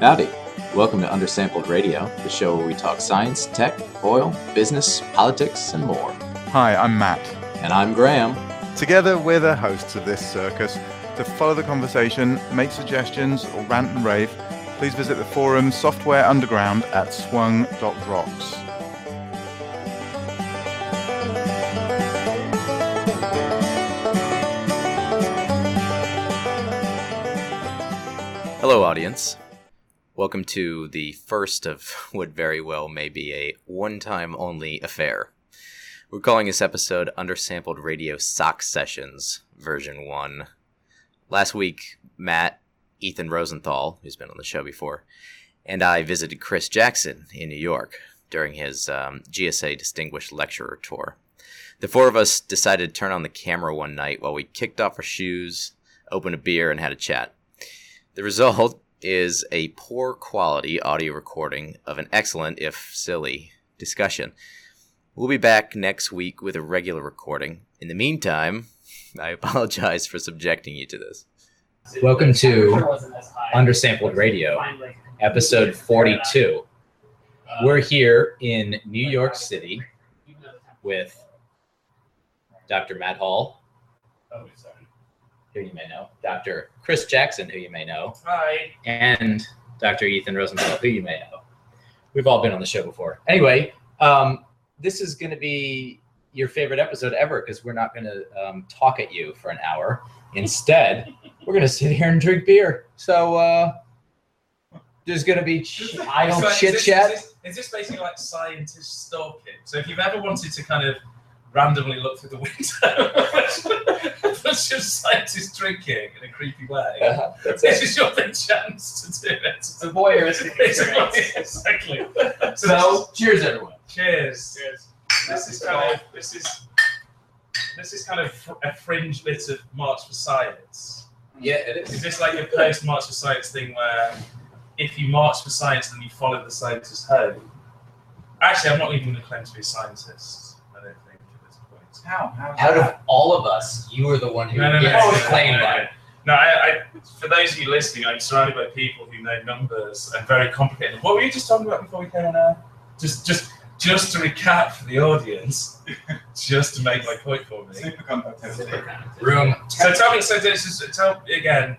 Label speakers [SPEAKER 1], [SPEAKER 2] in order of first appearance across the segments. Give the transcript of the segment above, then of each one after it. [SPEAKER 1] Howdy. Welcome to Undersampled Radio, the show where we talk science, tech, oil, business, politics, and more.
[SPEAKER 2] Hi, I'm Matt.
[SPEAKER 1] And I'm Graham.
[SPEAKER 2] Together, we're the hosts of this circus. To follow the conversation, make suggestions, or rant and rave, please visit the forum Software Underground at swung.rocks.
[SPEAKER 3] Hello, audience. Welcome to the first of what very well may be a one time only affair. We're calling this episode Undersampled Radio Sock Sessions, version 1. Last week, Matt, Ethan Rosenthal, who's been on the show before, and I visited Chris Jackson in New York during his um, GSA Distinguished Lecturer Tour. The four of us decided to turn on the camera one night while we kicked off our shoes, opened a beer, and had a chat. The result is a poor quality audio recording of an excellent, if silly, discussion. We'll be back next week with a regular recording. In the meantime, I apologize for subjecting you to this.
[SPEAKER 1] Welcome to Undersampled Radio, episode 42. We're here in New York City with Dr. Matt Hall,
[SPEAKER 4] Oh,
[SPEAKER 1] who you may know, Dr. Chris Jackson, who you may know,
[SPEAKER 4] Hi.
[SPEAKER 1] and Dr. Ethan Rosenthal, who you may know. We've all been on the show before. Anyway, um, this is going to be your favorite episode ever because we're not going to um, talk at you for an hour. Instead, we're going to sit here and drink beer. So uh, there's going to be ch- idle chit chat.
[SPEAKER 4] Is, this basically like scientist stalking? So if you've ever wanted to kind of randomly look through the window that's just scientists drinking in a creepy way,
[SPEAKER 1] Uh, that's
[SPEAKER 4] this
[SPEAKER 1] it.
[SPEAKER 4] is your then chance to do it.
[SPEAKER 5] It's a voyeuristic
[SPEAKER 4] Basically,
[SPEAKER 5] experience.
[SPEAKER 4] exactly. So
[SPEAKER 5] So, cheers, everyone.
[SPEAKER 4] this is- cheers.
[SPEAKER 5] Cheers.
[SPEAKER 4] This is kind of this is this is kind of fr- a fringe bit of March for Science.
[SPEAKER 5] Yeah, it
[SPEAKER 4] Is
[SPEAKER 5] is.
[SPEAKER 4] this like your post March for Science thing where if you march for science, then you follow the scientists home? Actually, I'm not even going to claim to be a scientist, I don't think, at this point.
[SPEAKER 5] How? How?
[SPEAKER 4] Out
[SPEAKER 5] How
[SPEAKER 4] of
[SPEAKER 5] do?
[SPEAKER 1] all of us, you are the one
[SPEAKER 4] No, no, no.
[SPEAKER 5] Yes,
[SPEAKER 4] no, no,
[SPEAKER 5] claim
[SPEAKER 4] no, no.
[SPEAKER 1] by.
[SPEAKER 4] No, I, I, for those of you listening, I'm surrounded by people who know numbers and very complicated. What were you just talking about before we came on air? Just, just, just to recap for the audience, just to make my point for me.
[SPEAKER 1] Room.
[SPEAKER 4] So tell me, so this is, tell again.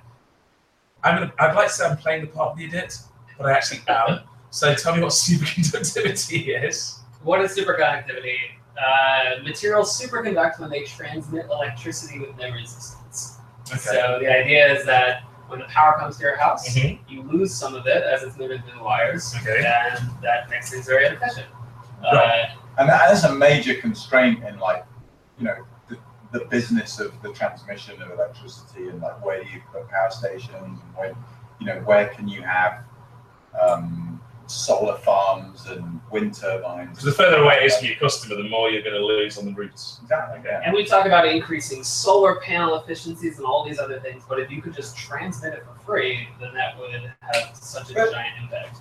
[SPEAKER 4] I'm gonna, I'd like to say I'm playing the part of the idiot, but I actually am. So tell me what superconductivity is.
[SPEAKER 5] What is superconductivity? Uh, materials superconduct when they transmit electricity with no resistance. So the idea is that when the power comes to your house,
[SPEAKER 4] Mhm.
[SPEAKER 5] you lose some of it as it's moving through the wires,
[SPEAKER 4] Okay.
[SPEAKER 5] and that makes things very inefficient. Uh,
[SPEAKER 4] Right.
[SPEAKER 6] And that is a major constraint in like, you know, the, the business of the transmission of electricity and like where do you put power stations and when, you know, where can you have um, solar farms and wind turbines.
[SPEAKER 4] Because the further away it is from your customer, the more you're going to lose on the routes.
[SPEAKER 6] Exactly.
[SPEAKER 4] Okay.
[SPEAKER 5] And we talk about increasing solar panel efficiencies and all these other things, but if you could just transmit it for free, then that would have such a
[SPEAKER 6] Well-
[SPEAKER 5] giant impact.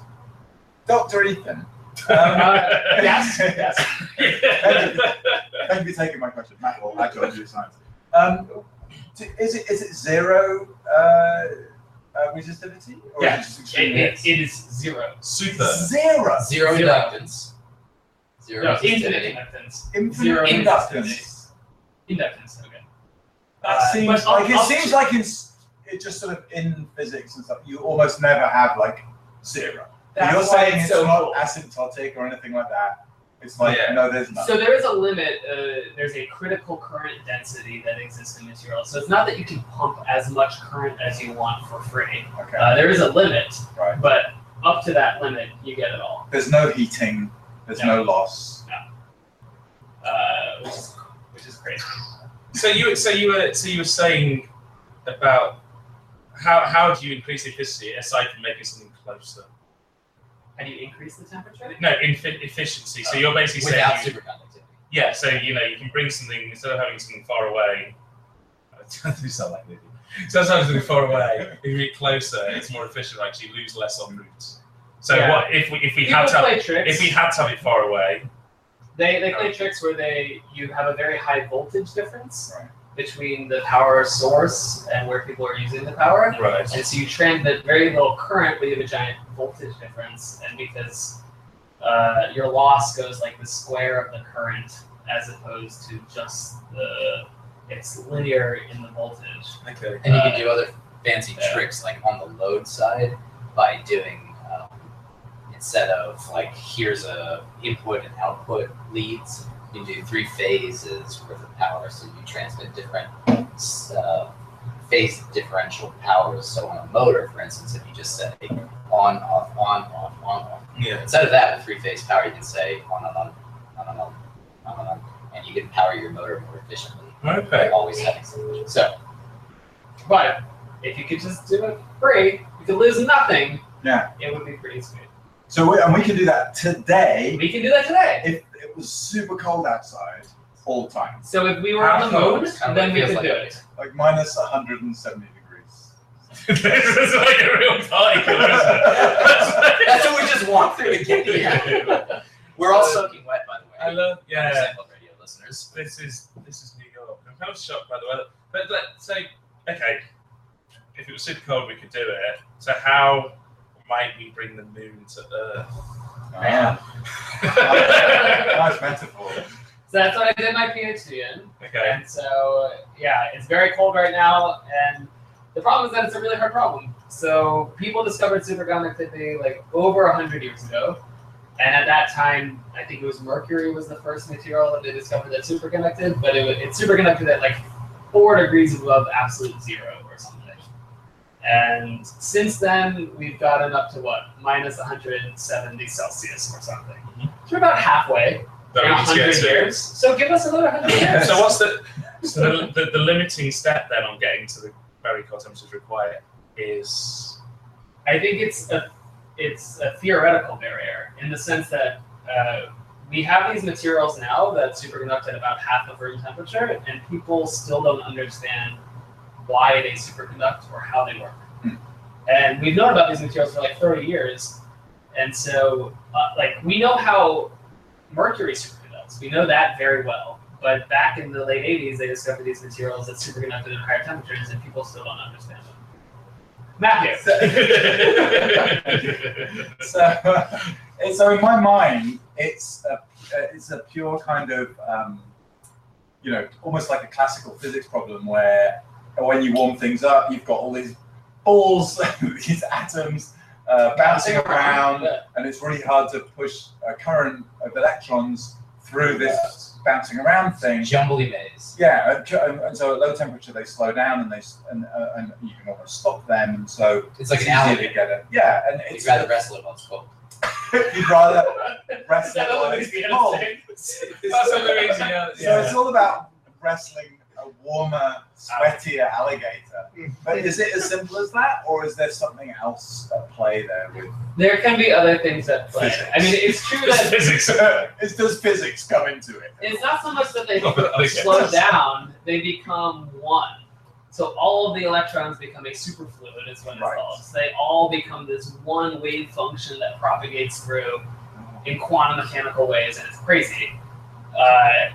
[SPEAKER 6] Dr. Ethan,
[SPEAKER 5] Um, Uh, yes, yes.
[SPEAKER 6] thank you for taking my question. Matt, well, I told you science. Um, t- is it is it zero uh, uh, resistivity? Or
[SPEAKER 5] Yeah.
[SPEAKER 6] Is it just
[SPEAKER 5] It,
[SPEAKER 6] extremely-
[SPEAKER 5] it, it is zero.
[SPEAKER 4] Super.
[SPEAKER 6] Zero.
[SPEAKER 1] Zero
[SPEAKER 5] Zero.
[SPEAKER 1] inductance. Zero
[SPEAKER 5] No,
[SPEAKER 1] resistivity.
[SPEAKER 5] infinite inductance.
[SPEAKER 6] Infinite
[SPEAKER 5] Zero
[SPEAKER 6] inductance.
[SPEAKER 5] Inductance, okay.
[SPEAKER 6] That
[SPEAKER 5] Uh,
[SPEAKER 6] seems
[SPEAKER 5] but I'll-
[SPEAKER 6] like it
[SPEAKER 5] I'll-
[SPEAKER 6] seems like in s- it just sort of in physics and stuff. You almost never have like zero.
[SPEAKER 5] That's
[SPEAKER 6] You're
[SPEAKER 5] why
[SPEAKER 6] saying
[SPEAKER 5] it's
[SPEAKER 6] it's
[SPEAKER 5] so
[SPEAKER 6] not
[SPEAKER 5] cool.
[SPEAKER 6] asymptotic or anything like that. It's like
[SPEAKER 4] Yeah.
[SPEAKER 6] no, there's none.
[SPEAKER 5] So there is a limit. Uh, there's a critical current density that exists in materials. So it's not that you can pump as much current as you want for free.
[SPEAKER 6] okay,
[SPEAKER 5] Uh, there is a limit,
[SPEAKER 6] right.
[SPEAKER 5] but up to that limit, you get it all,
[SPEAKER 6] There's no heating. There's no, loss.
[SPEAKER 5] uh, which is which is crazy.
[SPEAKER 4] So you, so you were, so you were saying about how how do you increase efficiency aside from making something closer?
[SPEAKER 5] How do you increase the temperature?
[SPEAKER 4] No, infi- efficiency. So you're basically
[SPEAKER 1] Without
[SPEAKER 4] saying you-
[SPEAKER 1] superconductivity.
[SPEAKER 4] Yeah, so you know you can bring something instead of having something far away. you sound like an idiot. Instead of having something far away, if you get closer, it's more efficient. Right, 'cause you lose less on routes. So
[SPEAKER 5] Yeah.
[SPEAKER 4] what if we if we
[SPEAKER 5] People
[SPEAKER 4] had to have,
[SPEAKER 5] play tricks.
[SPEAKER 4] if we had to have it far away?
[SPEAKER 5] They, they play tricks where they you have a very high voltage difference,
[SPEAKER 6] Right.
[SPEAKER 5] between the power source and where people are using the power.
[SPEAKER 4] Right.
[SPEAKER 5] And so you transmit very little current, but you have a giant voltage difference. And because uh, your loss goes like the square of the current as opposed to just the, it's linear in the voltage. Uh,
[SPEAKER 4] Okay.
[SPEAKER 7] And you can do other fancy
[SPEAKER 5] Yeah.
[SPEAKER 7] tricks, like on the load side, by doing um, instead of like here's a input and output leads, you do three phases worth of power, so you transmit different uh, phase differential powers. So on a motor, for instance, if you just say on off on off on off,
[SPEAKER 4] Yeah.
[SPEAKER 7] instead of that with three phase power, you can say on on on on on on on, on, on and you can power your motor more efficiently.
[SPEAKER 4] Okay.
[SPEAKER 7] Always having something. So
[SPEAKER 5] But if you could just do it free, you could lose nothing.
[SPEAKER 6] Yeah.
[SPEAKER 5] It would be pretty sweet.
[SPEAKER 6] So we, and we can do that today
[SPEAKER 5] We can do that today.
[SPEAKER 6] if it was super cold outside all the time,
[SPEAKER 5] So if we were on the moon,
[SPEAKER 7] Kinda
[SPEAKER 5] then we
[SPEAKER 7] feels
[SPEAKER 5] could
[SPEAKER 7] like
[SPEAKER 5] do
[SPEAKER 7] it.
[SPEAKER 5] it.
[SPEAKER 6] like minus 170 degrees.
[SPEAKER 4] this is like a real tie isn't
[SPEAKER 7] That's what we just walked through to get
[SPEAKER 4] it?
[SPEAKER 7] here. We're all soaking wet, by the way.
[SPEAKER 4] I love. Yeah.
[SPEAKER 7] Sample radio listeners.
[SPEAKER 4] this is this is New York. I'm kind of shocked by the weather. But let's say, okay, if it was super cold, we could do it. So how might we bring the moon to Earth?
[SPEAKER 6] Ah,
[SPEAKER 4] okay,
[SPEAKER 6] nice metaphor.
[SPEAKER 5] So that's what I did my PhD in. And so, yeah, it's very cold right now, and the problem is that it's a really hard problem. So people discovered superconductivity like over a hundred years ago, and at that time, I think it was mercury was the first material that they discovered that superconducted, but it, wa- it's superconducted at like four degrees above absolute zero or something. And since then, we've gotten up to what minus 170 Celsius or something. So we're about halfway.
[SPEAKER 4] Mm-hmm. That
[SPEAKER 5] in
[SPEAKER 4] we just
[SPEAKER 5] 100
[SPEAKER 4] get to.
[SPEAKER 5] years. So give us another 100 years.
[SPEAKER 4] So what's the so the, the, the limiting step then on getting to the very cold temperatures required is
[SPEAKER 5] I think it's a it's a theoretical barrier in the sense that uh, we have these materials now that superconduct at about half of room temperature, and people still don't understand why they superconduct or how they work.
[SPEAKER 6] Hmm.
[SPEAKER 5] And we've known about these materials for like 30 years, and so uh, like we know how mercury superconducts. We know that very well. But back in the late 80s, they discovered these materials that superconducted at higher temperatures, and people still don't understand them. Matthew.
[SPEAKER 6] so, so in my mind, it's a it's a pure kind of um, you know almost like a classical physics problem where when you warm things up, you've got all these balls, these atoms uh, bouncing around, and it's really hard to push a current of electrons through this bouncing around thing.
[SPEAKER 7] Jumbly maze.
[SPEAKER 6] Yeah, and- and, and so at low temperature they slow down and they s- and, uh, and you can almost stop them, and so
[SPEAKER 7] It's like
[SPEAKER 6] it's
[SPEAKER 7] an
[SPEAKER 6] easier
[SPEAKER 7] alley.
[SPEAKER 6] to get it. Yeah, and
[SPEAKER 7] You'd
[SPEAKER 6] it's
[SPEAKER 7] rather wrestle it while it's cold.
[SPEAKER 6] you'd rather
[SPEAKER 7] Uh,
[SPEAKER 5] Is
[SPEAKER 4] uh,
[SPEAKER 5] that
[SPEAKER 6] wrestling
[SPEAKER 5] what
[SPEAKER 6] while
[SPEAKER 5] it
[SPEAKER 6] it's
[SPEAKER 5] is we
[SPEAKER 6] cold.
[SPEAKER 5] have to say?
[SPEAKER 4] that's a Louisiana.
[SPEAKER 6] So
[SPEAKER 4] Yeah.
[SPEAKER 6] it's all about wrestling a warmer, sweatier alligator. But is it as simple as that, or is there something else at play there? With
[SPEAKER 5] There can be other things at play. I mean, it's true
[SPEAKER 4] It's
[SPEAKER 5] that
[SPEAKER 4] physics.
[SPEAKER 6] Is- does physics come into it?
[SPEAKER 5] it's not so much that they
[SPEAKER 4] Oh, but I guess.
[SPEAKER 5] slow down; they become one. So all of the electrons become a superfluid, is what it's
[SPEAKER 6] Right.
[SPEAKER 5] called. So they all become this one wave function that propagates through in quantum mechanical ways, and it's crazy. Uh,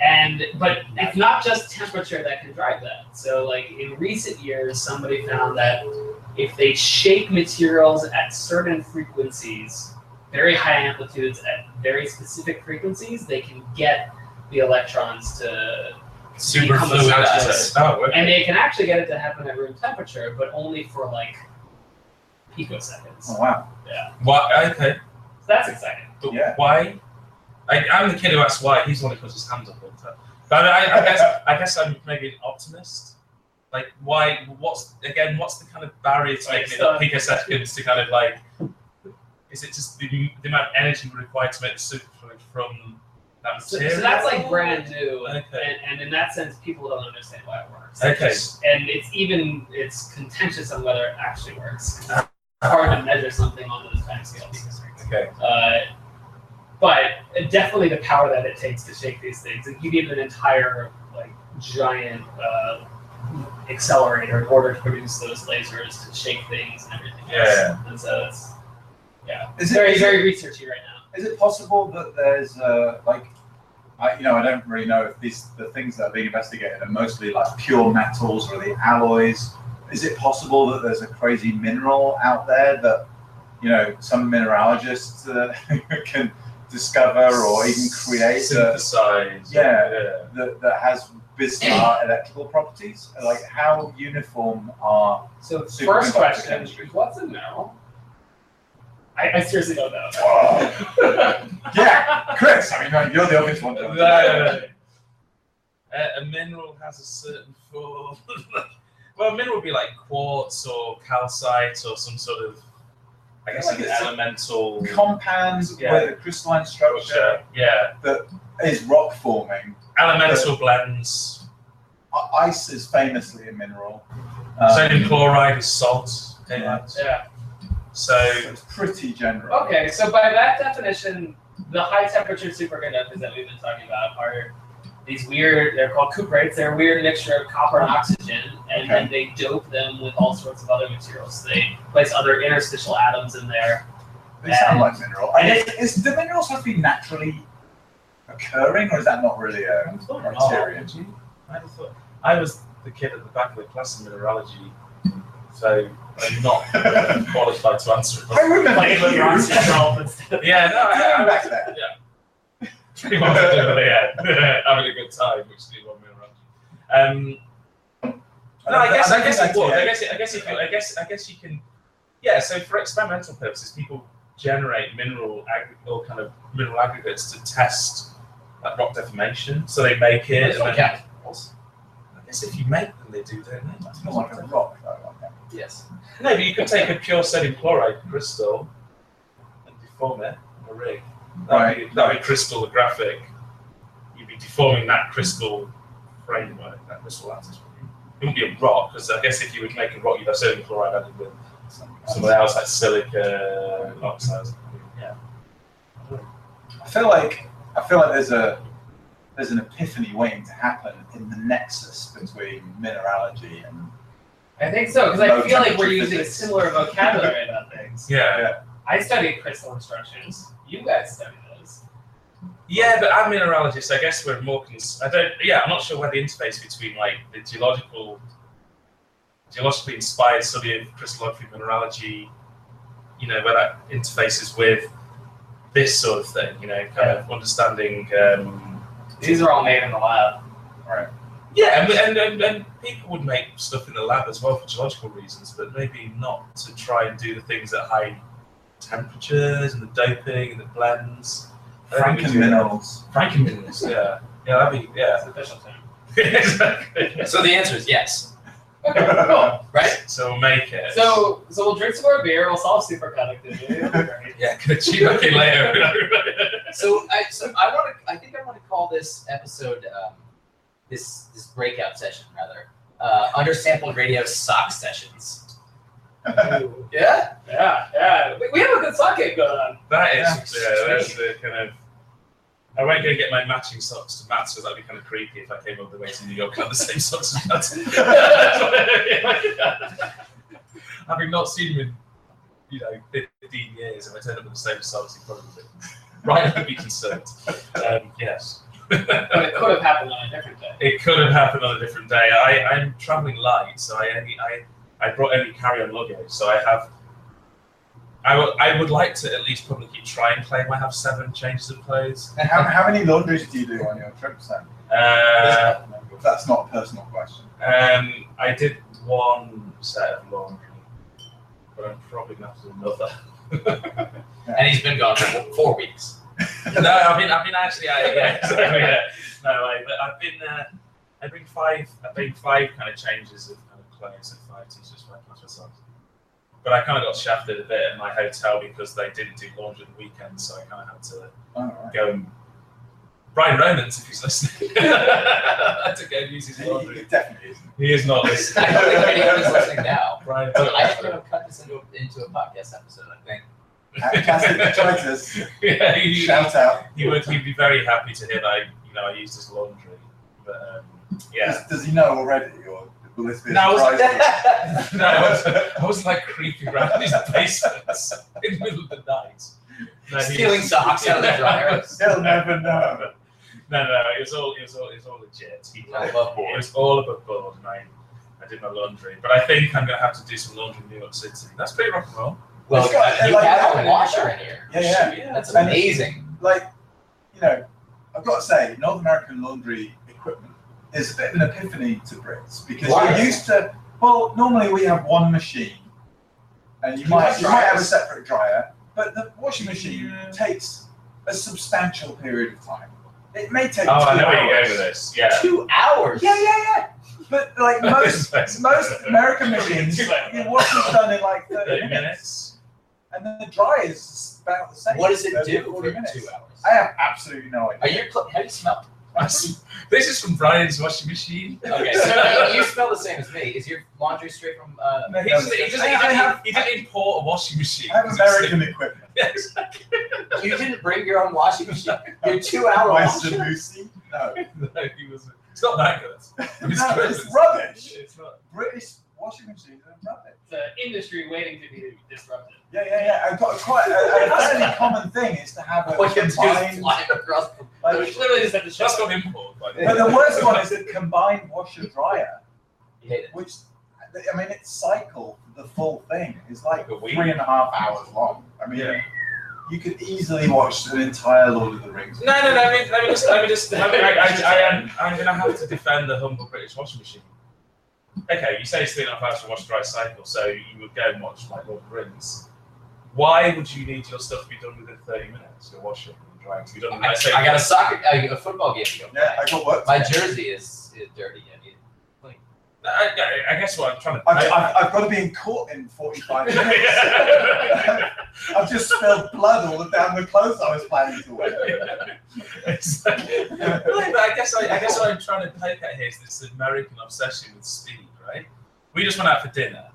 [SPEAKER 5] and but it's not just temperature that can drive that. So like in recent years, somebody found that if they shake materials at certain frequencies, very high amplitudes at very specific frequencies, they can get the electrons to
[SPEAKER 4] Super
[SPEAKER 5] Become a
[SPEAKER 4] fluid.
[SPEAKER 5] substance.
[SPEAKER 4] Oh, okay.
[SPEAKER 5] and they can actually get it to happen at room temperature, but only for like picoseconds.
[SPEAKER 6] Oh
[SPEAKER 5] So
[SPEAKER 6] wow!
[SPEAKER 4] Why? Okay.
[SPEAKER 5] that's exciting.
[SPEAKER 4] But
[SPEAKER 6] Yeah.
[SPEAKER 4] why? I, I'm the kid who asks why. He's the one who puts his hands up all the time. But I, I guess I guess I'm maybe an optimist. Like why? What's again? What's the kind of barrier to
[SPEAKER 5] Like,
[SPEAKER 4] making
[SPEAKER 5] so-
[SPEAKER 4] it pick a second to kind of like? Is it just the, the amount of energy required to make the superfluid from um, that
[SPEAKER 5] So,
[SPEAKER 4] material?
[SPEAKER 5] so that's like brand new,
[SPEAKER 4] Okay.
[SPEAKER 5] and, and in that sense, people don't understand why it works.
[SPEAKER 4] Okay.
[SPEAKER 5] and it's even it's contentious on whether it actually works. 'cause
[SPEAKER 4] Uh-huh.
[SPEAKER 5] It's hard to measure something on those time scales.
[SPEAKER 4] Okay.
[SPEAKER 5] Uh, but definitely the power that it takes to shake these things. Like you need an entire like giant uh, accelerator in order to produce those lasers to shake things and everything.
[SPEAKER 4] Yeah.
[SPEAKER 5] Else. And so it's yeah,
[SPEAKER 6] Is it,
[SPEAKER 5] very
[SPEAKER 6] is,
[SPEAKER 5] very researchy right now.
[SPEAKER 6] it, is it possible that there's uh, like I, you know, I don't really know if these the things that are being investigated are mostly like pure metals or the alloys. Is it possible that there's a crazy mineral out there that you know some mineralogists uh, can discover or even create a,
[SPEAKER 4] synthesize.
[SPEAKER 6] Yeah.
[SPEAKER 4] yeah.
[SPEAKER 6] that, that has bizarre electrical properties? Like how uniform are?
[SPEAKER 5] So
[SPEAKER 6] Super
[SPEAKER 5] first
[SPEAKER 6] conductor
[SPEAKER 5] question,
[SPEAKER 6] chemistry.
[SPEAKER 5] what's a no? I, I seriously don't know.
[SPEAKER 6] Oh, yeah, Chris. I mean, you're the obvious one.
[SPEAKER 4] No,
[SPEAKER 6] John.
[SPEAKER 4] no, no. Uh, a mineral has a certain form. well, a mineral would be like quartz or calcite or some sort of, I guess,
[SPEAKER 6] Like
[SPEAKER 4] like an
[SPEAKER 6] it's a
[SPEAKER 4] elemental.
[SPEAKER 6] Compounds
[SPEAKER 4] Yeah.
[SPEAKER 6] with a crystalline structure
[SPEAKER 4] Yeah,
[SPEAKER 6] is rock forming.
[SPEAKER 4] elemental blends.
[SPEAKER 6] I- Ice is famously a mineral. Um,
[SPEAKER 4] Sodium chloride is salt. pretty
[SPEAKER 6] Yeah.
[SPEAKER 4] much.
[SPEAKER 5] Yeah.
[SPEAKER 4] So
[SPEAKER 6] It's pretty general.
[SPEAKER 5] Okay, so by that definition, the high temperature superconductors that we've been talking about are these weird they're called cuprates, they're a weird mixture of copper and oxygen, and then they dope them with all sorts of other materials. They place other interstitial atoms in there.
[SPEAKER 6] They sound like mineral. And is, is the mineral supposed to be naturally occurring, or is that not really a criterion?
[SPEAKER 4] oh, I just thought I was the kid at the back of the class in mineralogy, so I'm not uh, qualified to answer
[SPEAKER 6] I
[SPEAKER 4] it.
[SPEAKER 6] remember
[SPEAKER 5] Like
[SPEAKER 6] you.
[SPEAKER 5] Lebron's dissolved instead of-
[SPEAKER 4] Yeah, no, I, I
[SPEAKER 6] Going
[SPEAKER 4] was
[SPEAKER 6] back to that.
[SPEAKER 4] pretty much doing it, yeah. having a good time, which is what mineralogy. Um, no, I guess I guess it would. I guess it, I guess if you, I guess I guess you can. Yeah, so for experimental purposes, people generate mineral ag- or kind of mineral aggregates to test like rock deformation. So they make it.
[SPEAKER 5] That's
[SPEAKER 4] and
[SPEAKER 5] what
[SPEAKER 4] then-
[SPEAKER 5] counts.
[SPEAKER 4] I guess if you make them, they do, don't they?
[SPEAKER 6] It's not like a rock, though. I
[SPEAKER 7] Yes.
[SPEAKER 4] No, but you could take a pure sodium chloride crystal and deform it on a rig. That'd be, that'd be crystallographic. You'd be deforming that crystal framework, that crystal lattice. It wouldn't be a rock, because I guess if you would make a rock, you'd have sodium chloride added with something else like silica oxide. or something. Yeah.
[SPEAKER 6] think. I feel like I feel like there's a there's an epiphany waiting to happen in the nexus between mineralogy and
[SPEAKER 5] I think so, because I
[SPEAKER 6] Low
[SPEAKER 5] feel like we're
[SPEAKER 6] temperature
[SPEAKER 5] using
[SPEAKER 6] physics.
[SPEAKER 5] similar vocabulary about things.
[SPEAKER 4] Yeah.
[SPEAKER 5] I studied crystalline structures. You guys study those.
[SPEAKER 4] Yeah, but I'm mineralogist. I guess we're more. Cons- I don't. Yeah, I'm not sure where the interface between like the geological, geologically inspired study of crystallography, mineralogy, you know, where that interfaces with this sort of thing. You know, kind of understanding. Um,
[SPEAKER 5] These are all made in the lab.
[SPEAKER 4] yeah, and, and, and and people would make stuff in the lab as well for geological reasons, but maybe not to try and do the things at high temperatures and the doping and the blends. I don't think
[SPEAKER 6] Franken
[SPEAKER 4] we do that.
[SPEAKER 6] minerals.
[SPEAKER 4] Franken minerals. Yeah. Yeah, that'd be yeah.
[SPEAKER 5] That's the official term.
[SPEAKER 4] exactly.
[SPEAKER 7] So the answer is yes.
[SPEAKER 5] Okay, cool. Right?
[SPEAKER 4] So we'll make it.
[SPEAKER 5] So, so we'll drink some more beer. We'll solve superconductivity. Great.
[SPEAKER 4] yeah, good cheap looking layer.
[SPEAKER 7] So I so I want to I think I want to call this episode um, this this breakout session rather uh, undersampled radio sock sessions.
[SPEAKER 5] Ooh.
[SPEAKER 7] Yeah.
[SPEAKER 5] yeah, yeah. We, we have a good sock game going on.
[SPEAKER 4] that is
[SPEAKER 6] Yeah.
[SPEAKER 4] yeah, that's the kind of. I won't go get my matching socks to Matt's because that'd be kind of creepy if I came all the way to New York and had the same socks as Matt. Having not seen him in, you know, 15 years, if I turned up with the same socks, he'd probably be right would be concerned. Um, yes.
[SPEAKER 5] But it could have happened on a different day.
[SPEAKER 4] It could have happened on a different day. I, I'm traveling light, so I only I, I brought only carry-on luggage, so I have. I would- I would like to at least publicly try and claim I have seven changes of clothes.
[SPEAKER 6] And how, how many laundries do you do on your trips then?
[SPEAKER 4] Uh,
[SPEAKER 6] That's not a personal question.
[SPEAKER 4] um, I did one set of laundry, but I'm probably gonna have to do another.
[SPEAKER 7] And he's been gone for four weeks.
[SPEAKER 4] no, I mean, I mean, actually, I, yeah, exactly, yeah. No, I, but I've been, uh, I bring five, I bring five kind of changes of kind of clothes and five t-shirts, five pants, five socks. But I kind of got shafted a bit at my hotel because they didn't do laundry on the weekend, so I kind of had to
[SPEAKER 6] All right.
[SPEAKER 4] go and. Brian Romans, if he's listening, I had to go and use his laundry.
[SPEAKER 6] It definitely isn't.
[SPEAKER 4] He is not
[SPEAKER 7] I
[SPEAKER 4] listening.
[SPEAKER 7] don't think anyone's listening now.
[SPEAKER 4] Brian,
[SPEAKER 7] But I think I'm gonna cut this into a, into a podcast episode. I think.
[SPEAKER 6] Casting choices.
[SPEAKER 4] yeah, he,
[SPEAKER 6] Shout out.
[SPEAKER 4] he would, he'd be very happy to hear that I, you know, I used his laundry. But um, yeah,
[SPEAKER 6] Does, does he know already, or will this be a
[SPEAKER 4] No,
[SPEAKER 6] surprise?
[SPEAKER 4] it's-
[SPEAKER 6] to you?
[SPEAKER 4] No, I was, I was like creeping around his basements in the middle of the night. No, he-
[SPEAKER 7] Stealing socks out of the dryer.
[SPEAKER 6] He'll never know.
[SPEAKER 4] No, no, it was all, it was all, it was all legit. He
[SPEAKER 7] All above board.
[SPEAKER 4] It was all above board, and I, I did my laundry. But I think I'm going to have to do some laundry in New York City. That's pretty rock and roll.
[SPEAKER 7] Well,
[SPEAKER 6] It's got-
[SPEAKER 7] you
[SPEAKER 6] like,
[SPEAKER 7] have
[SPEAKER 6] yeah,
[SPEAKER 7] a washer in here.
[SPEAKER 6] Yeah, yeah.
[SPEAKER 7] Shoot, That's
[SPEAKER 6] And it's-
[SPEAKER 7] amazing.
[SPEAKER 6] like, you know, I've got to say, North American laundry equipment is a bit of an epiphany to Brits because
[SPEAKER 7] Why?
[SPEAKER 6] we're used to. Well, normally we have one machine, and you might you might have a
[SPEAKER 7] Dryers.
[SPEAKER 6] separate dryer, but the washing machine
[SPEAKER 4] Yeah.
[SPEAKER 6] takes a substantial period of time. It may take. two
[SPEAKER 4] Oh, I know where you
[SPEAKER 6] hours.
[SPEAKER 4] go with this. Yeah.
[SPEAKER 7] Two hours.
[SPEAKER 6] Yeah, yeah, yeah. But like most most American machines, your wash is done in like thirty
[SPEAKER 4] 30
[SPEAKER 6] minutes,
[SPEAKER 4] minutes.
[SPEAKER 6] and then the dryer is about the same.
[SPEAKER 7] What does it
[SPEAKER 6] 30,
[SPEAKER 7] do for
[SPEAKER 6] 40 minutes.
[SPEAKER 7] two hours?
[SPEAKER 6] I have absolutely no idea.
[SPEAKER 7] Are you? Cl- have you smelled?
[SPEAKER 4] That's- This is from Brian's washing machine.
[SPEAKER 7] Okay, so you, you smell the same as me. Is your laundry straight from? Uh,
[SPEAKER 4] No, he
[SPEAKER 6] No,
[SPEAKER 4] doesn't, he doesn't,
[SPEAKER 6] I-
[SPEAKER 4] he
[SPEAKER 6] I
[SPEAKER 4] doesn't,
[SPEAKER 6] have-
[SPEAKER 4] he doesn't import a washing machine.
[SPEAKER 6] I have American equipment.
[SPEAKER 4] Yes.
[SPEAKER 7] you didn't bring your own washing machine. Your two-hour
[SPEAKER 6] My
[SPEAKER 7] washer.
[SPEAKER 6] Zanussi? No.
[SPEAKER 4] no, he wasn't. It's not that good. It's
[SPEAKER 6] no,
[SPEAKER 4] good.
[SPEAKER 6] it's rubbish.
[SPEAKER 4] It's not.
[SPEAKER 6] British washing machines are rubbish.
[SPEAKER 5] It's an industry waiting to be disrupted.
[SPEAKER 6] Yeah, yeah, yeah. I've got quite a, a fairly common thing is to have a
[SPEAKER 7] What you do is
[SPEAKER 6] combined.
[SPEAKER 7] fly across. the-
[SPEAKER 5] But
[SPEAKER 6] like-
[SPEAKER 5] we literally just have to shut
[SPEAKER 4] That's
[SPEAKER 5] up.
[SPEAKER 4] not import, by the way.
[SPEAKER 6] but the worst one is a combined washer dryer,
[SPEAKER 7] You hate it.
[SPEAKER 6] which I mean, its cycle, the full thing, is like
[SPEAKER 4] Like a week.
[SPEAKER 6] three and a half hours long. I mean,
[SPEAKER 4] Yeah.
[SPEAKER 6] you could easily watch an entire Lord of the Rings.
[SPEAKER 4] No, no, no. I mean, let me just, let me just. I mean, I, I, I, am, I'm going to have to defend the humble British washing machine. Okay, you say it's three and a half hours to wash dry cycle, so you would go and watch like Lord of the Rings. Why would you need your stuff to be done within 30 minutes? Your washing and drying to be done.
[SPEAKER 7] I,
[SPEAKER 4] let's say-
[SPEAKER 7] I got a soccer, uh, a, a football game to go.
[SPEAKER 6] Yeah, I
[SPEAKER 7] play.
[SPEAKER 6] got work.
[SPEAKER 7] My jersey is, is dirty. I mean,
[SPEAKER 4] I, Uh, I, I guess what I'm trying to.
[SPEAKER 6] I've, I've, I've got to be in court in 45 minutes. I've just spilled blood all down the clothes I was planning to wear.
[SPEAKER 4] It's like- Really, but I guess I, I guess what I'm trying to pipe at here is this American obsession with speed, right? We just went out for dinner,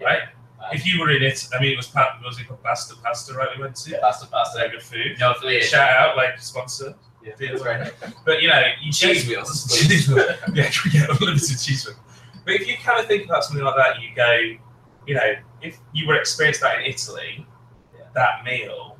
[SPEAKER 4] right?
[SPEAKER 7] Yeah.
[SPEAKER 4] If you were in it, I mean, it was pa- was it called pasta pasta, right? We went to
[SPEAKER 7] Pasta, pasta.
[SPEAKER 4] so good food.
[SPEAKER 7] uh, No affiliation.
[SPEAKER 4] Shout out, like sponsor.
[SPEAKER 7] Yeah,
[SPEAKER 4] Deal.
[SPEAKER 7] that's right.
[SPEAKER 4] But you know, you
[SPEAKER 7] Cheese
[SPEAKER 4] do-
[SPEAKER 7] wheels.
[SPEAKER 4] Cheese wheels. yeah, we get unlimited cheese wheels. But if you kind of think about something like that, you go, you know, if you were experienced that in Italy, that meal,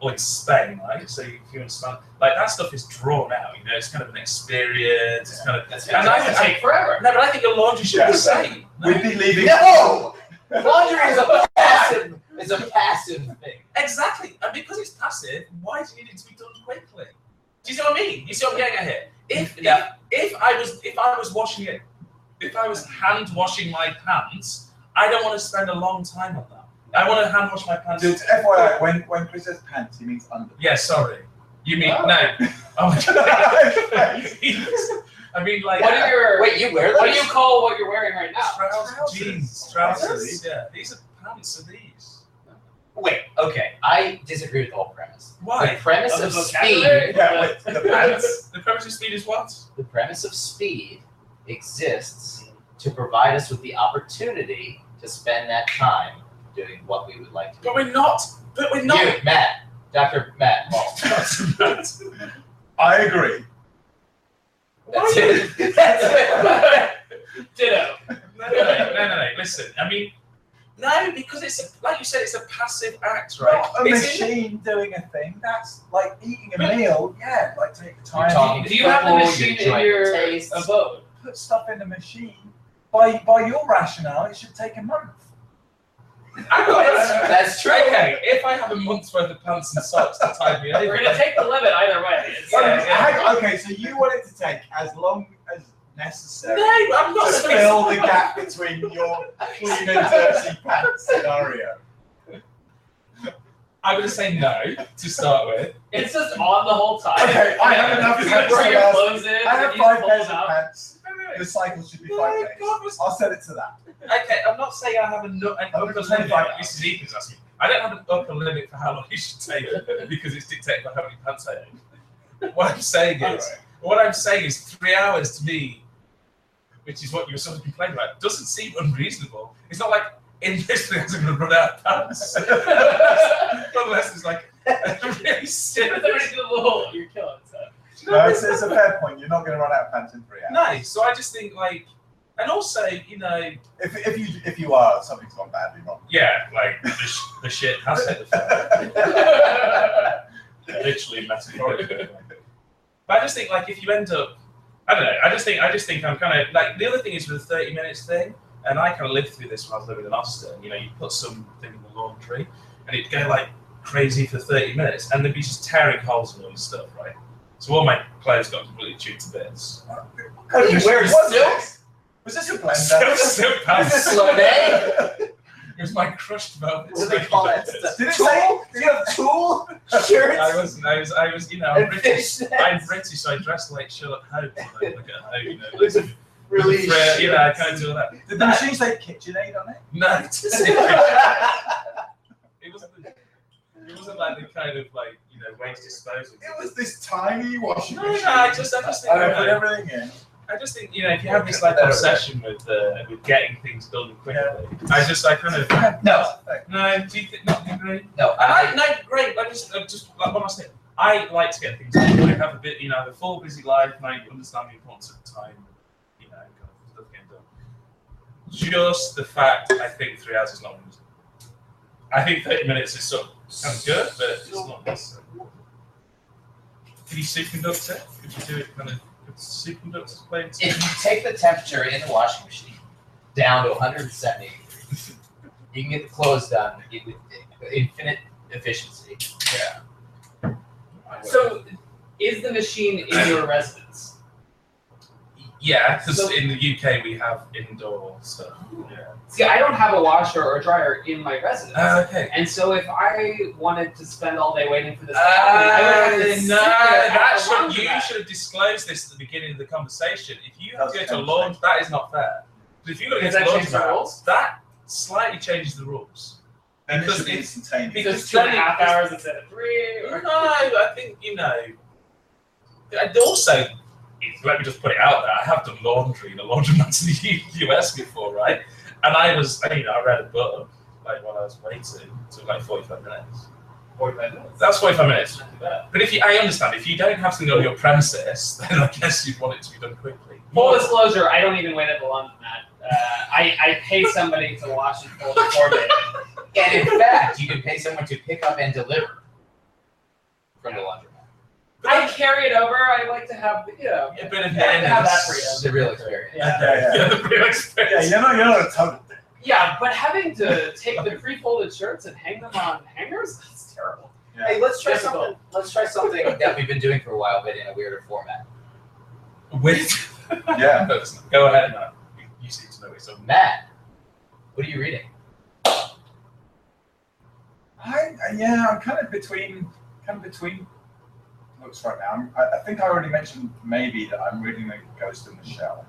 [SPEAKER 4] or in Spain, right? So if you're in Spain, like that stuff is drawn out. You know, it's kind of an experience. It's kind of.
[SPEAKER 7] That's
[SPEAKER 4] And I-
[SPEAKER 7] going to
[SPEAKER 4] I-
[SPEAKER 7] take forever.
[SPEAKER 4] No, but I think your laundry should be the same. No?
[SPEAKER 6] We'd be leaving.
[SPEAKER 7] No! Laundry is a passive. It's a passive thing.
[SPEAKER 4] Exactly. And because it's passive, why do you need it to be done quickly? Do you see what I mean? You see what I'm getting at here? If
[SPEAKER 7] Yeah.
[SPEAKER 4] if, if I was if I was washing it, if I was hand washing my pants, I don't want to spend a long time on that. I want to hand wash my pants.
[SPEAKER 6] Just FYI, when, when Chris says pants, he means under.
[SPEAKER 4] Yeah, sorry. You mean no? Oh my god. I mean like
[SPEAKER 5] What are your?
[SPEAKER 7] Wait, you wear those?
[SPEAKER 5] what do you call what you're wearing right now?
[SPEAKER 4] trousers,
[SPEAKER 6] Trousers.
[SPEAKER 4] jeans,
[SPEAKER 6] Trousers?
[SPEAKER 4] trousers. Yeah, these are pants. Are these?
[SPEAKER 7] Wait, okay. I disagree with the whole premise. The
[SPEAKER 4] Why?
[SPEAKER 7] premise
[SPEAKER 5] Of the
[SPEAKER 7] of
[SPEAKER 5] vocabulary?
[SPEAKER 7] speed.
[SPEAKER 6] Yeah, with the pants.
[SPEAKER 4] Pants. The premise of speed is what?
[SPEAKER 7] The premise of speed exists to provide us with the opportunity to spend that time doing what we would like to.
[SPEAKER 4] But
[SPEAKER 7] do.
[SPEAKER 4] we're not. But we're not.
[SPEAKER 7] You, Matt, Dr. Matt Wall.
[SPEAKER 4] That's-
[SPEAKER 6] I agree.
[SPEAKER 7] That's it. That's it.
[SPEAKER 5] Ditto.
[SPEAKER 4] No, no, no, no, no, no. Listen, I mean, no, because it's a, like you said, it's a passive act, right?
[SPEAKER 6] Not a
[SPEAKER 4] It's in-
[SPEAKER 6] machine doing a thing. That's like eating a meal. Yeah, like take the time.
[SPEAKER 7] talking
[SPEAKER 5] Do you have the
[SPEAKER 7] Double
[SPEAKER 5] machine
[SPEAKER 7] your
[SPEAKER 5] in your
[SPEAKER 7] joint taste.
[SPEAKER 5] abode?
[SPEAKER 6] Put stuff in the machine. By by your rationale, it should take a month.
[SPEAKER 4] I've got it.
[SPEAKER 7] That's true.
[SPEAKER 4] Okay, if I have a month's worth of pants and socks to tie me
[SPEAKER 5] We're gonna
[SPEAKER 4] over,
[SPEAKER 5] take the limit either way. It's-
[SPEAKER 4] Yeah,
[SPEAKER 6] Okay,
[SPEAKER 4] yeah.
[SPEAKER 6] hang- okay, so you want it to take as long as
[SPEAKER 4] no,
[SPEAKER 6] necessary
[SPEAKER 4] I'm not
[SPEAKER 6] to
[SPEAKER 4] saying-
[SPEAKER 6] fill the gap between your clean and dirty pants scenario.
[SPEAKER 4] I'm going to say no to start with.
[SPEAKER 5] It's just on the whole time.
[SPEAKER 6] Okay, I have enough
[SPEAKER 5] You
[SPEAKER 6] pants
[SPEAKER 5] bring your
[SPEAKER 6] to
[SPEAKER 5] clothes in.
[SPEAKER 6] I have
[SPEAKER 5] you just
[SPEAKER 6] five
[SPEAKER 5] pull
[SPEAKER 6] pairs
[SPEAKER 5] them
[SPEAKER 6] of
[SPEAKER 5] out.
[SPEAKER 6] pants. The cycle should be five
[SPEAKER 4] My
[SPEAKER 6] days.
[SPEAKER 4] God, was-
[SPEAKER 6] I'll set it to that.
[SPEAKER 4] Okay, I'm not saying I have a nu- an
[SPEAKER 6] I'm
[SPEAKER 4] upper
[SPEAKER 6] just saying
[SPEAKER 4] limit.
[SPEAKER 6] like-
[SPEAKER 4] This is Ethan's asking. I don't have an upper limit for how long you should take it because it's dictated by how many pants I own. What I'm saying is, What I'm saying is three hours to me, which is what you were sort of complaining about, doesn't seem unreasonable. It's not like in this thing I'm going to run out of pants. Unless it's like really
[SPEAKER 5] If somebody
[SPEAKER 4] serious.
[SPEAKER 5] did a little, you're killing stuff.
[SPEAKER 6] No, it's, it's a fair point. You're not going to run out of pants in three hours.
[SPEAKER 4] Nice. So I just think like, and also you know,
[SPEAKER 6] If, if you if you are, something's gone badly wrong.
[SPEAKER 4] yeah, like the, sh- the shit has hit the fan.
[SPEAKER 6] yeah,
[SPEAKER 4] literally metaphorically. But I just think like if you end up, I don't know. I just think I just think I'm kind of like the other thing is with the thirty minutes thing, and I kind of lived through this when I was living in Austin. You know, you put something in the laundry, and it'd go like crazy for thirty minutes, and there'd be just tearing holes in all your stuff, right? So all my clothes got completely chewed to bits.
[SPEAKER 6] What
[SPEAKER 7] you wear
[SPEAKER 6] was
[SPEAKER 7] silk?
[SPEAKER 6] this? Was this a blender?
[SPEAKER 7] uh,
[SPEAKER 4] So, so
[SPEAKER 7] Was this
[SPEAKER 4] pants.
[SPEAKER 7] Slade?
[SPEAKER 4] It was my crushed velvet.
[SPEAKER 7] What do they
[SPEAKER 4] sleeve
[SPEAKER 7] call that
[SPEAKER 4] jacket.
[SPEAKER 7] stuff?
[SPEAKER 6] Did it say? Did you have tool shirts?
[SPEAKER 4] I was, I was, I was, you know, I'm
[SPEAKER 7] And
[SPEAKER 4] British.
[SPEAKER 7] fish
[SPEAKER 4] I'm
[SPEAKER 7] nets?
[SPEAKER 4] British, so I dress like Sherlock Holmes when I look at home, you know.
[SPEAKER 7] With
[SPEAKER 4] like,
[SPEAKER 7] a Really?
[SPEAKER 4] with a frill, you know, I kind of do all that.
[SPEAKER 6] Did the machine say KitchenAid on it?
[SPEAKER 4] No, it doesn't- it wasn't. the- It wasn't like the kind of like you know waste disposal.
[SPEAKER 6] It was this tiny washing
[SPEAKER 4] No,
[SPEAKER 6] machine.
[SPEAKER 4] no, I just, I just think,
[SPEAKER 6] And I put
[SPEAKER 4] you know,
[SPEAKER 6] everything in.
[SPEAKER 4] I just think, you know, if you have this like obsession with uh, with getting things done quickly, I just, I kind of,
[SPEAKER 7] No,
[SPEAKER 4] no, do you think not? do you agree?
[SPEAKER 7] no.
[SPEAKER 4] And I, no, great. I just, I just like one last thing. I like to get things done. I have a bit, you know, I have a full busy life, and I understand the importance of time. You know, kind of stuff getting done. Just the fact, I think three hours is not. reasonable. I think thirty minutes is sort of sounds good, but it's not necessary. Can you superconduct it? Could you do it kind of? Could superconductors play into
[SPEAKER 7] If you take the temperature in the washing machine down to 170 degrees, you can get the clothes done in- with infinite efficiency. Yeah.
[SPEAKER 5] So, is the machine in your residence?
[SPEAKER 4] Yeah, because
[SPEAKER 5] So-
[SPEAKER 4] in the UK we have indoor stuff. Yeah.
[SPEAKER 5] See, I don't have a washer or dryer in my residence.
[SPEAKER 4] Uh, okay.
[SPEAKER 5] and so, if I wanted to spend all day waiting for this to happen, I would
[SPEAKER 4] Uh,
[SPEAKER 5] have to sit
[SPEAKER 4] no,
[SPEAKER 5] there at
[SPEAKER 4] that
[SPEAKER 5] the
[SPEAKER 4] should, you
[SPEAKER 5] laundromat.
[SPEAKER 4] should have disclosed this at the beginning of the conversation. If you have to go
[SPEAKER 6] That's
[SPEAKER 4] to
[SPEAKER 6] fair.
[SPEAKER 4] launch, that is not fair. But if you go to
[SPEAKER 5] Does that change the
[SPEAKER 4] launch,
[SPEAKER 5] rules?
[SPEAKER 4] that slightly changes the rules.
[SPEAKER 6] And it
[SPEAKER 4] Because
[SPEAKER 6] should be
[SPEAKER 4] it-
[SPEAKER 6] instantaneous.
[SPEAKER 4] because
[SPEAKER 5] Just two and a
[SPEAKER 4] then it-
[SPEAKER 5] half hours instead of three.
[SPEAKER 4] No,
[SPEAKER 5] Or...
[SPEAKER 4] I think you know. And also, if- let me just put it out there. I have done laundry in a laundromat in the US before, right? And I was, you know, I read a book like while I was waiting. It took like forty-five minutes.
[SPEAKER 5] Forty-five minutes.
[SPEAKER 4] That's forty-five minutes.
[SPEAKER 5] Not too bad.
[SPEAKER 4] But if you, I understand, if you don't have something on your premises, then I guess you'd want it to be done quickly.
[SPEAKER 5] Full disclosure, I don't even wait at the laundromat. Uh, I, I pay somebody to wash and fold it for me.
[SPEAKER 7] And in fact, you can pay someone to pick up and deliver from the laundromat.
[SPEAKER 5] I carry it over. I like to have, you know.
[SPEAKER 4] Yeah, but in
[SPEAKER 5] I
[SPEAKER 4] the
[SPEAKER 5] like
[SPEAKER 4] end,
[SPEAKER 5] to have that
[SPEAKER 4] it's-
[SPEAKER 5] freedom.
[SPEAKER 7] The real experience.
[SPEAKER 5] Yeah.
[SPEAKER 6] Yeah, yeah.
[SPEAKER 4] Yeah, the real
[SPEAKER 6] Yeah,
[SPEAKER 4] experience.
[SPEAKER 6] you're not, you're not a total dick.
[SPEAKER 5] Yeah, but having to take the pre-folded shirts and hang them on hangers, that's terrible.
[SPEAKER 6] Yeah.
[SPEAKER 7] Hey, let's try
[SPEAKER 5] Difficult.
[SPEAKER 7] something. Let's try something that we've been doing for a while, but in a weirder format.
[SPEAKER 4] Wait.
[SPEAKER 6] Yeah.
[SPEAKER 4] No, it's not. Go ahead, Matt. You, you seem to know it. So
[SPEAKER 7] Matt, what are you reading?
[SPEAKER 6] I, I- yeah, I'm kind of between, kind of between looks right now. I'm, I, I think I already mentioned maybe that I'm reading the Ghost in the Shell.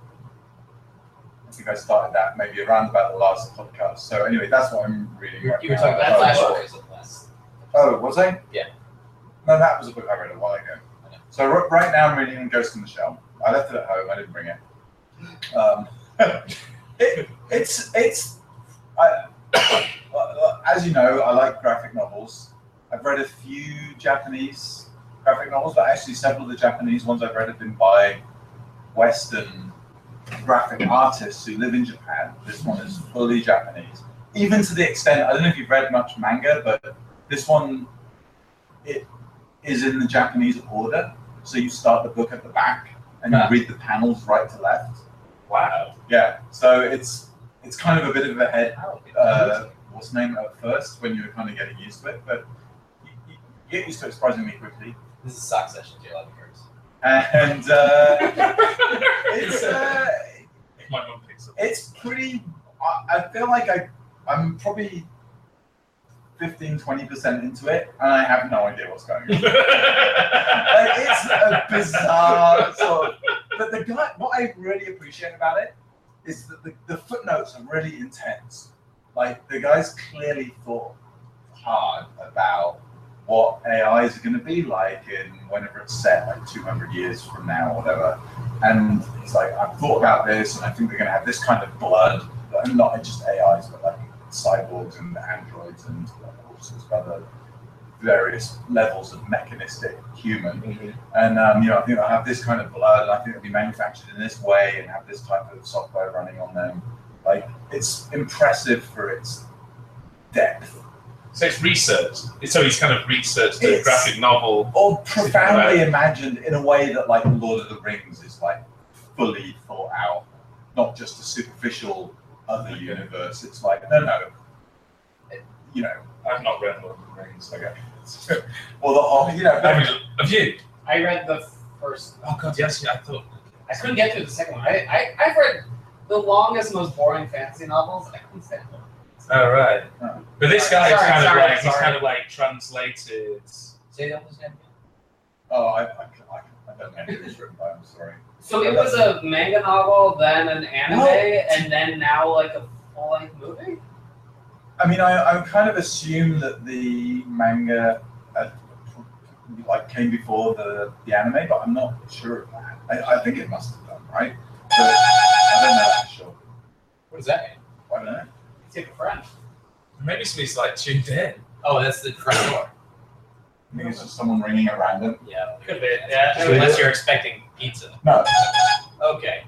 [SPEAKER 6] I think I started that maybe around about the last podcast. So anyway, that's what I'm reading.
[SPEAKER 7] You
[SPEAKER 6] right
[SPEAKER 7] you were
[SPEAKER 6] now.
[SPEAKER 7] talking about
[SPEAKER 6] Oh,
[SPEAKER 7] flash
[SPEAKER 6] well,
[SPEAKER 7] stories at last.
[SPEAKER 6] Oh, was I?
[SPEAKER 7] Yeah.
[SPEAKER 6] No, that was a book I read a while ago.
[SPEAKER 7] I know.
[SPEAKER 6] So r- right now I'm reading Ghost in the Shell. I left it at home. I didn't bring it. Um, it it's it's. I, as you know, I like graphic novels. I've read a few Japanese graphic novels, but actually several of the Japanese ones I've read have been by Western graphic artists who live in Japan. This one is fully Japanese, even to the extent I don't know if you've read much manga, but this one it is in the Japanese order. So you start the book at the back and you
[SPEAKER 7] Ah.
[SPEAKER 6] read the panels right to left.
[SPEAKER 4] wow.
[SPEAKER 6] Yeah, so it's it's kind of a bit of a head
[SPEAKER 7] Oh, okay.
[SPEAKER 6] uh, what's the name at first when you were kind of getting used to it, but you, you you get used to it surprisingly quickly.
[SPEAKER 7] this is sock session, Jay Levinger's.
[SPEAKER 6] And uh, it's
[SPEAKER 4] it's,
[SPEAKER 6] uh,
[SPEAKER 4] my mum picks up.
[SPEAKER 6] it's pretty. I, I feel like I I'm probably 15 20 percent into it, and I have no idea what's going on. like it's a bizarre sort of. But the guy, what I really appreciate about it is that the, the footnotes are really intense. Like the guys clearly thought hard about what AIs are going to be like in whenever it's set, like 200 years from now or whatever. And he's like, I've thought about this, and I think they're going to have this kind of blood, and not just AIs, but like cyborgs and androids and all sorts of other various levels of mechanistic human. And um, you know, I think they'll have this kind of blood, and I think they'll be manufactured in this way, and have this type of software running on them. Like it's impressive for its depth.
[SPEAKER 4] So it's research. So he's kind of researched a
[SPEAKER 6] It's-
[SPEAKER 4] graphic novel.
[SPEAKER 6] Or profoundly imagined in a way that, like, Lord of the Rings is like fully thought out, not just a superficial other universe. It's like, no, no, it- you know,
[SPEAKER 4] I've not read Lord of the Rings. Okay.
[SPEAKER 6] or the, or, you know,
[SPEAKER 4] I mean, have you?
[SPEAKER 5] I read the first.
[SPEAKER 4] Oh God, yes, yeah, I thought.
[SPEAKER 5] I couldn't get through the second one. I, I I've read the longest, most boring fantasy novels. I couldn't stand them.
[SPEAKER 4] All right.
[SPEAKER 6] Oh.
[SPEAKER 4] But this guy is
[SPEAKER 5] Sorry,
[SPEAKER 4] kind
[SPEAKER 5] sorry,
[SPEAKER 4] of like he's
[SPEAKER 5] sorry.
[SPEAKER 4] kind of like translated.
[SPEAKER 7] Say the other's name.
[SPEAKER 6] oh, I, I, I, I don't know who it's written by. I'm sorry.
[SPEAKER 5] So it was a manga novel, then an anime,
[SPEAKER 6] What?
[SPEAKER 5] and then now like a full length movie.
[SPEAKER 6] I mean, I, I kind of assume that the manga uh, like came before the, the anime, but I'm not sure of that. I, I think it must have done, right? But I don't know for sure.
[SPEAKER 7] What does that mean?
[SPEAKER 6] I don't know.
[SPEAKER 5] Take a friend.
[SPEAKER 4] Maybe somebody's like tuned in.
[SPEAKER 7] Oh, that's the front door.
[SPEAKER 6] I think it's just someone ringing at random.
[SPEAKER 7] Yeah.
[SPEAKER 5] Could be. Yeah.
[SPEAKER 1] So
[SPEAKER 7] Unless you're expecting pizza.
[SPEAKER 6] No,
[SPEAKER 7] Okay.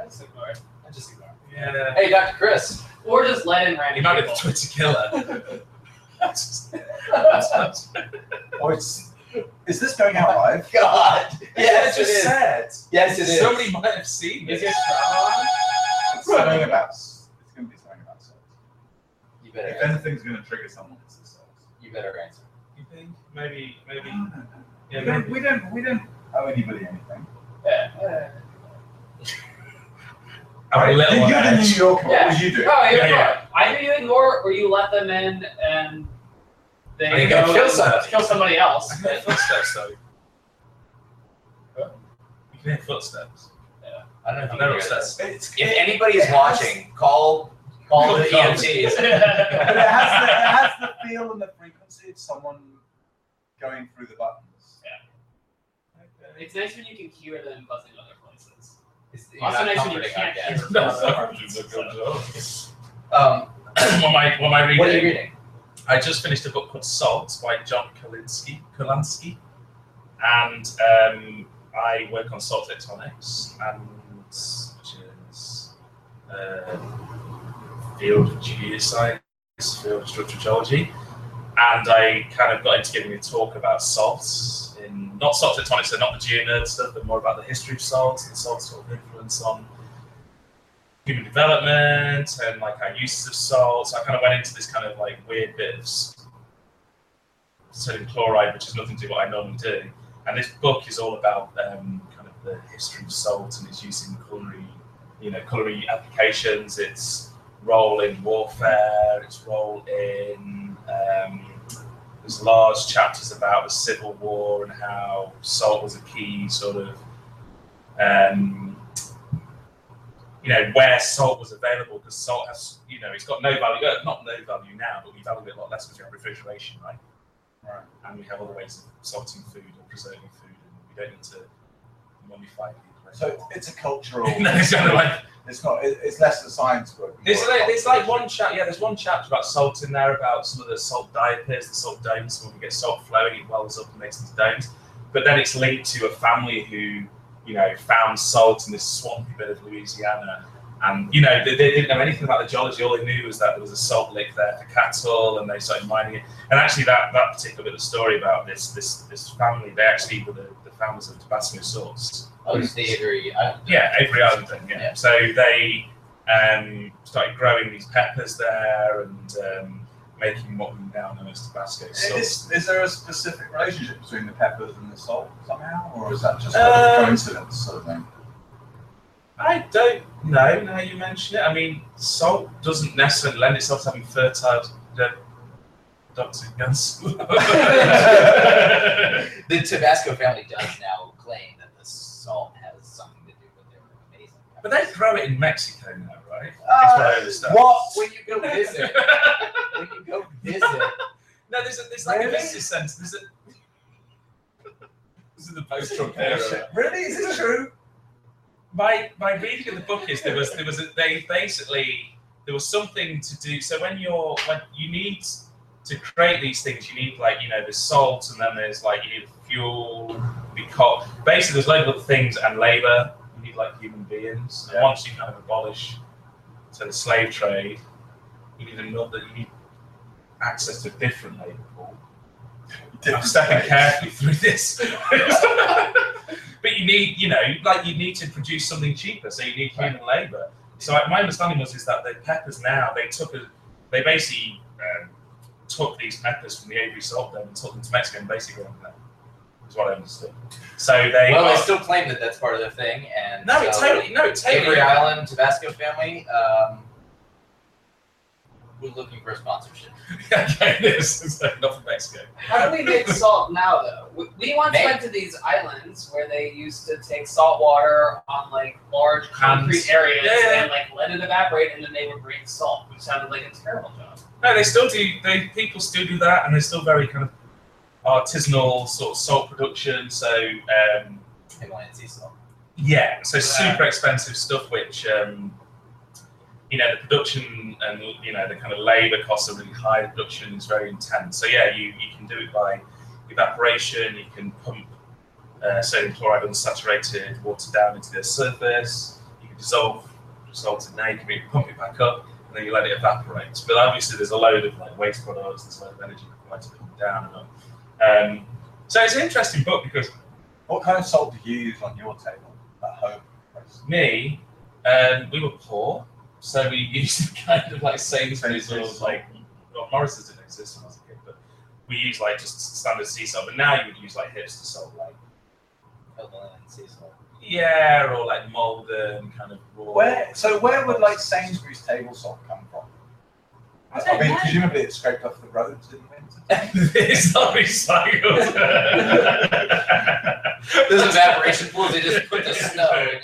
[SPEAKER 5] I just ignore it.
[SPEAKER 7] I just ignore. it.
[SPEAKER 4] Yeah.
[SPEAKER 7] Hey, Dr. Chris.
[SPEAKER 5] Or just let in
[SPEAKER 4] He
[SPEAKER 5] random
[SPEAKER 4] might be the
[SPEAKER 5] people.
[SPEAKER 4] Twitter killer. That's just-
[SPEAKER 6] or Oh, it's is this going out live?
[SPEAKER 7] God. Yes,
[SPEAKER 4] I
[SPEAKER 7] it
[SPEAKER 4] just
[SPEAKER 7] is.
[SPEAKER 4] said.
[SPEAKER 7] Yes, it is.
[SPEAKER 4] Somebody might have seen
[SPEAKER 5] Is
[SPEAKER 4] this.
[SPEAKER 5] your trauma on?
[SPEAKER 6] It's something about. It's going to be something about sex.
[SPEAKER 7] You better.
[SPEAKER 6] If anything's going to trigger someone, it's the sex.
[SPEAKER 7] You better answer.
[SPEAKER 4] You think? Maybe, maybe.
[SPEAKER 6] We
[SPEAKER 4] Yeah,
[SPEAKER 6] don't,
[SPEAKER 4] maybe.
[SPEAKER 6] we don't. We don't owe anybody anything.
[SPEAKER 5] Yeah.
[SPEAKER 4] I'm a little
[SPEAKER 6] You're
[SPEAKER 4] on
[SPEAKER 6] the New
[SPEAKER 4] edge.
[SPEAKER 6] Yorker. What would you do?
[SPEAKER 5] Oh,
[SPEAKER 4] Yeah,
[SPEAKER 5] yeah,
[SPEAKER 4] yeah.
[SPEAKER 5] Either you ignore or you let them in and they
[SPEAKER 4] Are you
[SPEAKER 5] go
[SPEAKER 4] gonna kill
[SPEAKER 5] and
[SPEAKER 4] somebody?
[SPEAKER 5] kill somebody else.
[SPEAKER 4] I can hear
[SPEAKER 5] But
[SPEAKER 4] footsteps though. You can hear footsteps.
[SPEAKER 7] I don't know if
[SPEAKER 4] I
[SPEAKER 7] you
[SPEAKER 4] know
[SPEAKER 7] can
[SPEAKER 4] it's
[SPEAKER 7] hear
[SPEAKER 4] that's
[SPEAKER 7] this. If anybody is watching, call call the E
[SPEAKER 4] Call the
[SPEAKER 5] E
[SPEAKER 7] EMTs.
[SPEAKER 6] but it has, the, it has the feel and the frequency of someone going through the buttons.
[SPEAKER 5] it's nice when you can hear them buzzing other places.
[SPEAKER 7] It's- you're
[SPEAKER 5] Also
[SPEAKER 7] not
[SPEAKER 5] nice when you
[SPEAKER 7] comforting our
[SPEAKER 5] can't
[SPEAKER 7] guests.
[SPEAKER 5] hear
[SPEAKER 4] No,
[SPEAKER 5] them.
[SPEAKER 4] that's a good job.
[SPEAKER 7] Um,
[SPEAKER 4] What am I, what am I reading?
[SPEAKER 7] what are you reading?
[SPEAKER 4] I just finished a book called Salt by John Kolinsky, Kolansky, and um, I work on salt tectonics and which is uh, field of geoscience, field of structural geology, and I kind of got into giving a talk about salts in not salt tectonics, so not the geonerd stuff, but more about the history of salts and salts sort of influence on human development and like our uses of salt. So I kind of went into this kind of like weird bit of s- sodium chloride, which has nothing to do with what I normally do. And this book is all about um, kind of the history of salt and its use in culinary, you know, culinary applications. Its role in warfare. Its role in um, there's large chapters about the Civil War and how salt was a key sort of um, you know, where salt was available because salt has, you know, it's got no value, uh, not no value now, but we value it a lot less because we have refrigeration, right?
[SPEAKER 6] Right.
[SPEAKER 4] And we have other ways of salting food or preserving food, and we don't need to mummify people.
[SPEAKER 6] So it's- it's a cultural.
[SPEAKER 4] no, it's kind of like,
[SPEAKER 6] it's not. it- It's less a science work.
[SPEAKER 4] there's
[SPEAKER 6] more a
[SPEAKER 4] like, there's
[SPEAKER 6] cultural
[SPEAKER 4] like one chapter, yeah, there's one chapter about salt in there, about some of the salt diapers, the salt domes, when we get salt flowing, it wells up and makes these domes. But then it's linked to a family who, you know, found salt in this swampy bit of Louisiana. And, you know, they, they didn't know anything about the geology. All they knew was that there was a salt lick there for cattle and they started mining it. And actually, that, that particular bit of story about this this this family, they actually were the, the founders of Tabasco Sauce.
[SPEAKER 7] Oh, it's the Avery. I-
[SPEAKER 4] Yeah, Avery Island thing. Yeah.
[SPEAKER 7] Yeah.
[SPEAKER 4] So they um, started growing these peppers there and um, making what we now know as Tabasco
[SPEAKER 6] culture.
[SPEAKER 4] sauce.
[SPEAKER 6] Is, is there a specific relationship between the peppers and the salt somehow, or is that just
[SPEAKER 4] Uh,
[SPEAKER 6] a coincidence sort of thing?
[SPEAKER 4] I don't know now you mention it. I mean, salt doesn't necessarily lend itself to having fertile. Uh, Dr. Ganson.
[SPEAKER 7] The Tabasco family does now claim that the salt has something to do with their amazing.
[SPEAKER 4] but they grow it in Mexico now, right? what I understand.
[SPEAKER 7] what? When you go visit, when you go visit,
[SPEAKER 4] no, there's, a, there's like
[SPEAKER 6] Really?
[SPEAKER 4] a business sense. There's a. this is the post-Trump era.
[SPEAKER 6] Bullshit. Really? Is it true?
[SPEAKER 4] my my reading of the book is there was there was a, they basically there was something to do. So when you're when you need to create these things, you need like you know there's salt and then there's like you need fuel, the co Basically, there's loads of other things and labor. You need like human beings. And
[SPEAKER 6] Yeah.
[SPEAKER 4] once you kind of abolish so the slave trade, you need another. You need access to a different labour pool. I'm
[SPEAKER 6] Different
[SPEAKER 4] stepping
[SPEAKER 6] phase.
[SPEAKER 4] carefully through this. but you need, you know, like you need to produce something cheaper, so you need human labour. So I, my understanding was is that the peppers now they took a, they basically um, took these peppers from the Avery salt dome and took them to Mexico and basically grown them there. Is what I understood. So they
[SPEAKER 7] Well,
[SPEAKER 4] are-
[SPEAKER 7] they still claim that that's part of their thing, and
[SPEAKER 4] no,
[SPEAKER 7] so
[SPEAKER 4] totally, no, totally.
[SPEAKER 7] Avery Island Tabasco family. Um, we're looking for a sponsorship.
[SPEAKER 4] okay, this is like not from Mexico.
[SPEAKER 5] How do we make salt now, though? We, we once
[SPEAKER 7] Make-
[SPEAKER 5] went to these islands where they used to take salt water on like large concrete
[SPEAKER 4] Hands.
[SPEAKER 5] areas
[SPEAKER 4] Yeah, yeah, yeah.
[SPEAKER 5] and like let it evaporate, and then they would bring salt, which sounded like a terrible job.
[SPEAKER 4] No, they still do. They people still do that, and they're still very kind of artisanal sort of salt production. So um,
[SPEAKER 7] Himalayan sea salt.
[SPEAKER 4] yeah, so
[SPEAKER 5] Yeah.
[SPEAKER 4] super expensive stuff, which um, you know the production and you know the kind of labor costs are really high. The production is very intense. So yeah, you you can do it by evaporation. You can pump uh, sodium chloride unsaturated water down into the surface. You can dissolve dissolve it now. You can re- pump it back up, and then you let it evaporate. But obviously, there's a load of like waste products. There's a load of energy required to come down and up. Um, so it's an interesting book because
[SPEAKER 6] What kind of salt do you use on your table at home? Chris?
[SPEAKER 4] me, um, we were poor, so we used kind of like Sainsbury's or
[SPEAKER 6] Sainsbury's.
[SPEAKER 4] like well, Morris's didn't exist when I was a kid, but we used like just standard sea salt. But now you would use like hipster salt, like
[SPEAKER 7] Himalayan sea salt.
[SPEAKER 4] yeah, or like Malden kind of raw.
[SPEAKER 6] Where? So where would like Sainsbury's table salt come from?
[SPEAKER 5] I
[SPEAKER 6] I
[SPEAKER 5] don't
[SPEAKER 6] mean,
[SPEAKER 5] know.
[SPEAKER 6] presumably it's scraped off the roads in the winter.
[SPEAKER 4] it's not recycled.
[SPEAKER 7] Those evaporation pools, they just put the snow. in.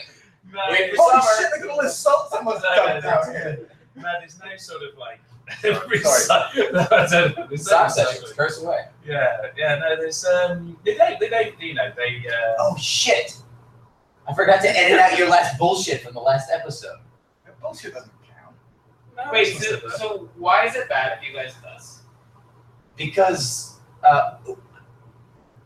[SPEAKER 4] No,
[SPEAKER 7] Wait for
[SPEAKER 6] Holy
[SPEAKER 7] summer.
[SPEAKER 6] shit! Look at all this salt someone's
[SPEAKER 4] No, no,
[SPEAKER 6] dumped out here.
[SPEAKER 4] no, there's no sort of like
[SPEAKER 6] Sorry.
[SPEAKER 4] recycle. No, I don't- there's no
[SPEAKER 7] Sock
[SPEAKER 4] recycling.
[SPEAKER 7] sessions, curse away.
[SPEAKER 4] Yeah, yeah, no, there's um, they don't, they don't, you know, they. Uh,
[SPEAKER 7] Oh shit! I forgot to edit out your last bullshit from the last episode.
[SPEAKER 6] Bullshit doesn't count.
[SPEAKER 4] no,
[SPEAKER 5] Wait,
[SPEAKER 4] it's
[SPEAKER 5] so,
[SPEAKER 4] not that.
[SPEAKER 5] so why is it bad if you guys do this?
[SPEAKER 7] because uh,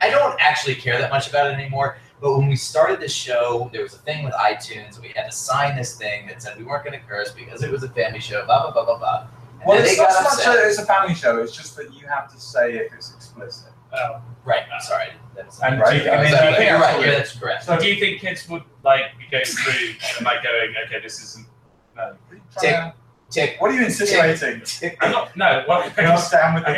[SPEAKER 7] I don't actually care that much about it anymore. But when we started the show, there was a thing with iTunes, and we had to sign this thing that said we weren't going to curse because it was a family show. Blah blah blah blah blah. And
[SPEAKER 6] Well,
[SPEAKER 7] then
[SPEAKER 6] it's
[SPEAKER 7] they
[SPEAKER 6] not
[SPEAKER 7] got
[SPEAKER 6] so much
[SPEAKER 7] upset.
[SPEAKER 6] that it's a family show. It's just that you have to say if it's explicit.
[SPEAKER 4] Oh.
[SPEAKER 7] Right. I'm sorry. That's
[SPEAKER 4] And
[SPEAKER 6] Right,
[SPEAKER 4] do you
[SPEAKER 6] I
[SPEAKER 7] I
[SPEAKER 6] mean,
[SPEAKER 4] think
[SPEAKER 7] was
[SPEAKER 4] they
[SPEAKER 7] like,
[SPEAKER 4] do
[SPEAKER 7] you're
[SPEAKER 4] parents
[SPEAKER 7] right.
[SPEAKER 4] would-
[SPEAKER 7] Yeah, that's correct.
[SPEAKER 4] So do you think kids would like be going through and like going, okay, this isn't no.
[SPEAKER 6] What are you
[SPEAKER 7] Tick.
[SPEAKER 6] trying to-
[SPEAKER 7] Tick.
[SPEAKER 6] What are you insinuating?
[SPEAKER 4] I'm not no, well I
[SPEAKER 6] You're
[SPEAKER 4] guess,
[SPEAKER 6] down with
[SPEAKER 4] I
[SPEAKER 6] the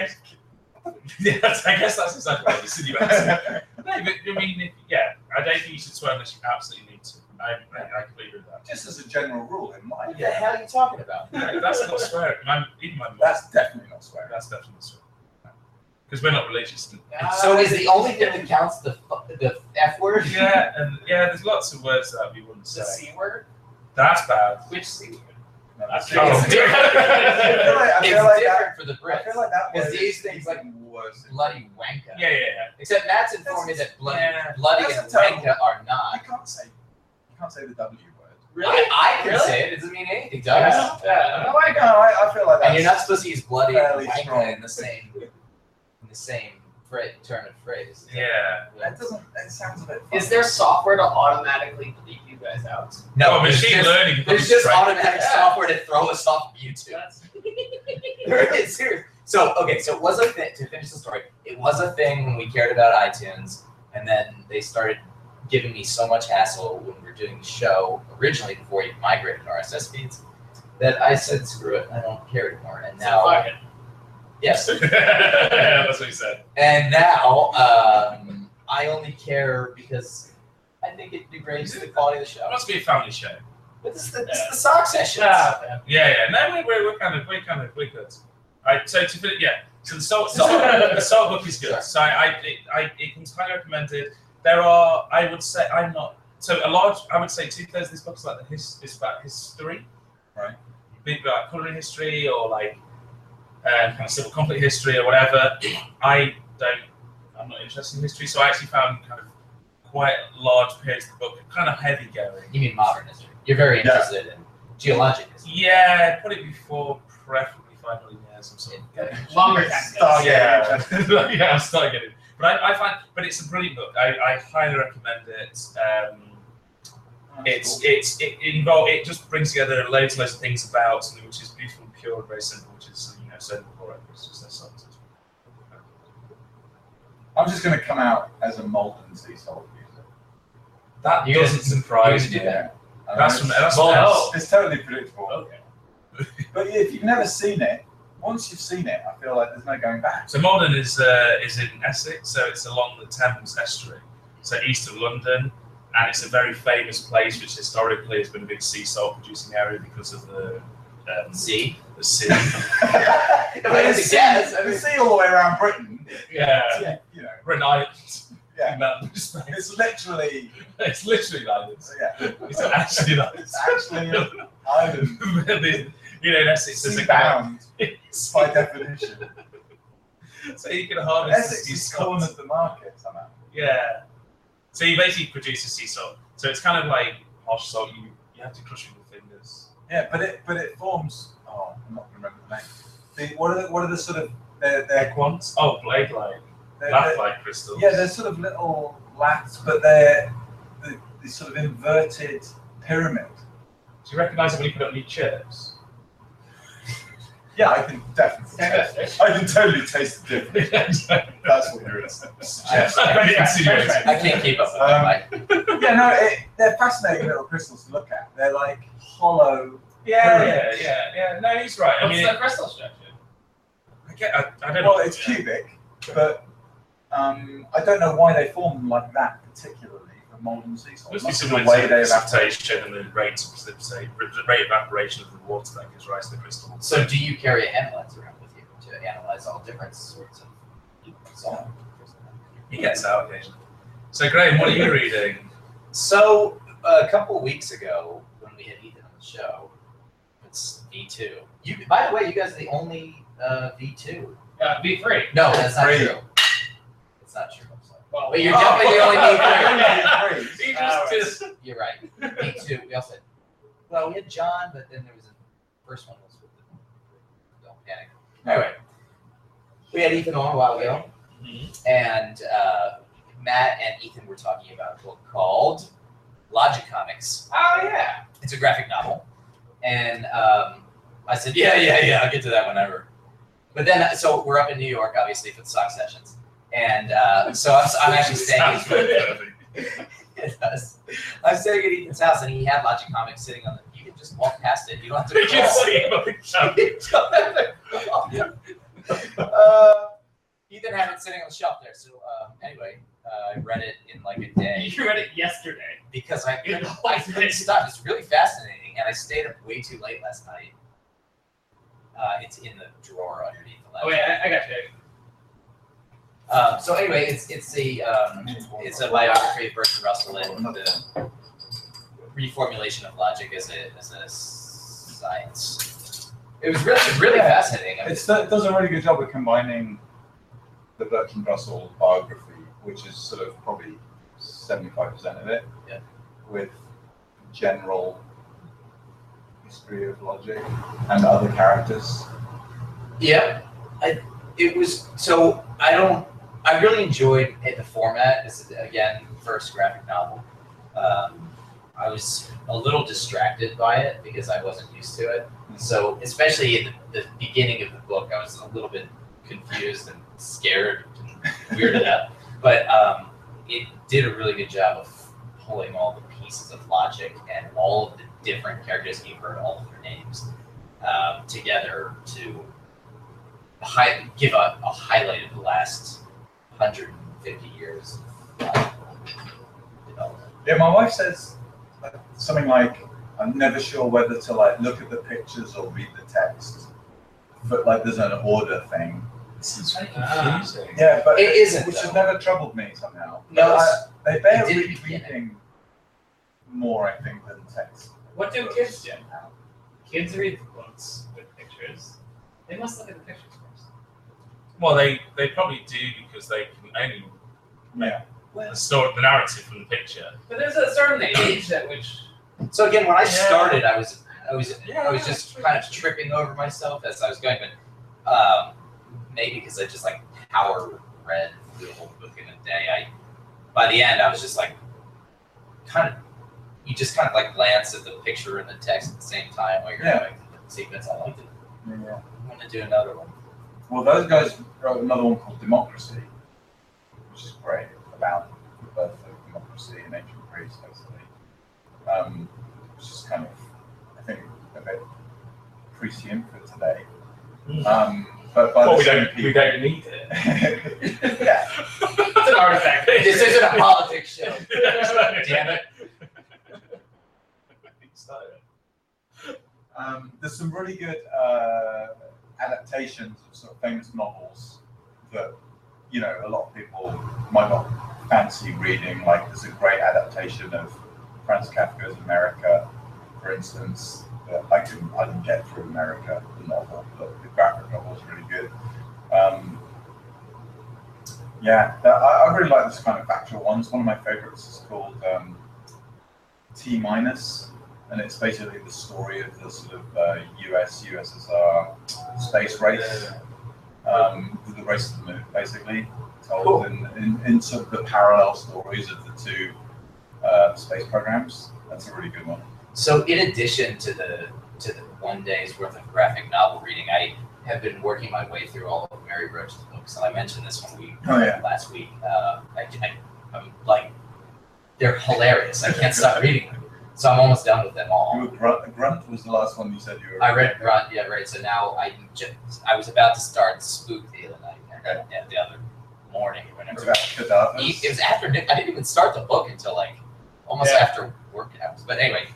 [SPEAKER 4] guess, yes, I guess that's exactly what you said you asked. No, but I mean if- yeah, I don't think you should swear unless you absolutely need to. I I, I completely agree with
[SPEAKER 6] Just as a general rule in life.
[SPEAKER 7] What the hell are you talking about?
[SPEAKER 4] that. No, that's not swearing. My even my mom
[SPEAKER 6] That's definitely not swearing.
[SPEAKER 4] that's definitely not swearing. Because we're not religious.
[SPEAKER 7] So is the only thing that counts the fu- the f word?
[SPEAKER 4] Yeah, and yeah, there's lots of words that we wouldn't
[SPEAKER 5] The
[SPEAKER 4] say.
[SPEAKER 5] c word?
[SPEAKER 4] That's bad.
[SPEAKER 5] Which c word?
[SPEAKER 6] No,
[SPEAKER 4] That's
[SPEAKER 6] I feel like-
[SPEAKER 7] terrible.
[SPEAKER 6] I feel like, I
[SPEAKER 7] It's
[SPEAKER 6] feel like that.
[SPEAKER 7] different for the
[SPEAKER 6] I
[SPEAKER 7] Brits.
[SPEAKER 6] feel like that
[SPEAKER 7] Because
[SPEAKER 6] word
[SPEAKER 7] these
[SPEAKER 6] is
[SPEAKER 7] things,
[SPEAKER 6] even worse.
[SPEAKER 7] bloody wanker.
[SPEAKER 4] Yeah, yeah, yeah.
[SPEAKER 7] Except Matt's informed me that bloody,
[SPEAKER 4] Yeah.
[SPEAKER 7] bloody
[SPEAKER 6] That's
[SPEAKER 7] and
[SPEAKER 6] a terrible-
[SPEAKER 7] wanker are
[SPEAKER 6] I
[SPEAKER 7] not.
[SPEAKER 6] can't say. You can't say the W word.
[SPEAKER 5] Really?
[SPEAKER 7] I, I can
[SPEAKER 5] Really?
[SPEAKER 7] say it. It doesn't mean anything, Douglas.
[SPEAKER 5] Yeah. yeah.
[SPEAKER 6] No, I, no, I, I feel like that's.
[SPEAKER 7] And you're not supposed to use bloody and
[SPEAKER 6] fairly strong.
[SPEAKER 7] wanker in the same in the same phrase, turn of phrase.
[SPEAKER 4] Yeah.
[SPEAKER 6] That doesn't. It sounds a bit.
[SPEAKER 5] Is there software to automatically bleep you guys out?
[SPEAKER 7] No,
[SPEAKER 4] oh,
[SPEAKER 7] there's
[SPEAKER 4] machine
[SPEAKER 7] just,
[SPEAKER 4] learning.
[SPEAKER 7] there's just
[SPEAKER 4] right.
[SPEAKER 7] automatic
[SPEAKER 5] Yeah.
[SPEAKER 7] software to throw us off YouTube.
[SPEAKER 5] That's
[SPEAKER 7] There is, serious. So okay, so it was a thing to finish the story. It was a thing when we cared about iTunes, and then they started giving me so much hassle when we were doing the show originally before we migrated to RSS feeds that I said, screw it, I don't care anymore. And now,
[SPEAKER 5] fuck it.
[SPEAKER 7] yes,
[SPEAKER 4] yeah, that's what he said.
[SPEAKER 7] and now um, I only care because I think it degrades the quality of the
[SPEAKER 4] That
[SPEAKER 7] show.
[SPEAKER 4] must be a family show.
[SPEAKER 7] But this is the, this is the sock session.
[SPEAKER 5] Yeah, man.
[SPEAKER 4] Yeah, yeah. No, we're, we're, we're kind of we're kind of we're good. I so to put it- yeah. So the salt
[SPEAKER 7] Salt.
[SPEAKER 4] the salt book is good. So I I it, I it was highly recommended. There are I would say I'm not so a large I would say two thirds of this book is like the his is about history,
[SPEAKER 6] Right.
[SPEAKER 4] Big about culinary history or like um, kind of civil conflict history or whatever. I don't I'm not interested in history, so I actually found kind of quite large periods of the book kind of heavy going.
[SPEAKER 7] You mean modern history? You're very
[SPEAKER 6] Yeah.
[SPEAKER 7] interested in geologic history.
[SPEAKER 4] Yeah, I'd put it before preferably five million years or something.
[SPEAKER 5] Longer time.
[SPEAKER 6] Stop.
[SPEAKER 4] yeah, yeah, I'm starting getting. But I, I find, but it's a brilliant book. I, I highly recommend it. Um, it's it's it involve it just brings together loads and loads of things about something which is beautiful and pure and very simple, which is you know sendable or resistance sciences.
[SPEAKER 6] I'm just going to come out as a molten sea salt user.
[SPEAKER 4] That
[SPEAKER 1] You guys-
[SPEAKER 4] doesn't surprise
[SPEAKER 1] you
[SPEAKER 4] me.
[SPEAKER 1] guys did that. Oh.
[SPEAKER 6] I mean,
[SPEAKER 4] That's from
[SPEAKER 6] it's-
[SPEAKER 4] that's
[SPEAKER 6] Uh, it's-
[SPEAKER 4] from
[SPEAKER 5] Well,
[SPEAKER 6] It's totally predictable.
[SPEAKER 4] Okay.
[SPEAKER 6] But if you've never seen it, once you've seen it, I feel like there's no going back.
[SPEAKER 4] So Morden is uh, is in Essex, so it's along the Thames estuary, so east of London, and it's a very famous place which historically has been a big sea salt producing area because of the um,
[SPEAKER 7] See?
[SPEAKER 4] the sea.
[SPEAKER 6] I mean,
[SPEAKER 7] I
[SPEAKER 6] it's sea,
[SPEAKER 7] guess, I mean-
[SPEAKER 6] it's sea all the way around Britain.
[SPEAKER 4] yeah,
[SPEAKER 6] Yeah, you know,
[SPEAKER 4] Rhode Island.
[SPEAKER 6] Yeah.
[SPEAKER 4] In that respect.
[SPEAKER 6] it's literally,
[SPEAKER 4] It's literally like this.
[SPEAKER 6] yeah,
[SPEAKER 4] It's actually like
[SPEAKER 6] it's actually an island.
[SPEAKER 4] this. you know, in Essex, there's
[SPEAKER 6] Sea
[SPEAKER 4] a
[SPEAKER 6] bound
[SPEAKER 4] So
[SPEAKER 6] by definition.
[SPEAKER 4] you can harvest
[SPEAKER 6] Essex
[SPEAKER 4] sea
[SPEAKER 6] is
[SPEAKER 4] salt.
[SPEAKER 6] cornered the market somehow.
[SPEAKER 4] Yeah. So you basically produce a sea salt. So it's kind of like harsh salt. You you have to crush it with fingers.
[SPEAKER 6] Yeah, but it but it forms. Oh, I'm not gonna remember the name. The, what are the, what are the sort of they're they're,
[SPEAKER 4] Equans? Oh, blade like
[SPEAKER 6] they're,
[SPEAKER 4] lath
[SPEAKER 6] they're
[SPEAKER 4] like crystals.
[SPEAKER 6] yeah they're sort of little lats, but they're the, the sort of inverted pyramid.
[SPEAKER 4] Do you recognise it when you put it on your chips?
[SPEAKER 6] Yeah, I can definitely. Taste, I can totally taste the difference. That's what there is.
[SPEAKER 4] Yeah, very insinuating.
[SPEAKER 7] I can't keep up with
[SPEAKER 6] Um,
[SPEAKER 7] that. Mike.
[SPEAKER 6] yeah, no, it, they're fascinating little crystals to look at. They're like hollow.
[SPEAKER 4] Yeah, yeah, yeah, yeah. No, he's right. I
[SPEAKER 5] What's
[SPEAKER 4] mean,
[SPEAKER 5] the crystal structure?
[SPEAKER 4] I, get, I, I don't know.
[SPEAKER 6] Well, it's cubic, but um, I don't know why they form them like that particularly for molten sea salt.
[SPEAKER 4] Must be
[SPEAKER 6] Must be
[SPEAKER 4] similar
[SPEAKER 6] the way they
[SPEAKER 4] to
[SPEAKER 6] evaporate.
[SPEAKER 4] precipitation and the rate of precipitate, the rate of evaporation of the water that gives rise to the crystal.
[SPEAKER 7] So, do you carry an analyze around with you to analyze all different sorts of salt?
[SPEAKER 4] He gets out occasionally. So, Graham, what are you reading?
[SPEAKER 7] So, a couple weeks ago, when we had Ethan on the show, it's V2. You, by the way, you guys are the only uh, V2.
[SPEAKER 5] Uh, B three.
[SPEAKER 7] No, that's not
[SPEAKER 6] Three.
[SPEAKER 7] true. It's not true. I'm sorry.
[SPEAKER 5] Well,
[SPEAKER 7] But you're
[SPEAKER 5] oh,
[SPEAKER 7] definitely the only V3.
[SPEAKER 4] He
[SPEAKER 5] Alright.
[SPEAKER 4] just,
[SPEAKER 7] You're right. V2. We also had, well, we had John, but then there was a first one was with the, don't panic. Anyway, we had Ethan on a while ago. and uh, Matt and Ethan were talking about a book called Logic Comics.
[SPEAKER 5] Oh yeah.
[SPEAKER 7] It's a graphic novel, and um, I said, "Yeah, yeah, yeah, I'll get to that whenever." But then, so we're up in New York, obviously, for the sock sessions, and uh, so I'm, I'm actually staying.
[SPEAKER 4] Sounds good.
[SPEAKER 7] It does. I'm staying at Ethan's house, and he had Logic Comics sitting on the. You can just walk past it. You don't have
[SPEAKER 4] You
[SPEAKER 7] to.
[SPEAKER 4] can
[SPEAKER 7] crawl.
[SPEAKER 4] see him on the camera.
[SPEAKER 7] uh, Ethan had it sitting on the shelf there. So um, anyway, uh, I read it in like a day
[SPEAKER 5] You read it yesterday.
[SPEAKER 7] because I couldn't, I couldn't stop. It's really fascinating, and I stayed up way too late last night. Uh, it's in the drawer underneath the
[SPEAKER 5] Oh
[SPEAKER 7] laptop.
[SPEAKER 5] wait, I, I got you.
[SPEAKER 7] Um, so anyway, it's it's a um, it's a biography of Bertrand Russell and uh, the reformulation of logic as a as a science. It was really really
[SPEAKER 6] Yeah.
[SPEAKER 7] fascinating. I mean,
[SPEAKER 6] It's, it does a really good job of combining the Bertrand Russell biography, which is sort of probably 75% of it,
[SPEAKER 7] Yeah.
[SPEAKER 6] with general history of logic and other characters.
[SPEAKER 7] Yeah, I, it was so I don't. I really enjoyed it, the format. This is again first graphic novel. Um, I was a little distracted by it because I wasn't used to it. So especially in the, the beginning of the book, I was a little bit confused and scared and weirded out. But um, it did a really good job of pulling all the pieces of logic and all of the different characters. and You heard all of their names um, together to hi- give a, a highlight of the last 150 years of logical development.
[SPEAKER 6] Yeah, my wife says uh, something like, "I'm never sure whether to like look at the pictures or read the text," but like there's an order thing.
[SPEAKER 4] This is very
[SPEAKER 5] Ah.
[SPEAKER 4] confusing.
[SPEAKER 6] Yeah, but
[SPEAKER 7] It isn't,
[SPEAKER 6] which has
[SPEAKER 7] though.
[SPEAKER 6] never troubled me somehow.
[SPEAKER 7] No,
[SPEAKER 6] But
[SPEAKER 7] it's-
[SPEAKER 6] I, they bear
[SPEAKER 7] it did at the
[SPEAKER 6] reading more, I think, than text.
[SPEAKER 5] What do kids do? Kids read books with pictures. They must look at the pictures first.
[SPEAKER 4] Well, they, they probably do because they can only
[SPEAKER 6] Yeah,
[SPEAKER 4] the story, the narrative from the picture.
[SPEAKER 5] But there's a certain age at which
[SPEAKER 7] So again, when I
[SPEAKER 4] Yeah.
[SPEAKER 7] started, I was I was I was
[SPEAKER 4] Yeah,
[SPEAKER 7] just
[SPEAKER 4] true.
[SPEAKER 7] kind of tripping over myself as I was going, but um, maybe because I just like power read the whole book in a day. I by the end I was just like kind of you just kind of like glance at the picture and the text at the same time while you're
[SPEAKER 6] Yeah.
[SPEAKER 7] going through the sequence. I liked it.
[SPEAKER 6] Yeah.
[SPEAKER 7] I'm gonna do another one.
[SPEAKER 6] Well, those guys wrote another one called Democracy, which is great about the birth of democracy in ancient Greece, basically. Um, which is kind of, I think, a bit prescient for today.
[SPEAKER 4] Mm.
[SPEAKER 6] Um, but by
[SPEAKER 4] Well,
[SPEAKER 6] the
[SPEAKER 4] we
[SPEAKER 6] same
[SPEAKER 4] don't, we
[SPEAKER 6] people.
[SPEAKER 4] don't need it.
[SPEAKER 6] yeah.
[SPEAKER 5] It's an artifact.
[SPEAKER 7] This isn't a politics show.
[SPEAKER 1] Damn
[SPEAKER 4] Damn
[SPEAKER 1] it.
[SPEAKER 6] Um, there's some really good uh, adaptations of sort of famous novels that you know a lot of people might not fancy reading. Like there's a great adaptation of Franz Kafka's America, for instance. That I didn't I didn't get through America the novel, but the graphic novel is really good. Um, yeah, that, I, I really like this kind of factual ones. One of my favorites is called um, T minus and it's basically the story of the sort of uh, US USSR space race, um, the race of the moon, basically told
[SPEAKER 4] Cool.
[SPEAKER 6] in, in, in sort of the parallel stories of the two uh, space programs. That's a really good one.
[SPEAKER 7] So, in addition to the to the one day's worth of graphic novel reading, I have been working my way through all of Mary Roach's books, and I mentioned this when we
[SPEAKER 6] Oh yeah,
[SPEAKER 7] last week. Uh, I, I, I'm like, they're hilarious. I can't stop reading them, so I'm almost done with them
[SPEAKER 6] you
[SPEAKER 7] all.
[SPEAKER 6] were grunt, grunt was the last one you said you were.
[SPEAKER 7] I read Grunt, yeah, right. So now I just, I was about to start Spook the other night, or uh, the other morning, or
[SPEAKER 6] It's
[SPEAKER 7] whenever.
[SPEAKER 6] about
[SPEAKER 7] E-
[SPEAKER 6] cadavers.
[SPEAKER 7] It was after Nick. I didn't even start the book until like almost
[SPEAKER 4] Yeah.
[SPEAKER 7] after work hours. But anyway,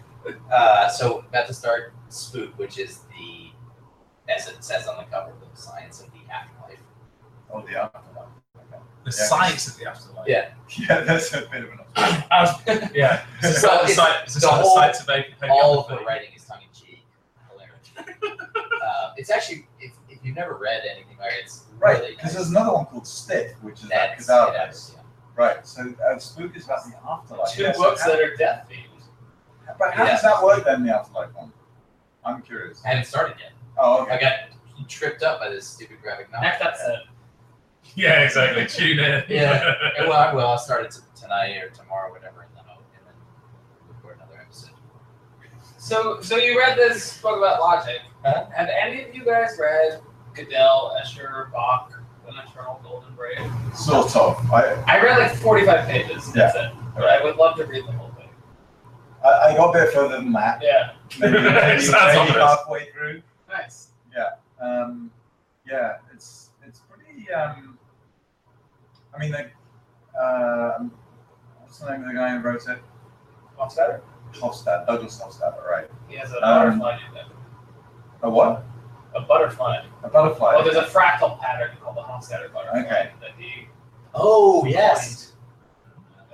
[SPEAKER 7] uh, so about to start Spook, which is the, as it says on the cover, the science of the afterlife.
[SPEAKER 6] Oh the afterlife. Okay.
[SPEAKER 4] The science of the afterlife.
[SPEAKER 7] Yeah.
[SPEAKER 6] Yeah, that's a bit of an. obsession.
[SPEAKER 4] I was- yeah. Is this
[SPEAKER 7] So
[SPEAKER 4] how the
[SPEAKER 7] it's
[SPEAKER 4] site- is this
[SPEAKER 7] the
[SPEAKER 4] how the
[SPEAKER 7] whole-
[SPEAKER 4] sites of Copenhagen
[SPEAKER 7] all
[SPEAKER 4] are
[SPEAKER 7] of her
[SPEAKER 4] built?
[SPEAKER 7] writing is tongue in cheek, hilarious. uh, it's actually, if, if you've never read anything by her, it's
[SPEAKER 6] Right,
[SPEAKER 7] really
[SPEAKER 6] because
[SPEAKER 7] nice.
[SPEAKER 6] there's another one called Stiff, which is about
[SPEAKER 7] That's- yeah,
[SPEAKER 6] cadavers.
[SPEAKER 7] that's- yeah.
[SPEAKER 6] Right, so uh, Spook is about the afterlife.
[SPEAKER 5] Two
[SPEAKER 6] Yeah, so
[SPEAKER 5] books
[SPEAKER 6] how-
[SPEAKER 5] that are death themed.
[SPEAKER 6] But how does
[SPEAKER 7] Yeah.
[SPEAKER 6] that work then, the afterlife one? I'm curious.
[SPEAKER 7] I haven't started yet.
[SPEAKER 6] Oh,
[SPEAKER 7] I
[SPEAKER 6] okay.
[SPEAKER 7] got tripped up by this stupid graphic novel.
[SPEAKER 5] Next episode.
[SPEAKER 4] Yeah, exactly. Tune in.
[SPEAKER 7] Yeah. And well, I will. I'll start it t- tonight or tomorrow, whatever, and then I'll and then record another episode.
[SPEAKER 5] So, so you read this book about logic.
[SPEAKER 7] Huh?
[SPEAKER 5] Have any of you guys read Goodell, Escher, Bach, The Eternal Golden Braid?
[SPEAKER 6] Sort of. I,
[SPEAKER 5] I read like 45 pages. That's it. But I would love to read the whole thing.
[SPEAKER 6] I, I got a bit further than that.
[SPEAKER 5] Yeah.
[SPEAKER 6] Maybe, maybe,
[SPEAKER 4] Sounds
[SPEAKER 6] maybe
[SPEAKER 4] ominous.
[SPEAKER 6] halfway through.
[SPEAKER 5] Nice.
[SPEAKER 6] Um, yeah, it's it's pretty. Um, I mean, like, um, what's the name of the guy who wrote it?
[SPEAKER 5] Hofstadter?
[SPEAKER 6] Hofstad, Douglas Hofstad, right?
[SPEAKER 5] He has a
[SPEAKER 6] Um,
[SPEAKER 5] butterfly in there.
[SPEAKER 6] A what?
[SPEAKER 5] A butterfly.
[SPEAKER 6] A butterfly.
[SPEAKER 5] Well, there's a fractal pattern called the Hofstadter butterfly
[SPEAKER 6] Okay.
[SPEAKER 5] that he.
[SPEAKER 7] Oh
[SPEAKER 5] yes.
[SPEAKER 6] so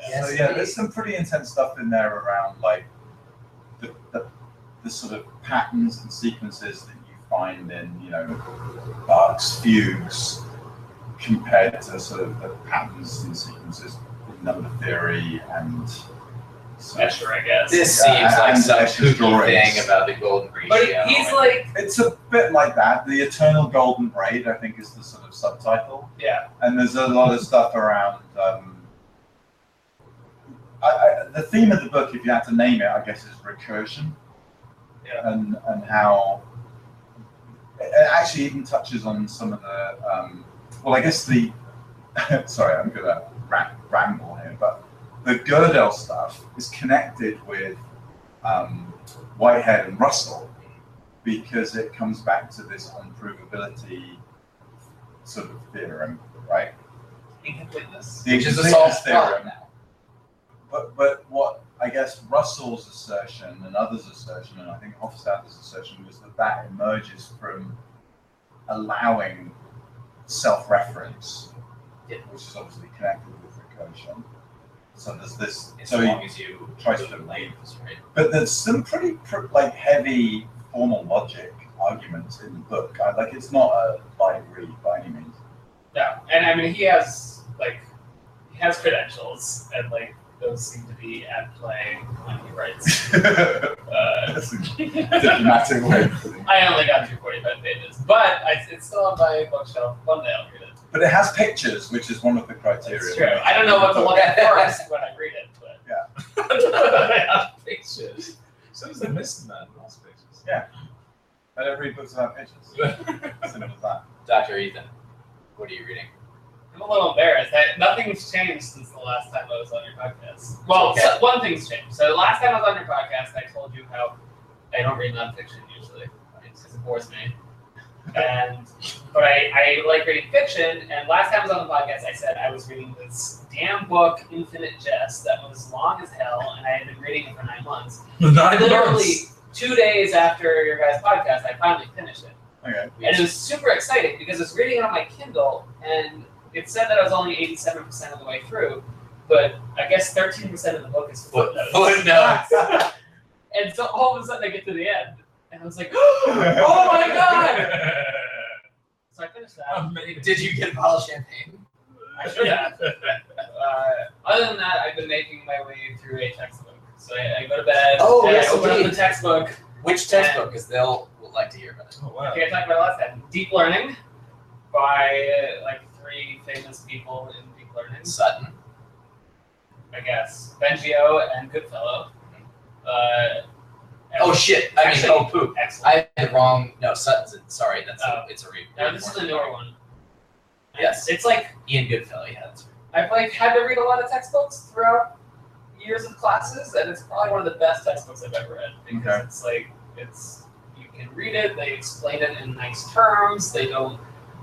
[SPEAKER 7] Yes,
[SPEAKER 6] yeah,
[SPEAKER 7] indeed.
[SPEAKER 6] there's some pretty intense stuff in there around like the, the, the sort of patterns and sequences that you find in you know Bach's fugues compared to sort of the patterns and sequences in number theory and so
[SPEAKER 5] Escher, I guess.
[SPEAKER 7] This
[SPEAKER 6] Yeah,
[SPEAKER 7] seems like
[SPEAKER 6] and
[SPEAKER 7] some
[SPEAKER 6] Escher's
[SPEAKER 7] kooky
[SPEAKER 6] drawings.
[SPEAKER 7] thing about the golden ratio.
[SPEAKER 5] but he's
[SPEAKER 7] and-
[SPEAKER 5] like,
[SPEAKER 6] it's a bit like that. The eternal golden braid, I think, is the sort of subtitle.
[SPEAKER 5] yeah.
[SPEAKER 6] and there's a lot of stuff around. Um, I, I, the theme of the book, if you had to name it, I guess, is recursion,
[SPEAKER 5] Yeah.
[SPEAKER 6] and and how it it actually even touches on some of the. Um, well, I guess the. sorry, I'm gonna ra- ramble here, but the Gödel stuff is connected with um, Whitehead and Russell because it comes back to this unprovability sort of theorem, right?
[SPEAKER 5] Incompleteness.
[SPEAKER 6] The
[SPEAKER 7] which is a
[SPEAKER 6] existence
[SPEAKER 7] solved
[SPEAKER 6] theorem.
[SPEAKER 7] problem now.
[SPEAKER 6] But but what I guess Russell's assertion and others' assertion, and I think Hofstadter's assertion, was that that emerges from allowing self-reference,
[SPEAKER 7] Yeah.
[SPEAKER 6] which is obviously connected with recursion. So there's this.
[SPEAKER 7] As
[SPEAKER 6] So
[SPEAKER 7] long as you
[SPEAKER 6] tries to
[SPEAKER 7] like right?
[SPEAKER 6] but there's some pretty pr- like heavy formal logic arguments in the book. I, like it's not a light read by any means.
[SPEAKER 5] Yeah, and I mean he has like he has credentials, and like those seem to be at play when he writes. Uh,
[SPEAKER 6] That's a diplomatic way of putting it.
[SPEAKER 5] I only got through forty-five pages, but I, it's still on my bookshelf. One day I'll read it.
[SPEAKER 6] But it has pictures, which is one of the criteria.
[SPEAKER 5] It's true. I don't know what to look at first when I read it, but
[SPEAKER 4] Yeah. Pictures. So is the missing man in the last pictures.
[SPEAKER 6] And every book's about pigeons. Simple as that.
[SPEAKER 7] Dr. Ethan, what are you reading?
[SPEAKER 5] I'm a little embarrassed. that nothing's changed since the last time I was on your podcast. Well,
[SPEAKER 7] Okay.
[SPEAKER 5] so- one thing's changed. So the last time I was on your podcast, I told you how I don't read nonfiction usually. It's just bores me. And but I, I like reading fiction. And last time I was on the podcast, I said I was reading this damn book, Infinite Jest, that was long as hell, and I had been reading it for nine months.
[SPEAKER 4] Nine
[SPEAKER 5] Literally
[SPEAKER 4] months.
[SPEAKER 5] two days after your guys' podcast, I finally finished it.
[SPEAKER 6] Okay.
[SPEAKER 5] And it was super exciting because I was reading it on my Kindle, and it said that I was only 87% of the way through, but I guess 13% of the book is footnotes.
[SPEAKER 7] footnotes.
[SPEAKER 5] and so all of a sudden I get to the end, and I was like, oh my god! So I finished
[SPEAKER 7] Um,
[SPEAKER 5] that.
[SPEAKER 7] Did you get a bottle of champagne?
[SPEAKER 5] I should have. Uh, other than that, I've been making my way through a textbook. So I, I go to bed,
[SPEAKER 7] Oh,
[SPEAKER 5] and
[SPEAKER 7] yes,
[SPEAKER 5] I open
[SPEAKER 7] indeed.
[SPEAKER 5] up the textbook.
[SPEAKER 7] Which textbook? Because they'll would like to hear about it.
[SPEAKER 4] Oh, wow.
[SPEAKER 5] Okay, I talked about it last time. Deep Learning by uh, like three famous people in deep learning.
[SPEAKER 7] Sutton.
[SPEAKER 5] I guess. Bengio and Goodfellow. Uh,
[SPEAKER 7] Oh shit! I mean,
[SPEAKER 5] Actually-
[SPEAKER 7] oh poop.
[SPEAKER 5] excellent.
[SPEAKER 7] I had the wrong. No, Sutton's. In, sorry, that's
[SPEAKER 5] Oh.
[SPEAKER 7] a, it's a read.
[SPEAKER 5] Now this is the newer one.
[SPEAKER 7] Yes.
[SPEAKER 5] it's like
[SPEAKER 7] Ian Goodfellow. Yeah, that's right.
[SPEAKER 5] I've like had to read a lot of textbooks throughout years of classes, and it's probably one of the best textbooks I've ever read because
[SPEAKER 6] Okay.
[SPEAKER 5] it's like it's you can read it. They explain it in nice terms. They don't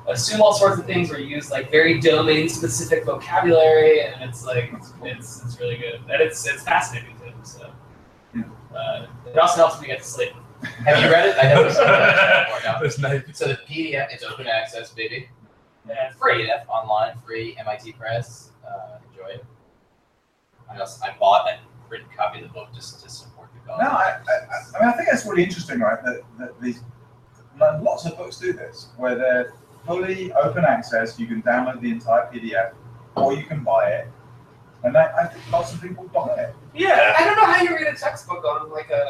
[SPEAKER 5] assume all sorts of things or use like very domain specific vocabulary, and it's like it's it's really good and it's it's fascinating too. So
[SPEAKER 6] Yeah.
[SPEAKER 5] uh, it also helps me get to sleep.
[SPEAKER 7] Have you read it? I know. it's not- no.
[SPEAKER 4] There's no.
[SPEAKER 7] So the PDF is open access, baby.
[SPEAKER 5] Yeah, it's free.
[SPEAKER 7] PDF online, free, MIT Press. Uh, enjoy it. I also I bought a print copy of the book just to support
[SPEAKER 6] No,
[SPEAKER 7] the cause.
[SPEAKER 6] I, I, I- I mean, I think that's really interesting, right? That, that these like, lots of books do this, where they're fully open access. You can download the entire PDF, or you can buy it. And I, I think lots of people buy it.
[SPEAKER 4] Yeah.
[SPEAKER 5] I don't know how you read a textbook on like a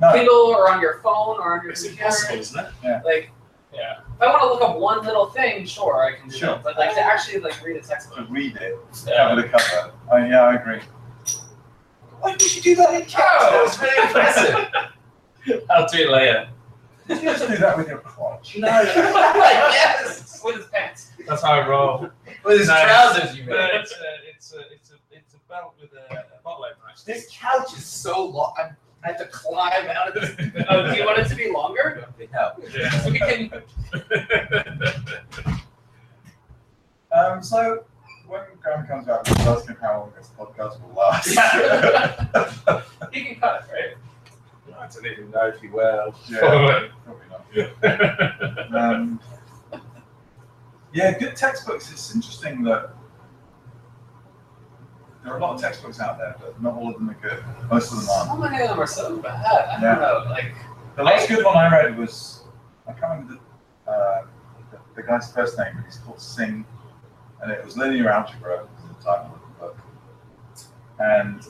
[SPEAKER 6] No,
[SPEAKER 5] Kindle or on your phone or on your
[SPEAKER 4] It's
[SPEAKER 5] computer.
[SPEAKER 4] impossible, isn't it?
[SPEAKER 5] Like, yeah. If I want to look up one little thing, sure, I can do
[SPEAKER 6] Sure.
[SPEAKER 5] it. But like to actually like read a textbook.
[SPEAKER 6] to read it
[SPEAKER 5] Yeah.
[SPEAKER 6] cover to cover. I mean, Oh, yeah, I agree. Why did you do that in
[SPEAKER 4] Oh,
[SPEAKER 7] That
[SPEAKER 6] cats?
[SPEAKER 7] was really impressive.
[SPEAKER 4] I'll do it later.
[SPEAKER 6] Did you just do that with your crotch?
[SPEAKER 7] Like, yes.
[SPEAKER 5] With his pants.
[SPEAKER 4] That's how I roll.
[SPEAKER 7] With his
[SPEAKER 4] No.
[SPEAKER 7] trousers, you
[SPEAKER 4] But
[SPEAKER 7] made.
[SPEAKER 4] it's a, it's a, it's a, it's a belt with a, a bottle opener. actually.
[SPEAKER 7] This couch is so long. I'm, I have to climb out of this.
[SPEAKER 5] Oh, do you want it to be longer?
[SPEAKER 7] No.
[SPEAKER 4] Yeah.
[SPEAKER 5] So we can.
[SPEAKER 6] Um, so when Graham comes out, he's asking how long this podcast will last.
[SPEAKER 5] He can cut it, right?
[SPEAKER 4] I don't even know if you will.
[SPEAKER 6] yeah, probably not. Um, yeah, good textbooks. It's interesting that there are a lot of textbooks out there, but not all of them are good. Most of them aren't.
[SPEAKER 5] So many of them are so bad. I
[SPEAKER 6] Yeah.
[SPEAKER 5] don't know. Like,
[SPEAKER 6] The last good one I read was I can't remember the, uh, the, the guy's first name, but he's called Singh, and it was linear algebra was the title of the book. And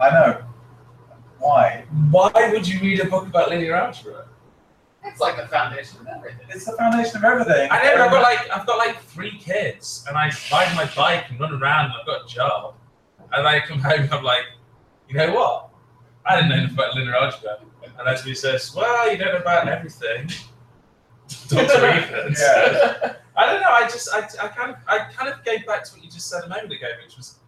[SPEAKER 6] I know why
[SPEAKER 4] Why would you read a book about linear algebra?
[SPEAKER 5] it's like the foundation of everything.
[SPEAKER 6] it's the foundation of everything.
[SPEAKER 4] I don't know. I've got like I've got like three kids, and I ride my bike and run around. And I've got a job, and I come home. and I'm like, you know what? I didn't know enough about linear algebra. And Esme says, well, you don't know about everything. Doctor Evans.
[SPEAKER 6] Yeah.
[SPEAKER 4] I don't know. I just I, I kind of I kind of gave back to what you just said a moment ago, which was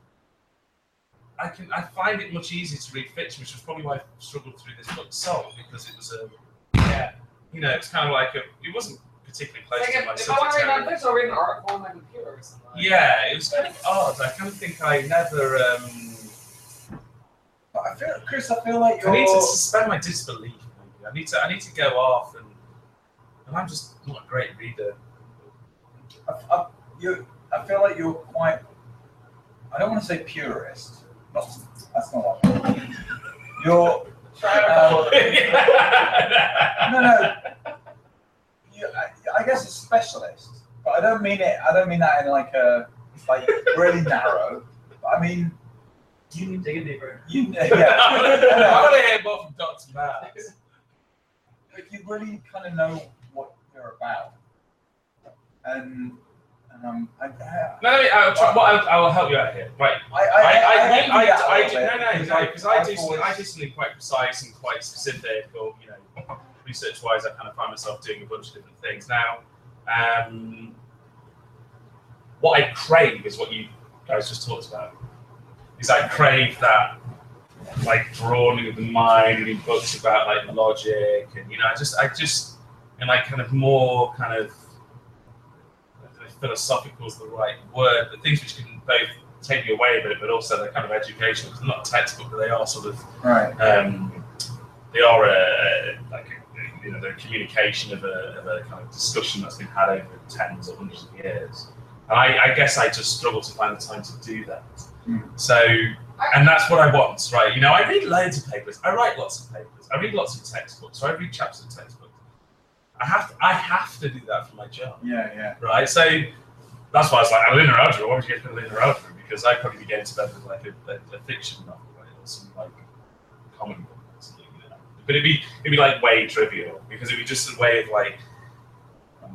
[SPEAKER 4] I can I find it much easier to read fiction, which was probably why I struggled through this book soul because it was a
[SPEAKER 5] Yeah.
[SPEAKER 4] you know it's kind of like a it wasn't particularly close
[SPEAKER 5] Like
[SPEAKER 4] to my
[SPEAKER 5] if, if I
[SPEAKER 4] subject
[SPEAKER 5] want to read
[SPEAKER 4] area.
[SPEAKER 5] nonfiction, I'll read an article on my computer or something.
[SPEAKER 4] Yeah, it was kind of odd. I kind of think I never. Um,
[SPEAKER 6] But I feel, Chris, I feel like
[SPEAKER 4] I
[SPEAKER 6] you're.
[SPEAKER 4] need to suspend my disbelief. Maybe I need to. I need to go off, and and I'm just not a great reader.
[SPEAKER 6] I, I, you, I feel like you're quite. I don't want to say purist. Not, that's not what. I meant. You're um,
[SPEAKER 5] Try a couple of them.
[SPEAKER 6] no, no. You, I, I guess a specialist, but I don't mean it. I don't mean that in like a like really narrow. But I mean
[SPEAKER 5] You can dig it deeper.
[SPEAKER 6] you.
[SPEAKER 4] I
[SPEAKER 6] Yeah.
[SPEAKER 4] want to hear more from Doctor Max.
[SPEAKER 6] but you really kind of know what you're about, and and um, I, I,
[SPEAKER 4] No, no, I'll, try, well, I'll, I'll help you out here. Right.
[SPEAKER 6] I, I,
[SPEAKER 4] I,
[SPEAKER 6] I,
[SPEAKER 4] I, I,
[SPEAKER 6] envy that a
[SPEAKER 4] I,
[SPEAKER 6] little
[SPEAKER 4] do-
[SPEAKER 6] bit,
[SPEAKER 4] no, no,
[SPEAKER 6] because
[SPEAKER 4] no, because I do,
[SPEAKER 6] I've always-
[SPEAKER 4] I do something quite precise and quite specific, or you know, research wise, I kind of find myself doing a bunch of different things now. Um, what I crave is what you guys just talked about. Is I crave that like drawing of the mind, reading books about like logic, and you know, I just, I just, and like kind of more kind of I don't know if philosophical is the right word, but things which can both take me away a bit, but also they're kind of educational. 'cause They're not textbook, but they are sort of
[SPEAKER 6] Right.
[SPEAKER 4] um, they are a, like a, you know they're a communication of a, of a kind of discussion that's been had over tens or hundreds of years. And I, I guess I just struggle to find the time to do that.
[SPEAKER 6] Mm.
[SPEAKER 4] So, and that's what I want, right? You know, I read loads of papers. I write lots of papers. I read lots of textbooks. So I read chapters of textbooks. I have to, I have to do that for my job,
[SPEAKER 6] Yeah, yeah.
[SPEAKER 4] right? So that's why I was like, I'm linear algebra. Why would you get to linear algebra? Because I'd probably be getting to bed with like a, a, a fiction novel, right? Or some like common book or something, you know. But it'd be it'd be like way trivial because it'd be just a way of like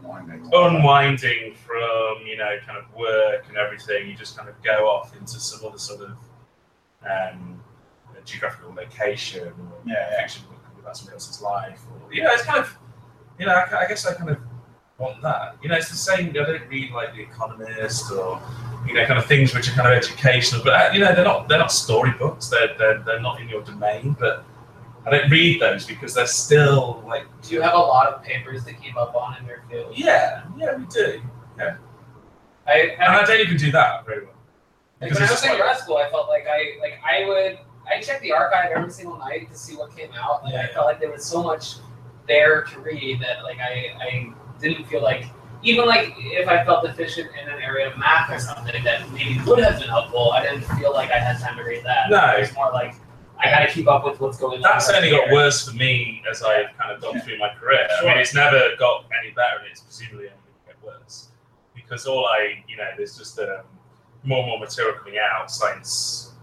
[SPEAKER 6] Unwinding.
[SPEAKER 4] unwinding from you know kind of work and everything. You just kind of go off into some other sort of um, geographical location or
[SPEAKER 6] Yeah, yeah.
[SPEAKER 4] fiction book about somebody else's life. Or you know, it's kind of you know I, ki- I guess I kind of want that. You know, it's the same. I don't read like The Economist or you know kind of things which are kind of educational, but uh, you know they're not they're not storybooks. They're they're, they're not in your domain, but. I don't read those because they're still like
[SPEAKER 5] Do you have a lot of papers that came up on in your field?
[SPEAKER 4] yeah yeah we do
[SPEAKER 5] I,
[SPEAKER 4] and
[SPEAKER 5] I
[SPEAKER 4] I don't even do that very well.
[SPEAKER 5] Like,
[SPEAKER 4] Because
[SPEAKER 5] when I
[SPEAKER 4] it's
[SPEAKER 5] was in
[SPEAKER 4] like-
[SPEAKER 5] grad school, I felt like I like I would I checked the archive every single night to see what came out. Like
[SPEAKER 4] Yeah,
[SPEAKER 5] I
[SPEAKER 4] yeah.
[SPEAKER 5] felt like there was so much there to read that like I I didn't feel like even like if I felt deficient in an area of math or something that maybe would have been helpful, I didn't feel like I had time to read that.
[SPEAKER 4] No.
[SPEAKER 5] It was more like I got to keep up with what's going on.
[SPEAKER 4] That's
[SPEAKER 5] right
[SPEAKER 4] only got
[SPEAKER 5] here.
[SPEAKER 4] worse for me as I've kind of gone through my career. I mean,
[SPEAKER 5] Sure.
[SPEAKER 4] it's never got any better, and it's presumably only going to get worse because all I, you know, there's just um, more and more material coming out. Science.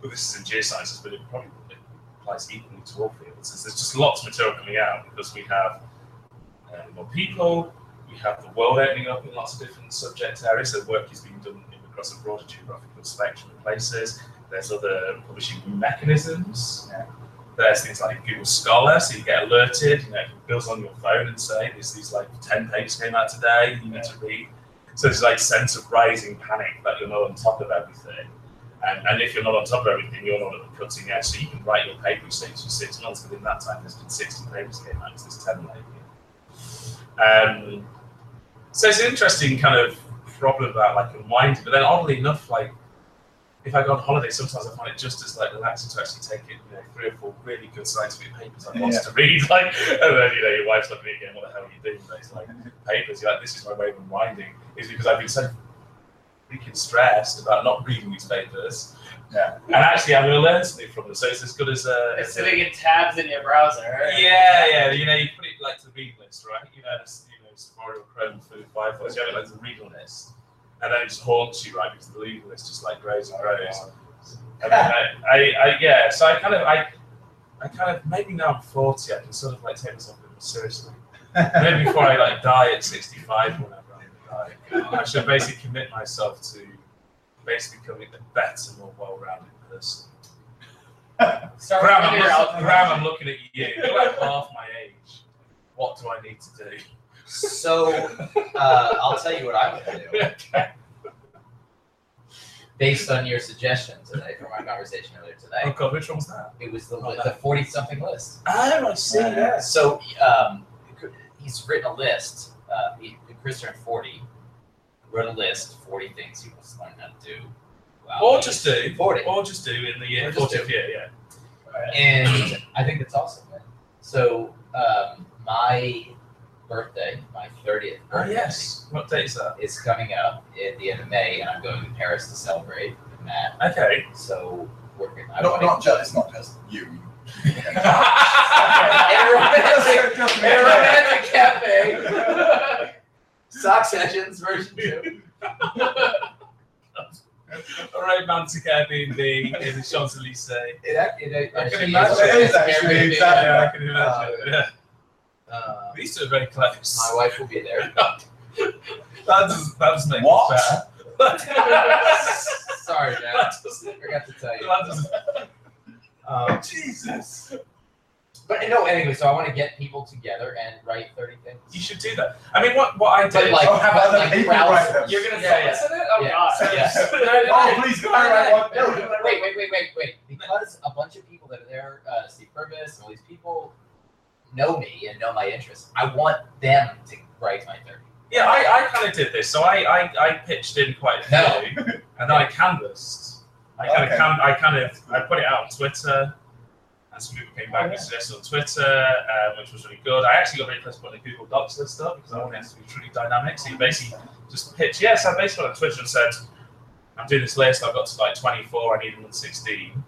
[SPEAKER 4] Well, this is in geosciences, but it probably applies equally to all fields. Is there's just lots of material coming out because we have uh, more people. We have the world opening up in lots of different subject areas, so work is being done across a broader geographical spectrum of places. There's other publishing mechanisms.
[SPEAKER 6] Yeah.
[SPEAKER 4] There's things like Google Scholar, so you get alerted, you know, it builds on your phone and say, there's these like 10 papers came out today, you need to read. So there's like sense of rising panic that you're not on top of everything. And, and if you're not on top of everything, you're not at the cutting edge. So you can write your paper each six for six months. Within that time, there's been 60 papers came out, so there's 10 lately. Um, so it's an interesting kind of problem about like unwinding. But then oddly enough, like if I go on holiday, sometimes I find it just as like relaxing to actually take it, you know, three or four really good scientific papers I want
[SPEAKER 6] Yeah.
[SPEAKER 4] to read. Like, and then you know, your wife's looking at you, going, "What the hell are you doing?" But it's like papers. You're like, "This is my way of unwinding." Is because I've been so freaking stressed about not reading these papers.
[SPEAKER 6] Yeah.
[SPEAKER 4] And actually, I'm going to learn something from them. So it's as good as a.
[SPEAKER 5] It's sitting in tabs in your browser.
[SPEAKER 4] Yeah, yeah. You know, you put it like to the read list, right? You know, it's, you know, Safari or Chrome for Firefox. You have it like to the read list, and then it just haunts you, right? Because the read list just like grows and grows. I, mean, I, I, I, yeah. So I kind of, I, I kind of maybe now I'm forty, I can sort of like take myself a bit more seriously. Maybe before I like die at sixty-five, or whenever I die, I should basically commit myself to basically becoming a better, more well-rounded person.
[SPEAKER 5] Start
[SPEAKER 4] Graham, I'm
[SPEAKER 5] figuring out-
[SPEAKER 4] looking, Graham, I'm looking at you. You're like half my age. What do I need to do?
[SPEAKER 7] So uh, I'll tell you what I would do based on your suggestion today from our conversation earlier
[SPEAKER 4] Oh
[SPEAKER 7] today.
[SPEAKER 4] god, which one's that?
[SPEAKER 7] It was the
[SPEAKER 4] Oh,
[SPEAKER 7] li-
[SPEAKER 4] that-
[SPEAKER 7] the forty something list.
[SPEAKER 4] Oh, I see.
[SPEAKER 6] yes.
[SPEAKER 7] So um, he's written a list. Uh, he, Chris turned forty, wrote a list forty things he wants to learn how to do. Wow.
[SPEAKER 4] Or just do.
[SPEAKER 7] forty.
[SPEAKER 4] Or just do in the year.
[SPEAKER 7] Or just do.
[SPEAKER 4] 40th year, yeah.
[SPEAKER 7] and I think that's awesome. Man. So um, my birthday, my thirtieth
[SPEAKER 4] Oh
[SPEAKER 7] birthday,
[SPEAKER 4] yes. What date is that?
[SPEAKER 7] is coming up at the end of May, and I'm going to Paris to celebrate with Matt.
[SPEAKER 4] Okay.
[SPEAKER 7] So we're gonna. I
[SPEAKER 6] Not,
[SPEAKER 7] wanna-
[SPEAKER 6] not just. It's not just you.
[SPEAKER 7] Everyone-
[SPEAKER 6] Just me.
[SPEAKER 7] At a
[SPEAKER 6] Oh,
[SPEAKER 7] romantic cafe. Sock sessions version two.
[SPEAKER 4] a romantic Airbnb in the Champs Elysees.
[SPEAKER 7] It, act- it, it
[SPEAKER 4] I can
[SPEAKER 7] actually
[SPEAKER 4] imagine.
[SPEAKER 7] is-
[SPEAKER 6] It is actually,
[SPEAKER 7] Airbnb.
[SPEAKER 6] exactly.
[SPEAKER 4] Yeah, I can imagine. yeah.
[SPEAKER 7] Uh,
[SPEAKER 4] These two are very close.
[SPEAKER 7] my wife will be there.
[SPEAKER 4] That does that doesn't make
[SPEAKER 6] What?
[SPEAKER 4] it fair.
[SPEAKER 7] Sorry, man.
[SPEAKER 4] that doesn't
[SPEAKER 7] Forgot to tell you.
[SPEAKER 4] that doesn't
[SPEAKER 7] Um,
[SPEAKER 4] Jesus.
[SPEAKER 7] But no, anyway, so I want to get people together and write 30 things.
[SPEAKER 4] You should do that. I mean, what what I
[SPEAKER 7] But
[SPEAKER 4] did.
[SPEAKER 7] like,
[SPEAKER 6] Oh, have
[SPEAKER 7] but
[SPEAKER 6] other
[SPEAKER 7] like
[SPEAKER 6] people
[SPEAKER 7] Ralph-
[SPEAKER 6] write them.
[SPEAKER 5] You're gonna
[SPEAKER 7] Yeah,
[SPEAKER 5] say
[SPEAKER 7] yeah.
[SPEAKER 5] this in it? Oh
[SPEAKER 7] Yeah.
[SPEAKER 5] god.
[SPEAKER 7] Yeah.
[SPEAKER 5] No, no, no,
[SPEAKER 6] Oh, please, can I write one?
[SPEAKER 7] No,
[SPEAKER 6] No,
[SPEAKER 7] no, no, wait, wait, wait, wait, wait. Because a bunch of people that are there, uh, Steve Purvis and all these people, know me and know my interests. I want them to write my 30.
[SPEAKER 4] yeah, I, I kind of did this. So I, I, I pitched in quite a few, and then I canvassed. I kind of
[SPEAKER 6] Okay.
[SPEAKER 4] can, I kind of I put it out on Twitter, and some people came back with suggestions on Twitter, uh, which was really good. I actually got really close to putting a Google Docs list up because I wanted it to be truly dynamic. So you basically just pitch. Yes, I basically went on Twitter and said, I'm doing this list. I've got to like 24. I need 116. Um,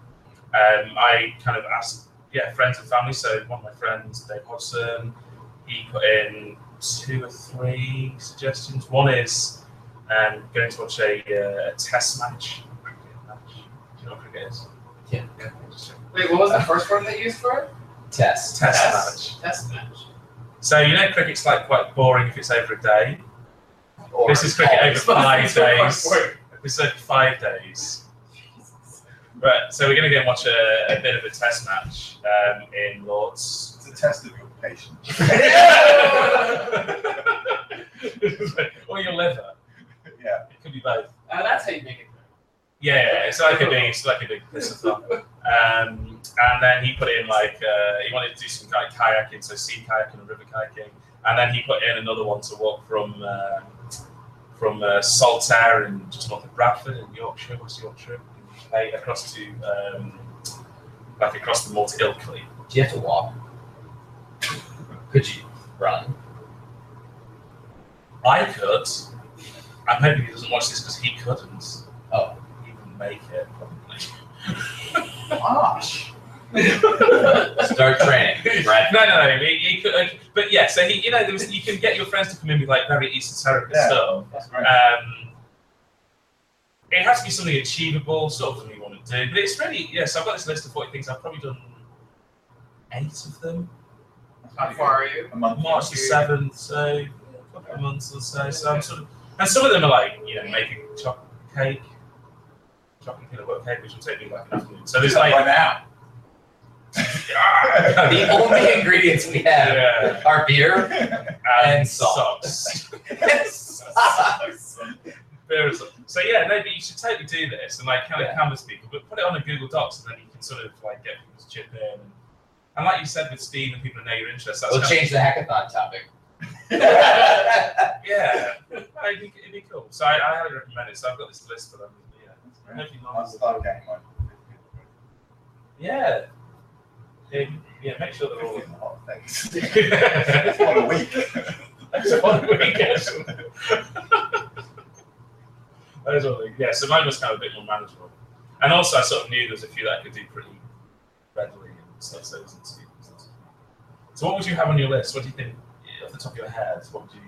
[SPEAKER 4] I kind of asked, yeah, friends and family. So one of my friends, Dave Hodgson, he put in two or three suggestions. One is um, going to watch a, uh, a test match. Cricket match. Do you know what cricket is?
[SPEAKER 7] Yeah.
[SPEAKER 4] yeah just check.
[SPEAKER 5] Wait, what was the first word they used for it?
[SPEAKER 7] Test.
[SPEAKER 4] Test
[SPEAKER 5] Test. Test match.
[SPEAKER 4] match. So you know cricket's like quite boring if it's over a day.
[SPEAKER 7] Or
[SPEAKER 4] This is cricket over
[SPEAKER 7] always.
[SPEAKER 4] five
[SPEAKER 5] Oh, It's quite
[SPEAKER 4] days.
[SPEAKER 5] boring.
[SPEAKER 4] It's over five days. Right, so we're going to go and watch a, a bit of a test match um, in Lords.
[SPEAKER 6] It's a test of your patience.
[SPEAKER 4] or your liver.
[SPEAKER 6] Yeah.
[SPEAKER 4] It could be both.
[SPEAKER 5] Uh, that's how you make it.
[SPEAKER 4] Yeah, yeah, it's like a big, it's like a big pissathon. Um, and then he put in like uh, he wanted to do some kind of kayaking, so sea kayaking and river kayaking. And then he put in another one to walk from uh, from uh, Saltaire and just north of Bradford in Yorkshire, West Yorkshire, in the UK, across to um, like across the Malt Ilkley.
[SPEAKER 7] Do you have to walk? Could you run?
[SPEAKER 4] I could. I'm hoping he doesn't watch this because he couldn't.
[SPEAKER 7] Oh.
[SPEAKER 4] He wouldn't make it, probably.
[SPEAKER 6] Harsh.
[SPEAKER 7] Start training, right?
[SPEAKER 4] No, no, no. He, he could, but yeah, so he, you know, there was, you can get your friends to come in with like very esoteric
[SPEAKER 6] Yeah.
[SPEAKER 4] stuff.
[SPEAKER 6] That's great.
[SPEAKER 4] Um, it has to be something achievable, sort of something you want to do. But it's really, yeah, so I've got this list of 40 things. I've probably done eight of them.
[SPEAKER 6] That's
[SPEAKER 5] How
[SPEAKER 6] pretty
[SPEAKER 5] far are you?
[SPEAKER 6] good. A month.
[SPEAKER 4] March the 7th, so a couple of months or so. So I'm sort of, and some of them are like, you know, making chocolate cake, chocolate peanut butter cake, which will take me like an afternoon. So there's
[SPEAKER 6] Do that
[SPEAKER 4] like,
[SPEAKER 6] right now.
[SPEAKER 7] The only ingredients we have
[SPEAKER 4] yeah,
[SPEAKER 7] are beer
[SPEAKER 4] and
[SPEAKER 7] And socks.
[SPEAKER 4] socks.
[SPEAKER 7] and socks.
[SPEAKER 4] There is- So yeah, maybe you should totally do this and like kind of
[SPEAKER 7] Yeah.
[SPEAKER 4] canvas people, but put it on a Google Docs and then you can sort of like get people to chip in. And like you said with Steve and people who know your interests, that's
[SPEAKER 7] We'll
[SPEAKER 4] kind
[SPEAKER 7] change the hackathon topic.
[SPEAKER 4] of, yeah, it'd be, it'd be cool. So I, I highly recommend it. So I've got this list for them. Yeah, Maybe not.
[SPEAKER 6] I'll start getting one.
[SPEAKER 4] yeah, yeah, yeah. Make sure they're all.
[SPEAKER 6] Fifteen hot things. It's one
[SPEAKER 4] That's
[SPEAKER 6] a week.
[SPEAKER 4] one we get. That is one thing. Yeah, so mine was kind of a bit more manageable, and also I sort of knew there was a few that I could do pretty readily and stuff. So it wasn't too. So what would you have on your list? What do you think, off the top of your head, what would you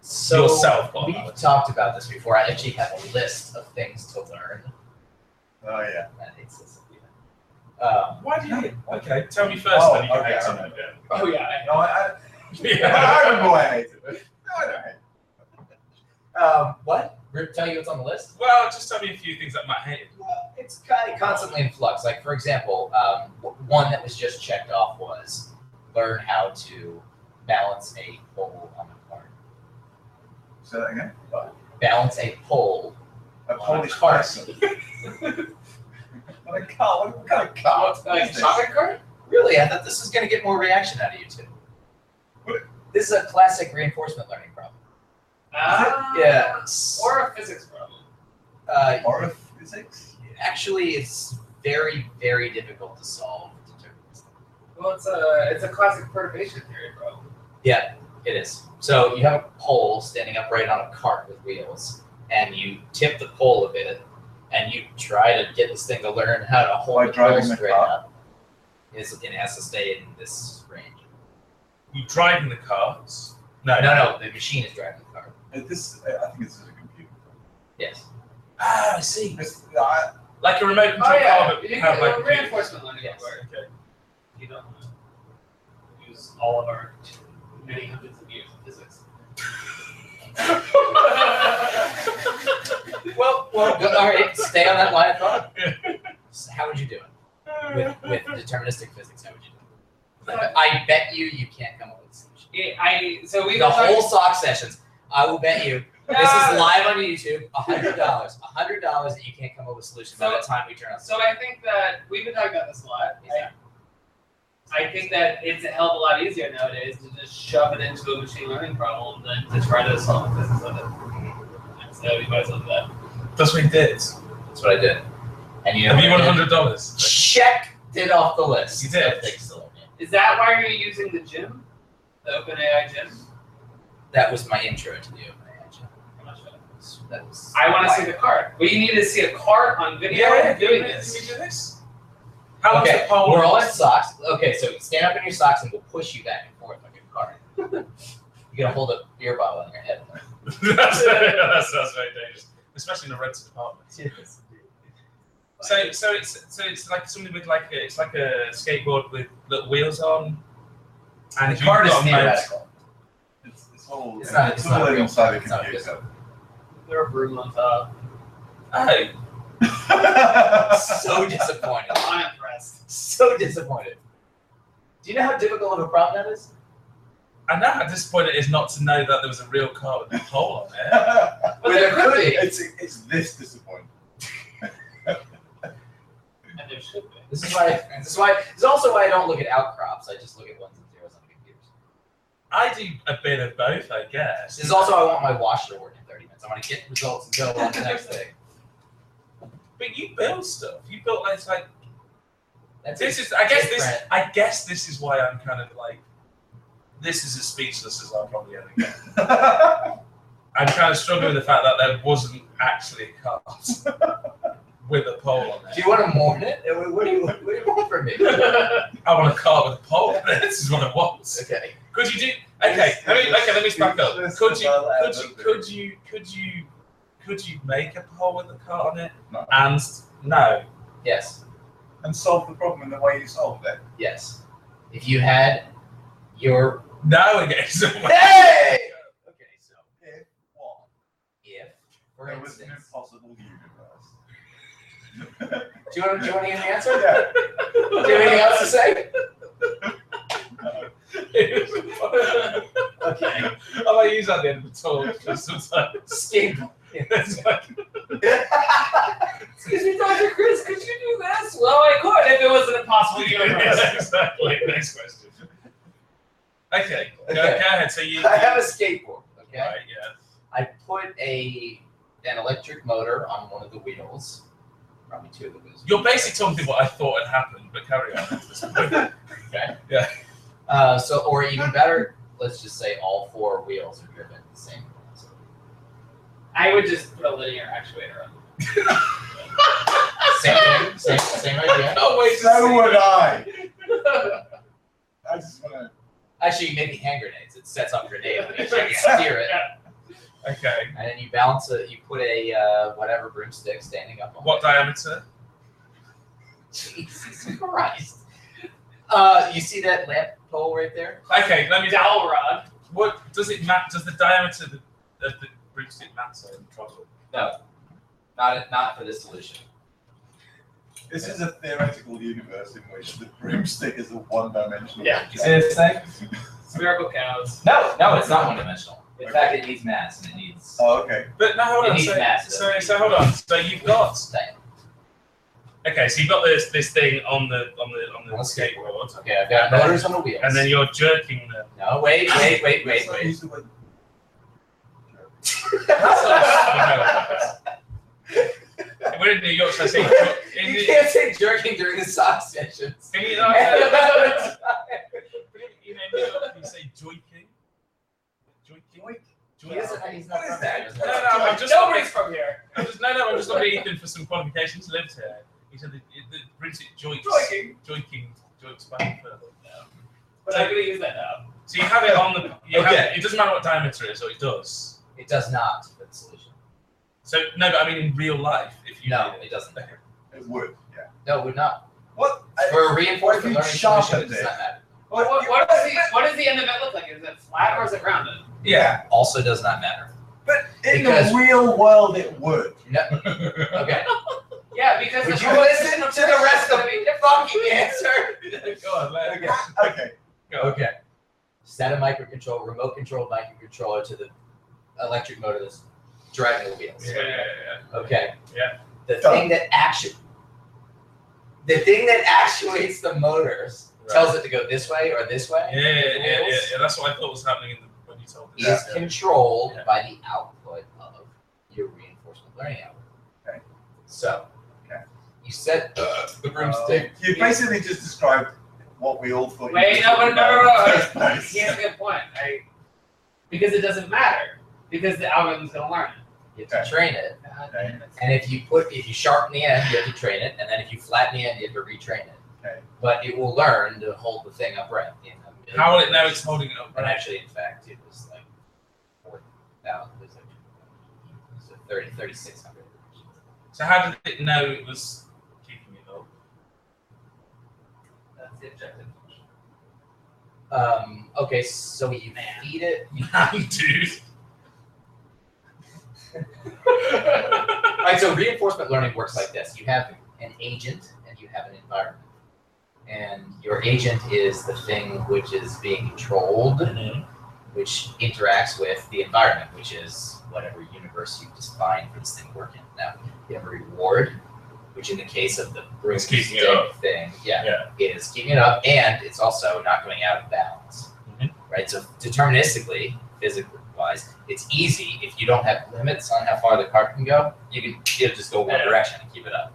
[SPEAKER 7] So
[SPEAKER 4] yourself? Bob,
[SPEAKER 7] we've
[SPEAKER 4] I would-
[SPEAKER 7] talked about this before. I actually have a list of things to learn.
[SPEAKER 6] Oh yeah.
[SPEAKER 7] That exists. Um,
[SPEAKER 4] Why do you? hate- Okay, tell me first,
[SPEAKER 6] Oh,
[SPEAKER 4] then you can
[SPEAKER 6] okay,
[SPEAKER 4] hate on
[SPEAKER 6] okay.
[SPEAKER 4] it. Yeah.
[SPEAKER 5] Oh yeah.
[SPEAKER 6] No, I, I,
[SPEAKER 4] Yeah.
[SPEAKER 6] I remember why I hated it. No, I don't hate
[SPEAKER 7] um, what? We're telling you what's on the list?
[SPEAKER 4] Well, just tell me a few things that might hate.
[SPEAKER 7] Well, it's kind of constantly in flux. Like for example, um, w- one that was just checked off was learn how to balance a pole on a cart.
[SPEAKER 6] it. Say that again.
[SPEAKER 7] Balance a pole.
[SPEAKER 6] A Polish
[SPEAKER 7] cart.
[SPEAKER 6] person. What a car. What kind of car?
[SPEAKER 5] What, like
[SPEAKER 6] is this?
[SPEAKER 5] shopping cart?
[SPEAKER 7] Really, I thought this was going to get more reaction out of you two.
[SPEAKER 6] What?
[SPEAKER 7] This is a classic reinforcement learning problem.
[SPEAKER 5] Ah.
[SPEAKER 7] Yeah.
[SPEAKER 5] Or a physics problem.
[SPEAKER 7] Uh,
[SPEAKER 6] Or of physics?
[SPEAKER 7] actually, it's very, very difficult to solve determinism.
[SPEAKER 5] Well, it's a it's a classic perturbation theory problem.
[SPEAKER 7] Yeah, it is. So you have a pole standing upright on a cart with wheels, and you tip the pole a bit, and you try to get this thing to learn how to hold
[SPEAKER 6] By
[SPEAKER 7] the pole
[SPEAKER 6] driving the
[SPEAKER 7] straight
[SPEAKER 6] cart.
[SPEAKER 7] up. It's, it has to stay in this range.
[SPEAKER 4] You driving the cars? No,
[SPEAKER 7] No, no, the machine is driving the cart.
[SPEAKER 6] Is Uh, This, I think this is a computer.
[SPEAKER 7] Yes.
[SPEAKER 4] Ah, I see.
[SPEAKER 6] This, uh, I,
[SPEAKER 4] Like a remote control
[SPEAKER 5] Oh yeah.
[SPEAKER 4] car,
[SPEAKER 5] You
[SPEAKER 4] but
[SPEAKER 5] can
[SPEAKER 4] have like
[SPEAKER 5] well, reinforcement learning
[SPEAKER 7] Yes.
[SPEAKER 5] will work.
[SPEAKER 4] Okay.
[SPEAKER 5] You don't want to use all of our many hundreds of years of physics.
[SPEAKER 7] Well, well, good, all right. Stay on that line of thought. So how would you do it with, with deterministic physics? How would you do I bet you you can't come up with a solution.
[SPEAKER 5] It, I so we
[SPEAKER 7] The whole sock sessions. I will bet you. This
[SPEAKER 5] Uh,
[SPEAKER 7] is live on YouTube. A hundred dollars. A hundred dollars that you can't come up with a solution by the time we turn on.
[SPEAKER 5] So I think that we've been talking about this a lot.
[SPEAKER 7] Yeah.
[SPEAKER 5] I, I think that it's a hell of a lot easier nowadays to just shove it into a machine learning problem than to try to solve the business of it. And so we might as well do that.
[SPEAKER 4] That's what he did.
[SPEAKER 7] That's what I did. And you know
[SPEAKER 4] Have you
[SPEAKER 7] what
[SPEAKER 4] won
[SPEAKER 7] I did?
[SPEAKER 4] hundred dollars?
[SPEAKER 7] Check it off the list.
[SPEAKER 4] You did.
[SPEAKER 7] of things to learn.
[SPEAKER 5] Is that why you're using the gym? The OpenAI gym?
[SPEAKER 7] That was my intro to the open agenda.
[SPEAKER 5] I'm not sure.
[SPEAKER 7] That was
[SPEAKER 5] I want to
[SPEAKER 7] why-
[SPEAKER 5] see the cart. What you need is see a cart on video
[SPEAKER 4] Yeah,
[SPEAKER 5] doing
[SPEAKER 4] can we-
[SPEAKER 5] this.
[SPEAKER 4] Can we do this? How long's
[SPEAKER 7] okay,
[SPEAKER 4] the poll?
[SPEAKER 7] we're all in socks. Okay, so stand up in your socks and we'll push you back and forth like a car. You're gonna hold a beer bottle in your head.
[SPEAKER 4] that's, that's, that's very dangerous, especially in a rented apartment. So, so it's so it's like something with like a, it's like a skateboard with little wheels on, and
[SPEAKER 7] the
[SPEAKER 4] if you've
[SPEAKER 7] card is
[SPEAKER 4] got a motor-
[SPEAKER 7] theoretical.
[SPEAKER 6] It's, it's all
[SPEAKER 7] It's not- it's
[SPEAKER 6] it's
[SPEAKER 7] not
[SPEAKER 6] all
[SPEAKER 7] real.
[SPEAKER 6] inside the
[SPEAKER 7] It's not
[SPEAKER 6] computer.
[SPEAKER 5] There are broom on top.
[SPEAKER 4] Oh,
[SPEAKER 7] So disappointed.
[SPEAKER 5] I'm impressed.
[SPEAKER 7] So disappointed. Do you know how difficult of a problem that is?
[SPEAKER 4] I know how disappointing it is not to know that there was a real car with a hole on it.
[SPEAKER 6] it's,
[SPEAKER 5] But there could be.
[SPEAKER 6] it's this disappointing.
[SPEAKER 5] And there should be.
[SPEAKER 7] This is why. This is why. This is also why I don't look at outcrops. I just look at ones and zeros on the computers.
[SPEAKER 4] I do a bit of both, I guess.
[SPEAKER 7] This is also why I want my washer to work in 30 minutes. I want to get results and go on to the next thing.
[SPEAKER 4] But you build stuff. You built like, it's like
[SPEAKER 7] That's
[SPEAKER 4] this
[SPEAKER 7] it.
[SPEAKER 4] is. I guess this.
[SPEAKER 7] Different.
[SPEAKER 4] I guess this is why I'm kind of like. This is as speechless as I'll probably ever get. I'm kind of struggling with the fact that there wasn't actually a car with a pole on
[SPEAKER 7] Do
[SPEAKER 4] it.
[SPEAKER 7] you want to mourn it? What what do you, what do you want from me?
[SPEAKER 4] I want a car with a pole on it. This is what I want.
[SPEAKER 7] Okay.
[SPEAKER 4] Could you do? Okay,
[SPEAKER 6] It's
[SPEAKER 4] let me.
[SPEAKER 6] the
[SPEAKER 4] Okay, let me back up.
[SPEAKER 6] speechless
[SPEAKER 4] Could you?
[SPEAKER 6] about
[SPEAKER 4] Could
[SPEAKER 6] that
[SPEAKER 4] you? Could you? Could you? Could you make a pole with a car on it?
[SPEAKER 6] No.
[SPEAKER 4] And no.
[SPEAKER 7] Yes.
[SPEAKER 6] And solve the problem in the way you solved it.
[SPEAKER 7] Yes. If you had your
[SPEAKER 4] No, again. So
[SPEAKER 7] Hey! okay, so
[SPEAKER 6] If what?
[SPEAKER 7] if for
[SPEAKER 6] There was an
[SPEAKER 7] instance,
[SPEAKER 6] impossible universe.
[SPEAKER 7] do you want do you want to hear the answer? Do
[SPEAKER 6] yeah.
[SPEAKER 7] you have anything else to say?
[SPEAKER 4] I
[SPEAKER 7] Okay.
[SPEAKER 4] like use that at the end of the talk just sometimes.
[SPEAKER 7] Skip.
[SPEAKER 4] It's like,
[SPEAKER 5] Excuse me, Dr. Chris, could you do this? Well, I could if it was an impossible universe.
[SPEAKER 4] yes, exactly. Next question. Okay. Go, go
[SPEAKER 7] Okay.
[SPEAKER 4] ahead. So you.
[SPEAKER 7] I have a skateboard. Okay.
[SPEAKER 4] Right, yeah.
[SPEAKER 7] I put a an electric motor on one of the wheels, probably two of the wheels.
[SPEAKER 4] You're basically telling me what I thought had happened, but carry on. at this point.
[SPEAKER 7] Okay.
[SPEAKER 4] Yeah.
[SPEAKER 7] Uh, so, or even better, let's just say all four wheels are driven at the same. velocity.
[SPEAKER 5] I would just put a linear actuator on.
[SPEAKER 7] Same thing, same, same idea.
[SPEAKER 4] Oh wait.
[SPEAKER 6] So would I.
[SPEAKER 7] uh,
[SPEAKER 5] it.
[SPEAKER 6] I just want to.
[SPEAKER 7] Actually, you maybe hand grenades. It sets off grenade. and You
[SPEAKER 4] Yeah.
[SPEAKER 7] can steer it,
[SPEAKER 4] Okay.
[SPEAKER 7] and then you balance it. You put a uh, whatever broomstick standing up on.
[SPEAKER 4] What
[SPEAKER 7] it.
[SPEAKER 4] diameter?
[SPEAKER 7] Jesus Christ! Uh, you see that lamp pole right there?
[SPEAKER 4] Okay. Let me.
[SPEAKER 5] Dowel rod.
[SPEAKER 4] What does it matter? Does the diameter of the, of the broomstick matter in trouble?
[SPEAKER 7] Not not for this solution.
[SPEAKER 6] This is a theoretical universe in which the broomstick is a one-dimensional.
[SPEAKER 5] Yeah.
[SPEAKER 6] object.
[SPEAKER 7] Seriously?
[SPEAKER 5] Spherical cows.
[SPEAKER 7] No, no, it's not one-dimensional. In fact, it needs mass and it needs.
[SPEAKER 6] Oh, okay.
[SPEAKER 4] But now hold
[SPEAKER 7] It
[SPEAKER 4] on.
[SPEAKER 7] needs
[SPEAKER 4] So,
[SPEAKER 7] mass,
[SPEAKER 4] so, so hold on. So you've got okay. So you've got this this thing on the on the on the
[SPEAKER 7] On the
[SPEAKER 4] skateboard,
[SPEAKER 7] Okay, I've got motors on the wheels.
[SPEAKER 4] and then you're jerking the.
[SPEAKER 7] No, wait, wait, wait,
[SPEAKER 6] Let's
[SPEAKER 7] wait,
[SPEAKER 6] not
[SPEAKER 7] wait.
[SPEAKER 6] use the word-
[SPEAKER 4] We're in New York, so I say. in
[SPEAKER 7] you
[SPEAKER 4] New-
[SPEAKER 7] can't say jerking during the sock sessions.
[SPEAKER 4] in New
[SPEAKER 7] And
[SPEAKER 4] York-
[SPEAKER 7] another time.
[SPEAKER 4] You know, in New York, you say joiking. Joiking.
[SPEAKER 7] He doesn't- he's not
[SPEAKER 6] What is
[SPEAKER 7] from
[SPEAKER 6] that?
[SPEAKER 7] there.
[SPEAKER 4] No, no, I'm just.
[SPEAKER 5] Nobody's from here.
[SPEAKER 4] I'm just, no, no, I'm just looking at Ethan for some qualifications. He lives here. He said the, the broomstick joints.
[SPEAKER 5] Joiking.
[SPEAKER 4] Joiking. Joints back further.
[SPEAKER 5] But I'm gonna use that now.
[SPEAKER 4] So you have it on the. You have
[SPEAKER 7] Okay.
[SPEAKER 4] it, it doesn't matter what diameter it is, or it does.
[SPEAKER 7] It does not fit the solution.
[SPEAKER 4] So no, but I mean in real life, if you
[SPEAKER 7] No,
[SPEAKER 4] did
[SPEAKER 7] it doesn't.
[SPEAKER 6] It would. Yeah.
[SPEAKER 7] No, it would not.
[SPEAKER 6] What? I-
[SPEAKER 7] For a
[SPEAKER 6] what if
[SPEAKER 7] reinforcement
[SPEAKER 6] you
[SPEAKER 7] learning solution, it
[SPEAKER 6] sharpened
[SPEAKER 7] does
[SPEAKER 6] it?
[SPEAKER 7] not matter.
[SPEAKER 5] What,
[SPEAKER 6] What,
[SPEAKER 5] what,
[SPEAKER 6] you-
[SPEAKER 5] what, does the, what does the end of it look like? Is it flat or is it rounded?
[SPEAKER 6] Yeah,
[SPEAKER 7] Also does not matter.
[SPEAKER 6] but in
[SPEAKER 7] Because-
[SPEAKER 6] the real world, it would.
[SPEAKER 7] No, okay.
[SPEAKER 5] Yeah, because
[SPEAKER 4] Would
[SPEAKER 5] the
[SPEAKER 4] you
[SPEAKER 7] listen to the rest of-
[SPEAKER 5] I mean, they're fucking
[SPEAKER 7] Fucking answer.
[SPEAKER 4] Go on, let
[SPEAKER 6] Okay. okay.
[SPEAKER 4] go.
[SPEAKER 7] Okay. Set a microcontroller, remote controlled microcontroller to the electric motor that's driving the wheels.
[SPEAKER 4] Yeah, yeah, yeah.
[SPEAKER 7] Okay.
[SPEAKER 4] Yeah.
[SPEAKER 7] The
[SPEAKER 6] Done.
[SPEAKER 7] thing that actually, the thing that actuates the motors tells it to go this way or this way.
[SPEAKER 4] Yeah, yeah, yeah, yeah, yeah. That's what I thought was happening in the, when you told me
[SPEAKER 7] Is
[SPEAKER 4] that.
[SPEAKER 7] controlled
[SPEAKER 4] Yeah.
[SPEAKER 7] by the output of your reinforcement learning algorithm.
[SPEAKER 6] Okay.
[SPEAKER 7] So,
[SPEAKER 6] Okay.
[SPEAKER 7] you set the broomstick.
[SPEAKER 6] Uh, You basically just described what we all thought. you
[SPEAKER 5] Wait,
[SPEAKER 6] were
[SPEAKER 5] no,
[SPEAKER 6] talking
[SPEAKER 5] no, no,
[SPEAKER 6] about in
[SPEAKER 5] no,
[SPEAKER 6] the
[SPEAKER 5] no.
[SPEAKER 6] first place.
[SPEAKER 5] He has a good point. I, because it doesn't matter. Because the algorithm's gonna learn it.
[SPEAKER 7] You have to train it.
[SPEAKER 5] God
[SPEAKER 6] Okay.
[SPEAKER 5] damn it.
[SPEAKER 7] And if you put, if you sharpen the end, you have to train it, and then if you flatten the end, you have to retrain it.
[SPEAKER 6] Okay.
[SPEAKER 7] But it will learn to hold the thing upright. In the middle
[SPEAKER 4] How will it know it's holding it up?
[SPEAKER 7] And
[SPEAKER 4] Right.
[SPEAKER 7] actually, in fact, it was like four thousand. It was like it was like thirty, thirty-six hundred.
[SPEAKER 4] So how did it know it was keeping it up?
[SPEAKER 5] That's the objective function.
[SPEAKER 7] Um, okay, so you feed it. You,
[SPEAKER 4] Man, dude.
[SPEAKER 7] all right, so reinforcement learning works like this: you have an agent and you have an environment, and your agent is the thing which is being controlled. which interacts with the environment, which is whatever universe you define for this thing to work in. Now, you have a reward, which in the case of the
[SPEAKER 4] It's
[SPEAKER 7] broomstick
[SPEAKER 4] keeping it up.
[SPEAKER 7] thing, yeah, it is keeping it up, and it's also not going out of bounds,
[SPEAKER 4] Mhm.
[SPEAKER 7] right? So deterministically, physically wise, it's easy if you don't have limits on how far the cart can go. You can it'll just go one
[SPEAKER 5] Yeah.
[SPEAKER 7] direction and keep it up.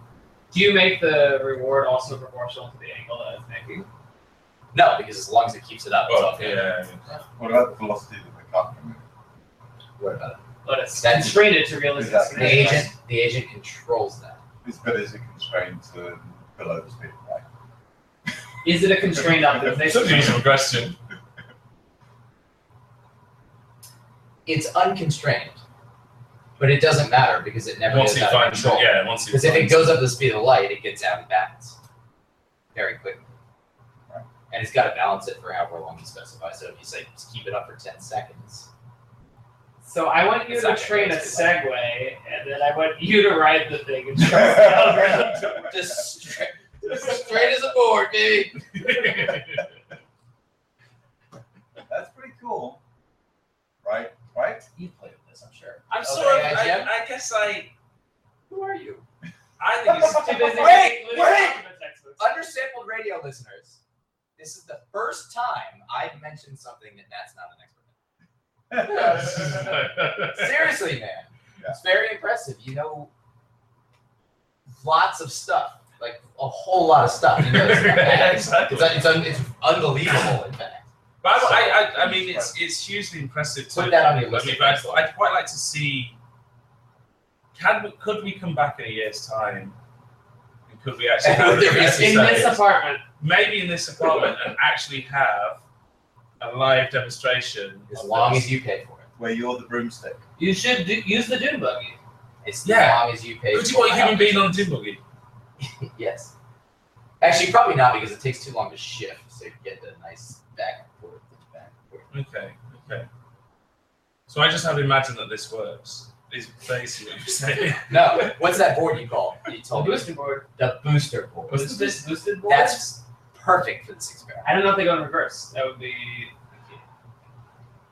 [SPEAKER 5] Do you make the reward also proportional to the angle that it's making?
[SPEAKER 7] No, because as long as it keeps it up, it's
[SPEAKER 4] Well,
[SPEAKER 7] all
[SPEAKER 4] yeah,
[SPEAKER 7] good.
[SPEAKER 4] yeah.
[SPEAKER 6] What about the velocity that the car can move?
[SPEAKER 7] What about it?
[SPEAKER 5] But it's
[SPEAKER 7] That's-
[SPEAKER 5] constrained it to realistic
[SPEAKER 6] Exactly.
[SPEAKER 7] The
[SPEAKER 5] scenarios.
[SPEAKER 7] agent, the agent controls that.
[SPEAKER 6] It's but is it constrained to below the speed of light?
[SPEAKER 5] Is it a constrained
[SPEAKER 4] It's a
[SPEAKER 5] optimization?
[SPEAKER 4] reasonable question.
[SPEAKER 7] it's unconstrained, but it doesn't matter because it never
[SPEAKER 4] Once
[SPEAKER 7] goes
[SPEAKER 4] he
[SPEAKER 7] out of
[SPEAKER 4] finds it,
[SPEAKER 7] control.
[SPEAKER 4] yeah, once he
[SPEAKER 7] Because
[SPEAKER 4] finds
[SPEAKER 7] if it goes up the speed of light, it gets out of balance very quickly.
[SPEAKER 6] Right.
[SPEAKER 7] And it's got to balance it for however long you specify. So if you say just keep it up for ten seconds,
[SPEAKER 5] So I want you
[SPEAKER 7] It's
[SPEAKER 5] to
[SPEAKER 7] not gonna
[SPEAKER 5] train a
[SPEAKER 7] go too far.
[SPEAKER 5] segue, and then I want you to ride the thing and trust the algorithm.
[SPEAKER 7] just straight, straight as a board, baby.
[SPEAKER 6] That's pretty cool. Right? Right?
[SPEAKER 7] You played with this, I'm sure.
[SPEAKER 4] I'm
[SPEAKER 7] Okay,
[SPEAKER 4] sort of.
[SPEAKER 7] I
[SPEAKER 4] I,
[SPEAKER 7] jam-
[SPEAKER 4] I guess I.
[SPEAKER 7] Who are you?
[SPEAKER 4] I think it's
[SPEAKER 5] Too busy
[SPEAKER 7] Wait,
[SPEAKER 5] including
[SPEAKER 7] wait.
[SPEAKER 5] algebra textbooks.
[SPEAKER 7] Undersampled radio listeners. This is the first time I've mentioned something that Matt's not an expert. in. Seriously, man.
[SPEAKER 6] Yeah.
[SPEAKER 7] It's very impressive. You know lots of stuff, like a whole lot of stuff. You know, it's, not
[SPEAKER 4] Yeah,
[SPEAKER 7] bad. it's,
[SPEAKER 4] exactly.
[SPEAKER 7] un- it's, un- it's unbelievable, in fact.
[SPEAKER 4] But I, I, I, I mean, it's it's hugely impressive. To,
[SPEAKER 7] Put that on your
[SPEAKER 4] I
[SPEAKER 7] list.
[SPEAKER 4] mean, but I'd, I'd quite like to see. Can we, could we come back in a year's time? And could we actually have
[SPEAKER 7] There
[SPEAKER 4] an
[SPEAKER 7] is-
[SPEAKER 5] In
[SPEAKER 4] exercise?
[SPEAKER 5] this apartment,
[SPEAKER 4] maybe in this apartment and actually have a live demonstration?
[SPEAKER 7] As
[SPEAKER 4] of
[SPEAKER 7] long
[SPEAKER 4] this.
[SPEAKER 7] as you pay for it.
[SPEAKER 6] Where you're the broomstick.
[SPEAKER 5] you should do, use the dune buggy.
[SPEAKER 7] It's
[SPEAKER 4] Yeah.
[SPEAKER 7] as long as you pay
[SPEAKER 4] Could you
[SPEAKER 7] for
[SPEAKER 4] want a
[SPEAKER 7] it.
[SPEAKER 4] human being on a dune buggy?
[SPEAKER 7] yes. Actually, probably not because it takes too long to shift, so you get the nice back and forth. Back and forth.
[SPEAKER 4] Okay, okay. So I just have to imagine that this works. Is basically what you're saying.
[SPEAKER 7] No, what's that board you call? You
[SPEAKER 5] The
[SPEAKER 7] told me
[SPEAKER 5] booster board.
[SPEAKER 7] the booster board.
[SPEAKER 5] Was this boosted board?
[SPEAKER 7] That's perfect for this experiment.
[SPEAKER 5] I don't know if they go in reverse. That would be.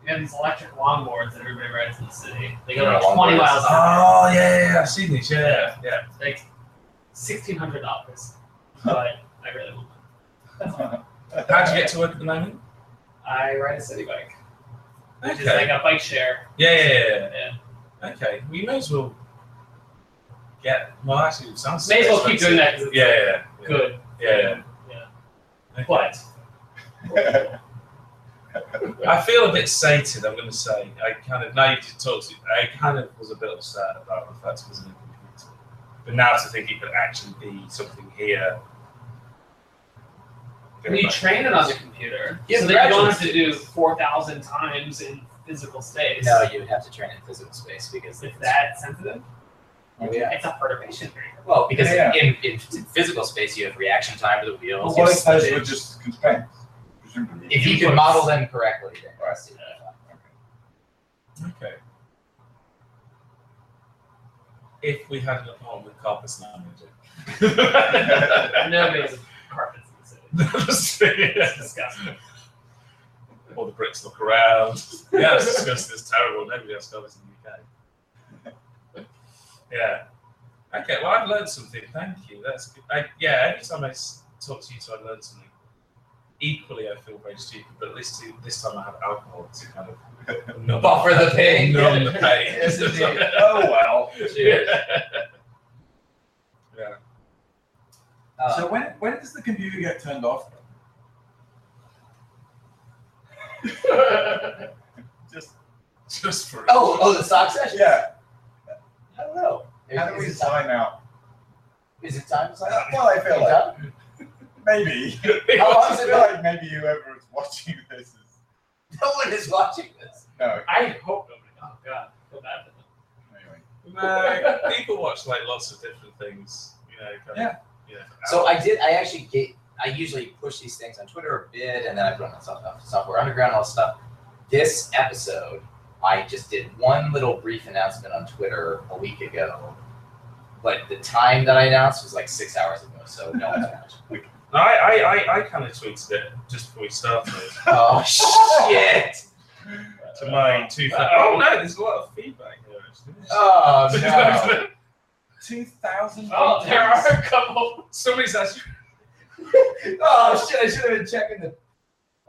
[SPEAKER 5] You have these electric longboards that everybody rides in the city. They go like
[SPEAKER 7] Yeah,
[SPEAKER 5] twenty
[SPEAKER 7] longboards.
[SPEAKER 5] miles an hour.
[SPEAKER 4] Oh yeah, yeah, yeah, I've seen these. Yeah, yeah.
[SPEAKER 5] It's Like sixteen hundred dollars, but I really want. one.
[SPEAKER 4] How do you get to work at the moment?
[SPEAKER 5] I ride a city bike, which
[SPEAKER 4] Okay.
[SPEAKER 5] is like a bike share.
[SPEAKER 4] yeah, yeah, yeah,
[SPEAKER 5] Yeah.
[SPEAKER 4] yeah. Okay. We may as well get. Well, actually, it sounds.
[SPEAKER 5] May as well keep doing that 'cause it's
[SPEAKER 4] Yeah, yeah, yeah.
[SPEAKER 5] good.
[SPEAKER 4] Yeah. yeah.
[SPEAKER 5] But
[SPEAKER 4] I feel a bit sated, I'm going to say. I kind of, now you just talked to I kind of was a bit upset about the fact it wasn't a computer. But now to think it could actually be something here.
[SPEAKER 5] when you train it on the computer,
[SPEAKER 7] Yeah,
[SPEAKER 5] so that you don't
[SPEAKER 7] gradually.
[SPEAKER 5] have to do four thousand times in physical space.
[SPEAKER 7] No, you would have to train in physical space because
[SPEAKER 5] It's that sensitive.
[SPEAKER 7] Oh, yeah.
[SPEAKER 5] It's a perturbation period.
[SPEAKER 7] Well, because
[SPEAKER 6] Yeah,
[SPEAKER 7] In, in, in physical space you have reaction time to the
[SPEAKER 6] Well,
[SPEAKER 7] wheels.
[SPEAKER 6] what
[SPEAKER 7] Yes.
[SPEAKER 6] if those were just constraints? Presumably.
[SPEAKER 7] if you can model them correctly, then
[SPEAKER 6] Right.
[SPEAKER 7] yes,
[SPEAKER 6] Okay.
[SPEAKER 4] Okay. if we had an apartment with carpets now,
[SPEAKER 5] Nobody has carpets in the city. It's
[SPEAKER 4] Yes.
[SPEAKER 5] disgusting.
[SPEAKER 4] All the bricks look around. Yeah, it's disgusting. It's terrible. Nobody else got this in the UK. Yeah. Okay, well, I've learned something. Thank you. That's good. I, yeah, every time I s- talk to you two, I learn something. Equally, I feel very stupid, but at least t- this time I have alcohol to kind of numb-
[SPEAKER 5] Buffer the pain.
[SPEAKER 4] Numb the pain.
[SPEAKER 5] Yes, indeed.
[SPEAKER 6] oh well.
[SPEAKER 5] Cheers.
[SPEAKER 4] Yeah.
[SPEAKER 5] Uh,
[SPEAKER 6] so when when does the computer get turned off? Just
[SPEAKER 4] Just for
[SPEAKER 7] Oh, oh, the sock session.
[SPEAKER 6] yeah.
[SPEAKER 7] I don't know.
[SPEAKER 6] How do we
[SPEAKER 7] Is, it time?
[SPEAKER 6] sign out?
[SPEAKER 7] Is it time to sign
[SPEAKER 6] Uh,
[SPEAKER 7] up?
[SPEAKER 6] Well, I feel
[SPEAKER 7] You
[SPEAKER 6] like
[SPEAKER 7] done?
[SPEAKER 6] maybe.
[SPEAKER 7] Oh,
[SPEAKER 6] I
[SPEAKER 7] I'm
[SPEAKER 6] feel like maybe whoever is watching this is
[SPEAKER 7] No one is watching this.
[SPEAKER 6] no.
[SPEAKER 5] I hope nobody. Oh God, I feel bad for them.
[SPEAKER 6] Anyway,
[SPEAKER 4] No, people watch like lots of different things. You know, kind Of, yeah.
[SPEAKER 7] So I did. I actually get. I usually push these things on Twitter a bit, and then I put them on stuff, on software underground, all this stuff. This episode, I just did one little brief announcement on Twitter a week ago, but the time that I announced was like six hours ago, so no one's watching.
[SPEAKER 4] No, I, I, I, I kind of tweeted it just before we started
[SPEAKER 7] oh shit!
[SPEAKER 4] to my two.
[SPEAKER 7] Uh,
[SPEAKER 4] oh no, there's a lot of feedback here actually.
[SPEAKER 7] Oh no!
[SPEAKER 6] two thousand.
[SPEAKER 5] Oh, there are a couple.
[SPEAKER 4] Somebody's actually.
[SPEAKER 7] Oh shit! I should have been checking the.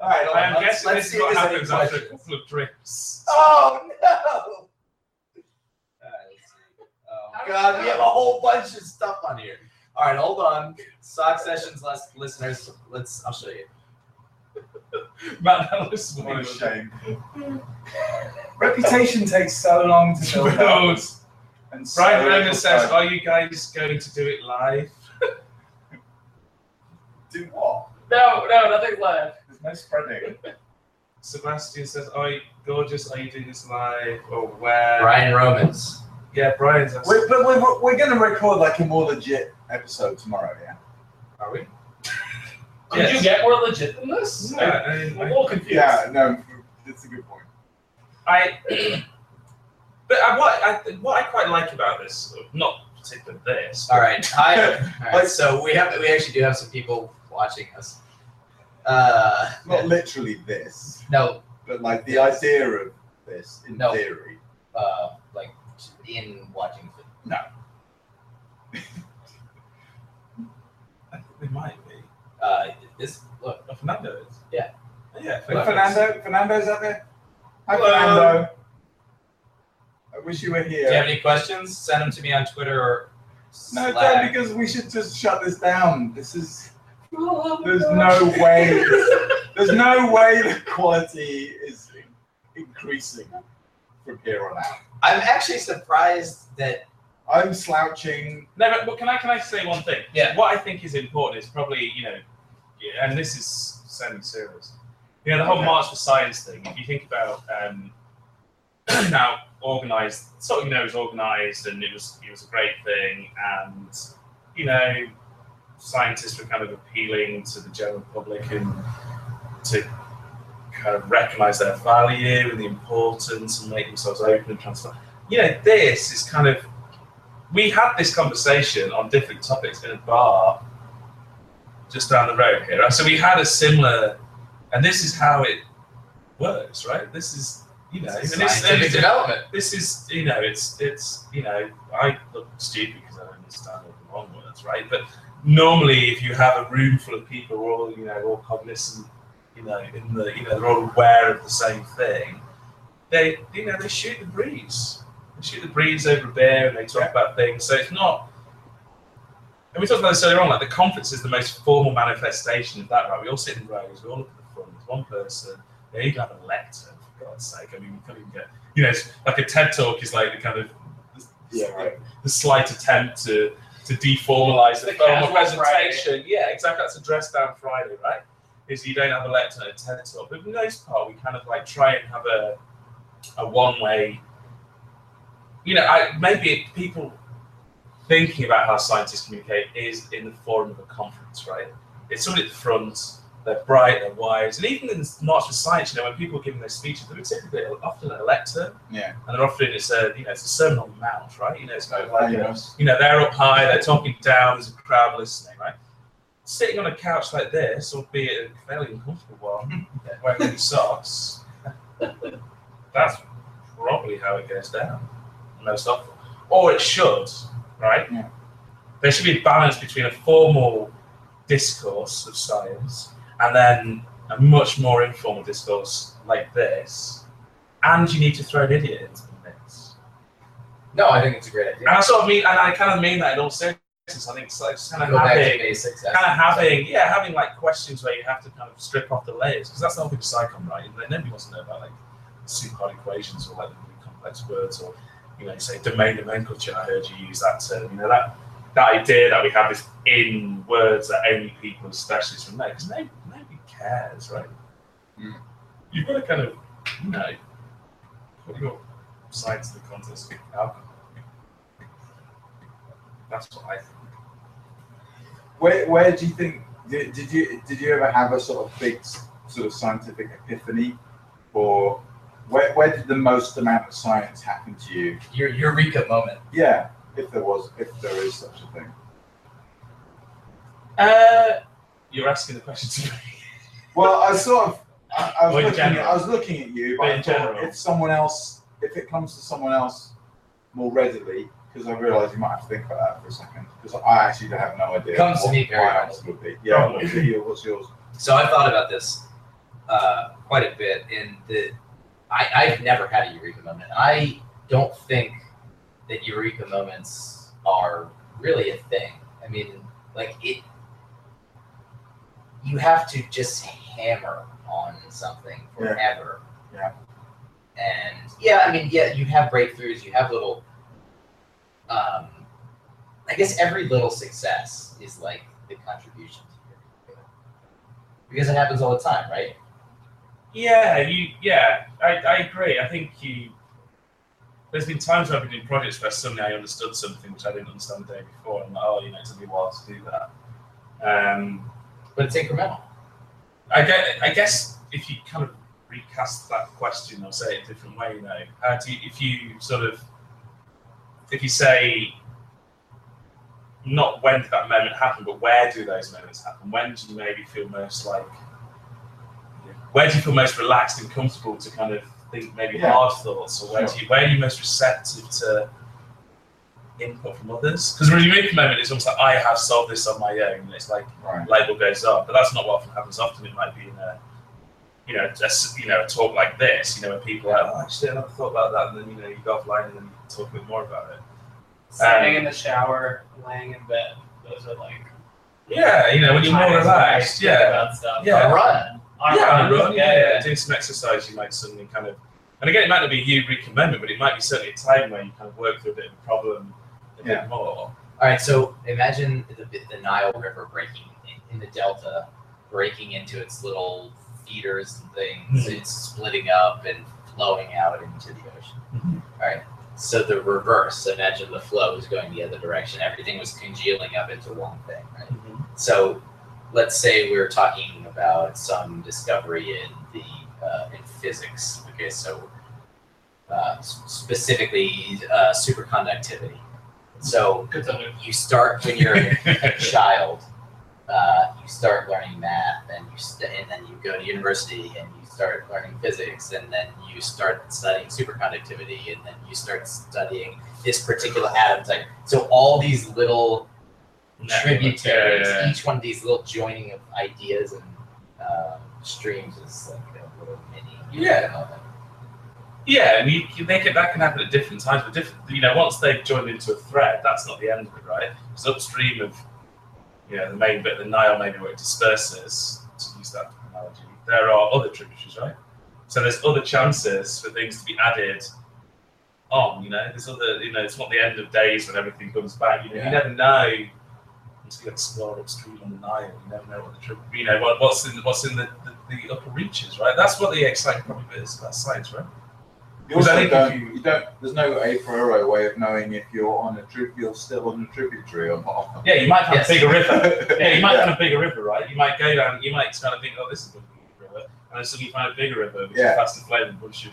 [SPEAKER 7] All right, hold
[SPEAKER 4] I
[SPEAKER 7] on,
[SPEAKER 4] am
[SPEAKER 7] let's,
[SPEAKER 4] guessing
[SPEAKER 7] let's
[SPEAKER 4] this
[SPEAKER 7] see
[SPEAKER 4] is what
[SPEAKER 7] if there's any
[SPEAKER 4] happens after a
[SPEAKER 7] questions.
[SPEAKER 4] couple of drinks.
[SPEAKER 7] Oh no! Oh God, we have a whole bunch of stuff on here. All right, hold on. Sock sessions, less listeners. Let's. I'll show you.
[SPEAKER 4] Man, that was
[SPEAKER 6] What a shame.
[SPEAKER 7] Reputation takes so long
[SPEAKER 4] Build.
[SPEAKER 6] And so
[SPEAKER 4] Brian Roman
[SPEAKER 6] little
[SPEAKER 4] says,
[SPEAKER 6] time.
[SPEAKER 4] "Are you guys going to do it live?"
[SPEAKER 6] "Do what?
[SPEAKER 5] No, no, nothing left.
[SPEAKER 6] There's no spreading."
[SPEAKER 4] Sebastian says, "Are you gorgeous? Are you doing this live or where?"
[SPEAKER 7] Brian Romans.
[SPEAKER 4] Yeah, Brian's. Asking,
[SPEAKER 6] We're, but we're, we're going to record like a more legit episode tomorrow, yeah?
[SPEAKER 4] are we?
[SPEAKER 5] Could
[SPEAKER 4] Yes.
[SPEAKER 5] you get more legit than this?
[SPEAKER 4] No, I mean,
[SPEAKER 5] I'm a little confused.
[SPEAKER 6] Yeah, no, that's a good point.
[SPEAKER 4] I, but I, what I what I quite like about this, not particularly this.
[SPEAKER 7] All right. Hi. All right. So we have. We actually do have some people watching us. Uh,
[SPEAKER 6] Not literally this,
[SPEAKER 7] no.
[SPEAKER 6] but like the idea of this in
[SPEAKER 7] No.
[SPEAKER 6] theory.
[SPEAKER 7] Uh, like in watching.
[SPEAKER 4] I think we might be.
[SPEAKER 7] Uh, this look.
[SPEAKER 4] Oh, Fernando is. Oh,
[SPEAKER 7] Yeah.
[SPEAKER 4] Yeah.
[SPEAKER 7] Look,
[SPEAKER 6] Fernando, Fernando's out there? Hi,
[SPEAKER 4] Hello.
[SPEAKER 6] Fernando. I wish you were
[SPEAKER 7] Do you
[SPEAKER 6] here.
[SPEAKER 7] have any questions? Send them to me on Twitter or.
[SPEAKER 6] No,
[SPEAKER 7] Slack.
[SPEAKER 6] don't, because we should just shut this down. This is,
[SPEAKER 5] Oh,
[SPEAKER 6] there's
[SPEAKER 5] God.
[SPEAKER 6] no way, there's no way the quality is increasing from here on out.
[SPEAKER 7] I'm actually surprised that
[SPEAKER 6] I'm slouching.
[SPEAKER 4] No, but, but can I can I say one thing?
[SPEAKER 7] Yeah.
[SPEAKER 4] What I think is important is probably you know, yeah, and this is sounding serious. You know, the whole
[SPEAKER 6] Okay.
[SPEAKER 4] March for Science thing. If you think about um, now organized, sort of you know, it was organized, and it was it was a great thing, and you know, scientists were kind of appealing to the general public and to kind of recognize their value and the importance and make themselves open and transparent. You know, this is kind of we had this conversation on different topics in a bar just down the road here. Right? So we had a similar, and this is how it works, right? This is you know, and it's- and
[SPEAKER 7] scientific
[SPEAKER 4] it's-
[SPEAKER 7] development.
[SPEAKER 4] this is you know it's it's you know I look stupid because I don't understand all the wrong words right but normally if you have a room full of people who are all you know all cognizant you know in the you know they're all aware of the same thing they you know they shoot the breeze they shoot the breeze over beer and they talk about things so it's not and we talked about this earlier on like the conference is the most formal manifestation of that right we all sit in rows we all look at the front there's one person yeah, you can have a lectern for God's sake I mean we couldn't even get you know, it's like a TED talk is like the kind of the,
[SPEAKER 6] Yeah, right.
[SPEAKER 4] the slight attempt to to deformalize the,
[SPEAKER 5] The
[SPEAKER 4] formal
[SPEAKER 5] casual
[SPEAKER 4] presentation. Yeah, exactly. That's a dress down Friday, right? Is you don't have a lectern at TED talk, but for the most part, we kind of like try and have a a one way. You know, I, maybe people thinking about how scientists communicate is in the form of a conference, right? It's somebody at the front They're bright, they're wise, and even in March for Science, you know, when people are giving their speeches, they're typically often an elector,
[SPEAKER 6] Yeah.
[SPEAKER 4] and they're often it's a you know it's a sermon on the mount, right? You know, it's kind of like
[SPEAKER 6] you
[SPEAKER 4] a-
[SPEAKER 6] know,
[SPEAKER 4] you know, they're up high, they're talking down, there's a crowd listening, right? Sitting on a couch like this, albeit a fairly uncomfortable one, wearing any socks, that's probably how it goes down most often. Or it should, right?
[SPEAKER 6] Yeah.
[SPEAKER 4] There should be a balance between a formal discourse of science and then a much more informal discourse like this, and you need to throw an idiot into the mix.
[SPEAKER 5] No, I think it's a great idea.
[SPEAKER 4] And I sort of mean, and I kind of mean that in all seriousness. I think it's like just kind of
[SPEAKER 5] Go back to
[SPEAKER 4] having,
[SPEAKER 5] basics.
[SPEAKER 4] kind of having, yeah, having like questions where you have to kind of strip off the layers because that's the whole thing with psychom, right? And then nobody wants to know about like super hard equations or like really complex words or you know, you say domain nomenclature. I heard you use that term. You know that that idea that we have this in words that only people and specialists will know because nobody, nobody cares, right?
[SPEAKER 6] Mm.
[SPEAKER 4] You've got to kind of, you know, put your science in the context of alcohol. That's what I think.
[SPEAKER 6] Where, where do you think did, did you did you ever have a sort of big s- sort of scientific epiphany, or where, where did the most amount of science happen to you?
[SPEAKER 7] Your eureka moment.
[SPEAKER 6] Yeah, if there was, if there is such a thing.
[SPEAKER 4] Uh, you're asking the question to me.
[SPEAKER 6] Well, I sort of I, I was
[SPEAKER 4] Or in
[SPEAKER 6] looking at,
[SPEAKER 4] general.
[SPEAKER 6] I was looking at you, but
[SPEAKER 4] Or
[SPEAKER 6] I
[SPEAKER 4] in
[SPEAKER 6] thought
[SPEAKER 4] general.
[SPEAKER 6] if someone else, if it comes to someone else more readily, because I realise you might have to think about that for a second, because I actually have no idea.
[SPEAKER 7] Comes to
[SPEAKER 6] what
[SPEAKER 7] me very
[SPEAKER 6] my
[SPEAKER 7] well.
[SPEAKER 6] answer would be. Yeah,
[SPEAKER 4] Probably.
[SPEAKER 6] what's yours? What's yours?
[SPEAKER 7] So I've thought about this uh, quite a bit, and the I, I've never had a eureka moment. I don't think that eureka moments are really a thing. I mean, like it, you have to just hammer on something
[SPEAKER 6] Yeah.
[SPEAKER 7] forever.
[SPEAKER 6] Yeah.
[SPEAKER 7] And yeah, I mean, yeah, you have breakthroughs. You have little. Um, I guess every little success is like the contribution to your because it happens all the time, right?
[SPEAKER 4] Yeah, you. Yeah, I, I agree. I think you. There's been times where I've been doing projects where suddenly I understood something which I didn't understand the day before, and I'm like, oh, you know, it took me a while to do that. Um,
[SPEAKER 7] But it's incremental.
[SPEAKER 4] I guess, I guess if you kind of recast that question or say it a different way, you know, how do you, if you sort of, if you say, not when did that moment happen, but where do those moments happen? When do you maybe feel most like, where do you feel most relaxed and comfortable to kind of think maybe
[SPEAKER 6] Yeah.
[SPEAKER 4] hard thoughts, or where do you, where are you most receptive to input from others? Because when you make a moment, it's almost like I have solved this on my own, and it's like
[SPEAKER 6] Right.
[SPEAKER 4] label goes on. But that's not what often happens. Often it might be in a, you know, just you know, a talk like this. You know, when people are like, oh, actually, I never thought about that, and then you know, you go offline and then you talk a bit more about it.
[SPEAKER 5] Sitting in the shower, laying in bed. Those are like.
[SPEAKER 4] Yeah, you know, when you're more
[SPEAKER 5] times when I
[SPEAKER 4] relaxed.
[SPEAKER 5] think
[SPEAKER 4] Yeah,
[SPEAKER 5] About stuff.
[SPEAKER 4] Yeah.
[SPEAKER 5] On a
[SPEAKER 7] Run.
[SPEAKER 5] run.
[SPEAKER 4] yeah, on a run, yeah, yeah,
[SPEAKER 5] yeah.
[SPEAKER 4] Doing some exercise, you might suddenly kind of, and again, it might not be a eureka moment, but it might be certainly a time where you kind of work through a bit of a problem a
[SPEAKER 6] Yeah.
[SPEAKER 4] bit more.
[SPEAKER 7] All right, so imagine the, the Nile River breaking in, in the delta, breaking into its little feeders and things.
[SPEAKER 4] Mhm.
[SPEAKER 7] It's splitting up and flowing out into the ocean.
[SPEAKER 4] Mhm.
[SPEAKER 7] All right. So the reverse. Imagine the flow is going the other direction. Everything was congealing up into one thing, right? So let's say we were talking about some discovery in the uh, in physics. Okay, so uh, s- specifically uh, superconductivity. So
[SPEAKER 5] Good to know.
[SPEAKER 7] you start when you're a child. Uh, you start learning math, and you st- and then you go to university, and you start learning physics, and then you start studying superconductivity, and then you start studying this particular atom type. So all these little tributaries.
[SPEAKER 4] Yeah, yeah, yeah.
[SPEAKER 7] Each one of these little joining of ideas and um, streams is like a little mini.
[SPEAKER 4] Yeah. Yeah, and you, you- they can, that can happen at different times, but different, you know, once they've joined into a thread, that's not the end of it, right? Because upstream of, you know, the main bit, the Nile, maybe where it disperses, to use that analogy, there are other tributaries, right? So there's other chances for things to be added on, you know, there's other, you know, it's not the end of days when everything comes back, you know,
[SPEAKER 7] Yeah.
[SPEAKER 4] you never know until you explore upstream on the Nile, you never know what the, trib- you know, what, what's in, what's in the, the, the upper reaches, right? That's what the exciting problem is about science, right?
[SPEAKER 6] You
[SPEAKER 4] Because I
[SPEAKER 6] also
[SPEAKER 4] think
[SPEAKER 6] don't,
[SPEAKER 4] if you-
[SPEAKER 6] you, don't. There's no a priori way of knowing if you're on a tri- you're still on a tributary or not.
[SPEAKER 4] Yeah, you might find
[SPEAKER 5] Yes.
[SPEAKER 4] a bigger river. Yeah, you might
[SPEAKER 6] Yeah.
[SPEAKER 4] find a bigger river, right? You might go down, you might kind of think, oh, this is a bigger river, and then suddenly you find a bigger river, which
[SPEAKER 6] Yeah.
[SPEAKER 4] is faster flowing, which you,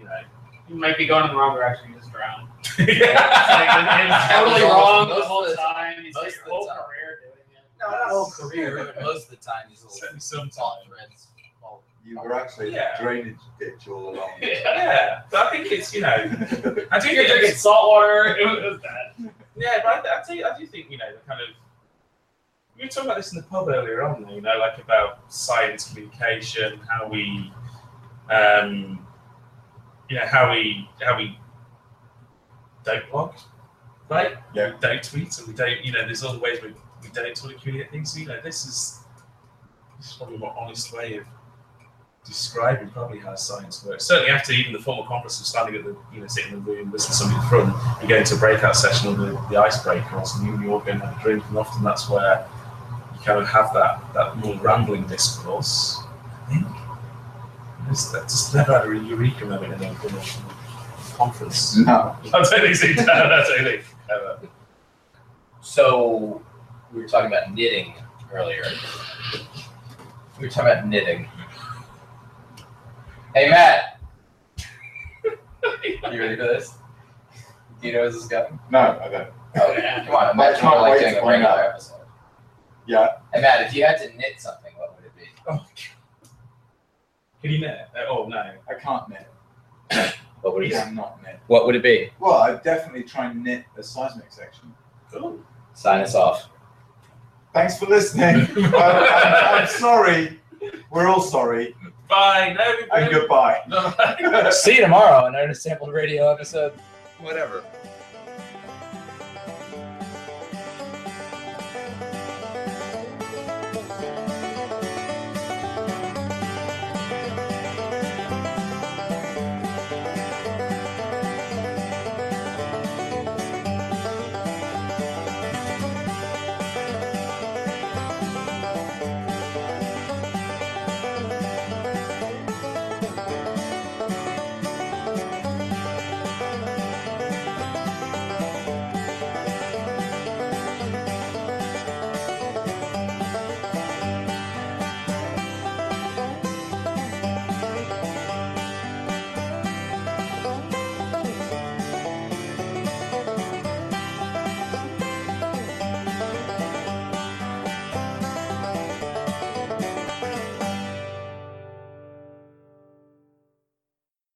[SPEAKER 4] you know.
[SPEAKER 5] You might be going in the wrong direction. You just drown. It's like, it- it was
[SPEAKER 4] yeah,
[SPEAKER 5] totally
[SPEAKER 7] Most-
[SPEAKER 5] wrong the
[SPEAKER 7] most
[SPEAKER 5] whole
[SPEAKER 7] of the-
[SPEAKER 5] time. You spent
[SPEAKER 7] most
[SPEAKER 5] your
[SPEAKER 7] of the
[SPEAKER 5] whole
[SPEAKER 7] time.
[SPEAKER 5] career doing it.
[SPEAKER 7] No, not whole career, but most of the time, these little
[SPEAKER 4] Certainly sometimes.
[SPEAKER 7] thought threads. fall.
[SPEAKER 6] You were actually
[SPEAKER 4] Yeah.
[SPEAKER 6] in a drainage ditch all along.
[SPEAKER 4] but I think it's you know, I do
[SPEAKER 5] You're
[SPEAKER 4] think
[SPEAKER 5] drinking
[SPEAKER 4] it's
[SPEAKER 5] salt water. It was bad.
[SPEAKER 4] yeah, but I, I, do, I do think you know the kind of we were talking about this in the pub earlier on, you know, like about science communication, how we, um, you know, how we how we don't blog, right?
[SPEAKER 6] Yeah.
[SPEAKER 4] We don't tweet, and we don't, you know, there's other ways we, we don't sort of communicate things. You know, this is this is probably a more honest way of describing probably how science works. Certainly after even the formal conference of standing at the, you know, sitting in the room, listening to somebody in front, you go into a breakout session or the, the icebreaker or something, and you all go and have a drink, and often that's where you kind of have that, that more rambling discourse. I think. It's, I just never had a eureka moment in a in a conference.
[SPEAKER 6] No.
[SPEAKER 4] I don't think so, no, I don't think ever.
[SPEAKER 7] So we were talking about knitting earlier. We were talking about knitting. Hey Matt, you ready for this? Do you know where this is going?
[SPEAKER 6] No, I don't.
[SPEAKER 7] Oh,
[SPEAKER 5] Yeah.
[SPEAKER 7] Come on,
[SPEAKER 6] I
[SPEAKER 7] imagine
[SPEAKER 6] can't
[SPEAKER 7] we're like
[SPEAKER 6] wait
[SPEAKER 7] doing
[SPEAKER 6] to
[SPEAKER 7] a
[SPEAKER 6] bring
[SPEAKER 7] regular
[SPEAKER 6] up.
[SPEAKER 7] episode.
[SPEAKER 6] Yeah.
[SPEAKER 7] Hey Matt, if you had to knit something, what would it be?
[SPEAKER 4] Can you know? Oh no.
[SPEAKER 6] I can't knit.
[SPEAKER 1] What would it be?
[SPEAKER 6] I'm not knit.
[SPEAKER 1] What would it be?
[SPEAKER 6] Well, I definitely try and knit a seismic section.
[SPEAKER 4] Cool.
[SPEAKER 1] Sign us off.
[SPEAKER 6] Thanks for listening. I'm, I'm- I'm sorry. We're all sorry.
[SPEAKER 4] Bye. No.
[SPEAKER 6] And goodbye.
[SPEAKER 4] No.
[SPEAKER 1] See you tomorrow on Unassembled Radio episode. Whatever.